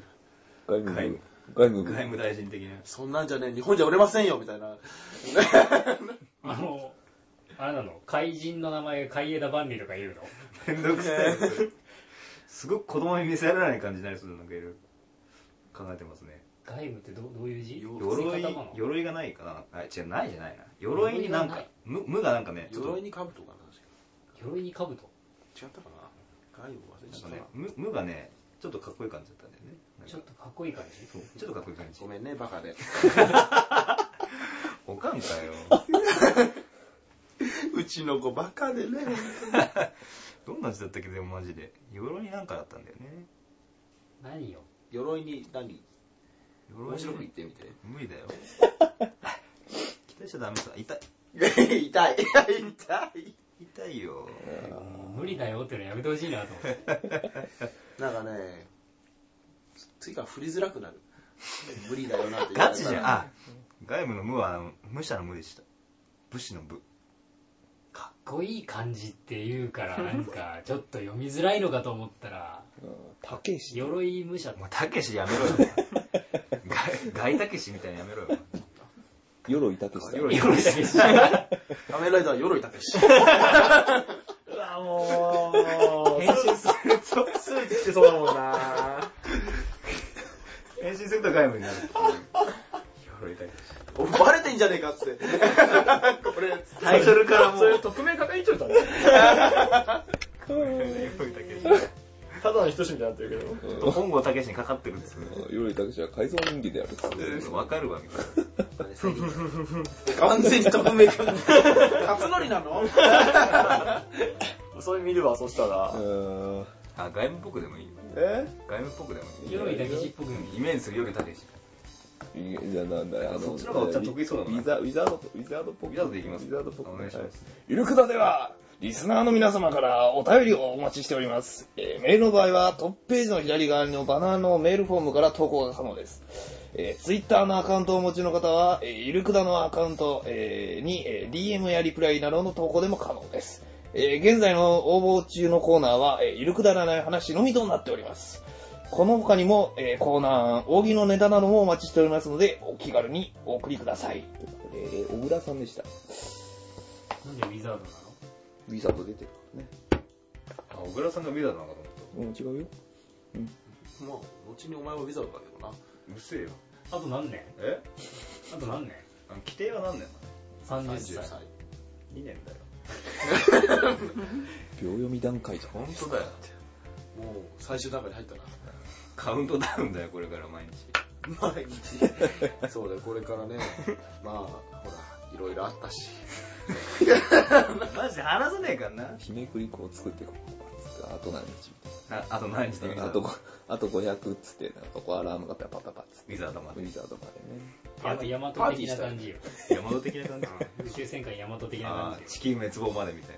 Speaker 3: 外務
Speaker 2: 外務
Speaker 3: 部。外務部
Speaker 2: 外。務大臣的な。
Speaker 5: そんなんじゃねえ、日本じゃ売れませんよ、みたいな。
Speaker 1: ダー。あの、あれなの怪人の名前が海江田万里とか言うの
Speaker 2: めんどくさいそれ。すごく子供に見せられない感じになりそうで、なんかいろいろ考えてますね。
Speaker 1: 外務ってどどういう字
Speaker 2: 鎧
Speaker 1: 普通に刀なの、
Speaker 2: 鎧がないかな。あ、違う、ないじゃないな。鎧になんか、無無がなんかね、ちょっと
Speaker 5: 鎧に兜かな、確か
Speaker 1: 鎧に兜
Speaker 5: 違ったかな。外部忘
Speaker 2: な
Speaker 5: れ
Speaker 2: ん
Speaker 5: ちゃ
Speaker 2: か
Speaker 5: った
Speaker 2: ね
Speaker 5: な。、
Speaker 2: 無無がね、ちょっとかっこいい感じだったんだよね。なん
Speaker 1: ち
Speaker 2: か
Speaker 1: ょっとかっこいい感じ
Speaker 2: そうちょっとかっこいい感じ
Speaker 5: ご。めんね、バカで。
Speaker 2: おかんかよ。
Speaker 5: うちの子バカ でね。
Speaker 2: どんな字だったっけ、でもマジで。鎧になんかだったんだよね。
Speaker 1: 何よ
Speaker 5: 鎧に何
Speaker 2: 鎧に
Speaker 5: 面白く言ってみて。
Speaker 2: 無理だ よ。期待しちゃダメさ。痛い。
Speaker 5: 痛い、 痛い、痛い。
Speaker 2: 痛いよ。
Speaker 1: もう無理だよってのやめてほしいなと思って。
Speaker 5: なんかね、次から振りづらく なる。無理だよなって言わ
Speaker 2: ガ
Speaker 5: れ
Speaker 2: チ
Speaker 5: た
Speaker 2: じゃん。
Speaker 5: ら。
Speaker 2: あ、外部の無は、あの武者の無でした。武士の武。
Speaker 1: かっこいい感じって言うから、なんか、ちょっと読みづらいのかと思ったら、
Speaker 3: うんたけし。
Speaker 1: 鎧武者
Speaker 2: お前、たけしやめろよ。 外外たけしみたいにやめろよ。
Speaker 3: 鎧たけしだ。
Speaker 2: 鎧たけし。
Speaker 5: 仮面ライダー、鎧武士。
Speaker 4: うわ、もう、
Speaker 2: 変身すると、
Speaker 4: スーツ着てそうだもんな
Speaker 2: 変身すると外部になるっていう。鎧たけし。
Speaker 5: お前バレてんじゃねえかっつって。これ、
Speaker 2: タイトルから も
Speaker 4: そういう匿名係長だね。ただの人志みたいになってるけど。
Speaker 2: 本郷武にかかってるんですよ。
Speaker 3: 鎧たけしは改造人気である。
Speaker 2: わかるわ、みたいな。
Speaker 5: 完全に透明感。勝則なの
Speaker 4: それ見るわ、そしたら。
Speaker 3: うん
Speaker 2: あ、外務っぽくでもいいよ。
Speaker 3: え
Speaker 2: 外務っぽくでもい
Speaker 1: 鎧だけしっぽく
Speaker 2: い。イメージするより武し。
Speaker 3: いやじゃあなんだよ、あの、
Speaker 2: そっちの方がおっちゃん得意そうだな
Speaker 3: ウィザウィザード、ウィザードっぽく。
Speaker 2: ウィザードでいきます
Speaker 3: ウィザードっぽく。
Speaker 2: お願いします
Speaker 3: はい。イルクダでは、リスナーの皆様からお便りをお待ちしております。えーメールの場合は、トップページの左側のバナーのメールフォームから投稿が可能です。えー、ツイッターのアカウントをお持ちの方は、えーイルクダのアカウント、えーに、えー DM やリプライなどの投稿でも可能です。えー現在の応募中のコーナーは、えーイルクダらない話のみとなっております。この他にも、えーコーナー、扇のネタなどもお待ちしておりますので、お気軽にお送りください。ということで、えー小倉さんでした。
Speaker 1: なんでウィザードなの
Speaker 3: ウィザード出てるからね。
Speaker 2: あ、小倉さんがビザなのかと思っ
Speaker 3: うん、違うよ。
Speaker 5: まあ、後にお前はビザだけどな。
Speaker 2: た。うっせえよ。
Speaker 1: あと何年
Speaker 2: え
Speaker 1: あと何年
Speaker 2: あの規定は何年
Speaker 1: ?30 歳。
Speaker 5: 10歳。
Speaker 2: ?2 年だよ。
Speaker 3: 秒読み段階じゃん。
Speaker 2: 本当だよ。
Speaker 5: もう、最終段階に入ったな。
Speaker 2: カウントダウンだよ、これから毎日。
Speaker 5: 毎日。そうだよ、これから ね。まあ、ほら、いろいろあったし。
Speaker 2: マジで話さねえからな。
Speaker 3: 日めくりこう作ってこう。あと何日
Speaker 2: ああと何日だ
Speaker 3: あと、あと500っつって、なんかこうアラームがパタパタパつって。
Speaker 2: ビザだま
Speaker 3: ウ
Speaker 2: で
Speaker 3: ィ。ザードまでね。
Speaker 1: ヤマヤマト的な感じよ。
Speaker 2: 山戸的な感じ。
Speaker 1: 宇宙戦艦ヤマト的な
Speaker 2: あ
Speaker 1: 感
Speaker 2: ー
Speaker 1: じ
Speaker 2: 地球
Speaker 1: よ。
Speaker 2: 滅亡までみたい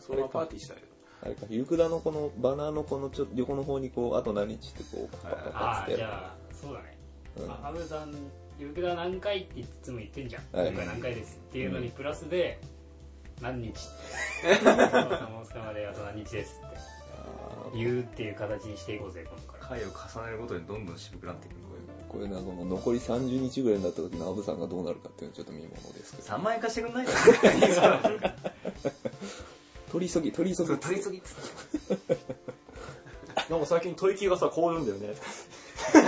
Speaker 5: そのパーティーしたよ。
Speaker 3: あれか、ゆくだのこのバナーのこのちょっと横の方にこう、あと何日ってこう、パタパタ
Speaker 1: あ
Speaker 3: パつっ
Speaker 1: あ、
Speaker 3: て
Speaker 1: じ
Speaker 3: やる。
Speaker 1: ゃあ、そうだね。
Speaker 3: うん
Speaker 1: あアブさん、ゆくだ何回っていつも言ってんじゃん。
Speaker 3: はい
Speaker 1: 今回何回ですっていうのにプラスで、何日って。 お疲れまであと何日ですって
Speaker 3: あー
Speaker 1: 言うっていう形にしていこうぜ、今度か
Speaker 2: な。
Speaker 1: ら。
Speaker 2: 回を重ねるごとにどんどん渋くなっていくるこういうの
Speaker 3: これなんかもう残り30日ぐらいになった時のアブさんがどうなるかっていうのはちょっと見ものですけど。
Speaker 2: 3万円貸してくん ないかな
Speaker 3: 取り急ぎ、取り急ぎ。
Speaker 2: 取り急ぎっつって。
Speaker 4: なんか最近取り切りがさ、凍るんだよね。
Speaker 5: 情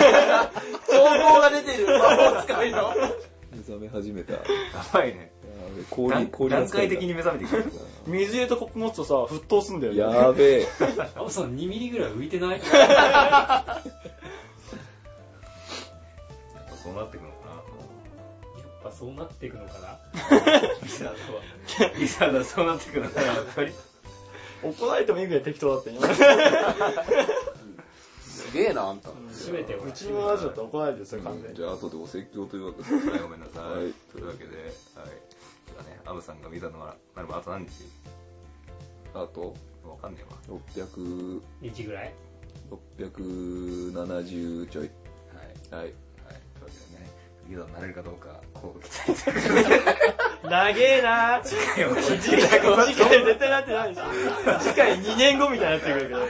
Speaker 5: 報が出てる、魔法使いの。
Speaker 3: 目覚め始めた。や
Speaker 2: やばいね。
Speaker 3: べえ
Speaker 2: 段
Speaker 3: 氷、氷が
Speaker 2: 段
Speaker 3: 使え
Speaker 2: 階
Speaker 3: た
Speaker 2: 的に目覚めてくる。
Speaker 4: 水入れたコップ持つとさ、沸騰すんだよね。
Speaker 3: やべえ。
Speaker 1: アブさん2ミリぐらい浮いてない
Speaker 2: そうなってくのか
Speaker 1: やっぱそそうなっていくのかな
Speaker 2: リサードそうなってくるんだやっぱり。
Speaker 4: 怒られてもいいぐらい適当だったよ。
Speaker 5: すげえな、あんた。
Speaker 1: 全てを
Speaker 4: うちのラジオって怒られてるそれ完全に
Speaker 3: じ。ゃあ、後でお説教というわけで。
Speaker 2: はい、ごめんなさい。
Speaker 3: はい
Speaker 2: というわけで、はい。じゃあね、アブさんが見たのは、なるばあと何日
Speaker 3: あと、
Speaker 2: わかんねえわ。
Speaker 3: 600、
Speaker 1: 日ぐらい
Speaker 3: 670ちょい。
Speaker 2: はい。
Speaker 3: はい。
Speaker 2: はい。というわけでね、ギドになれるかどうか、こう期待
Speaker 4: 長えなぁ。次回、次回絶対なってないでしょ。次回2年後みたいになってくるけど。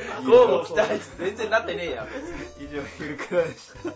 Speaker 2: 全然なってねえや。以上、ゆるくらでした。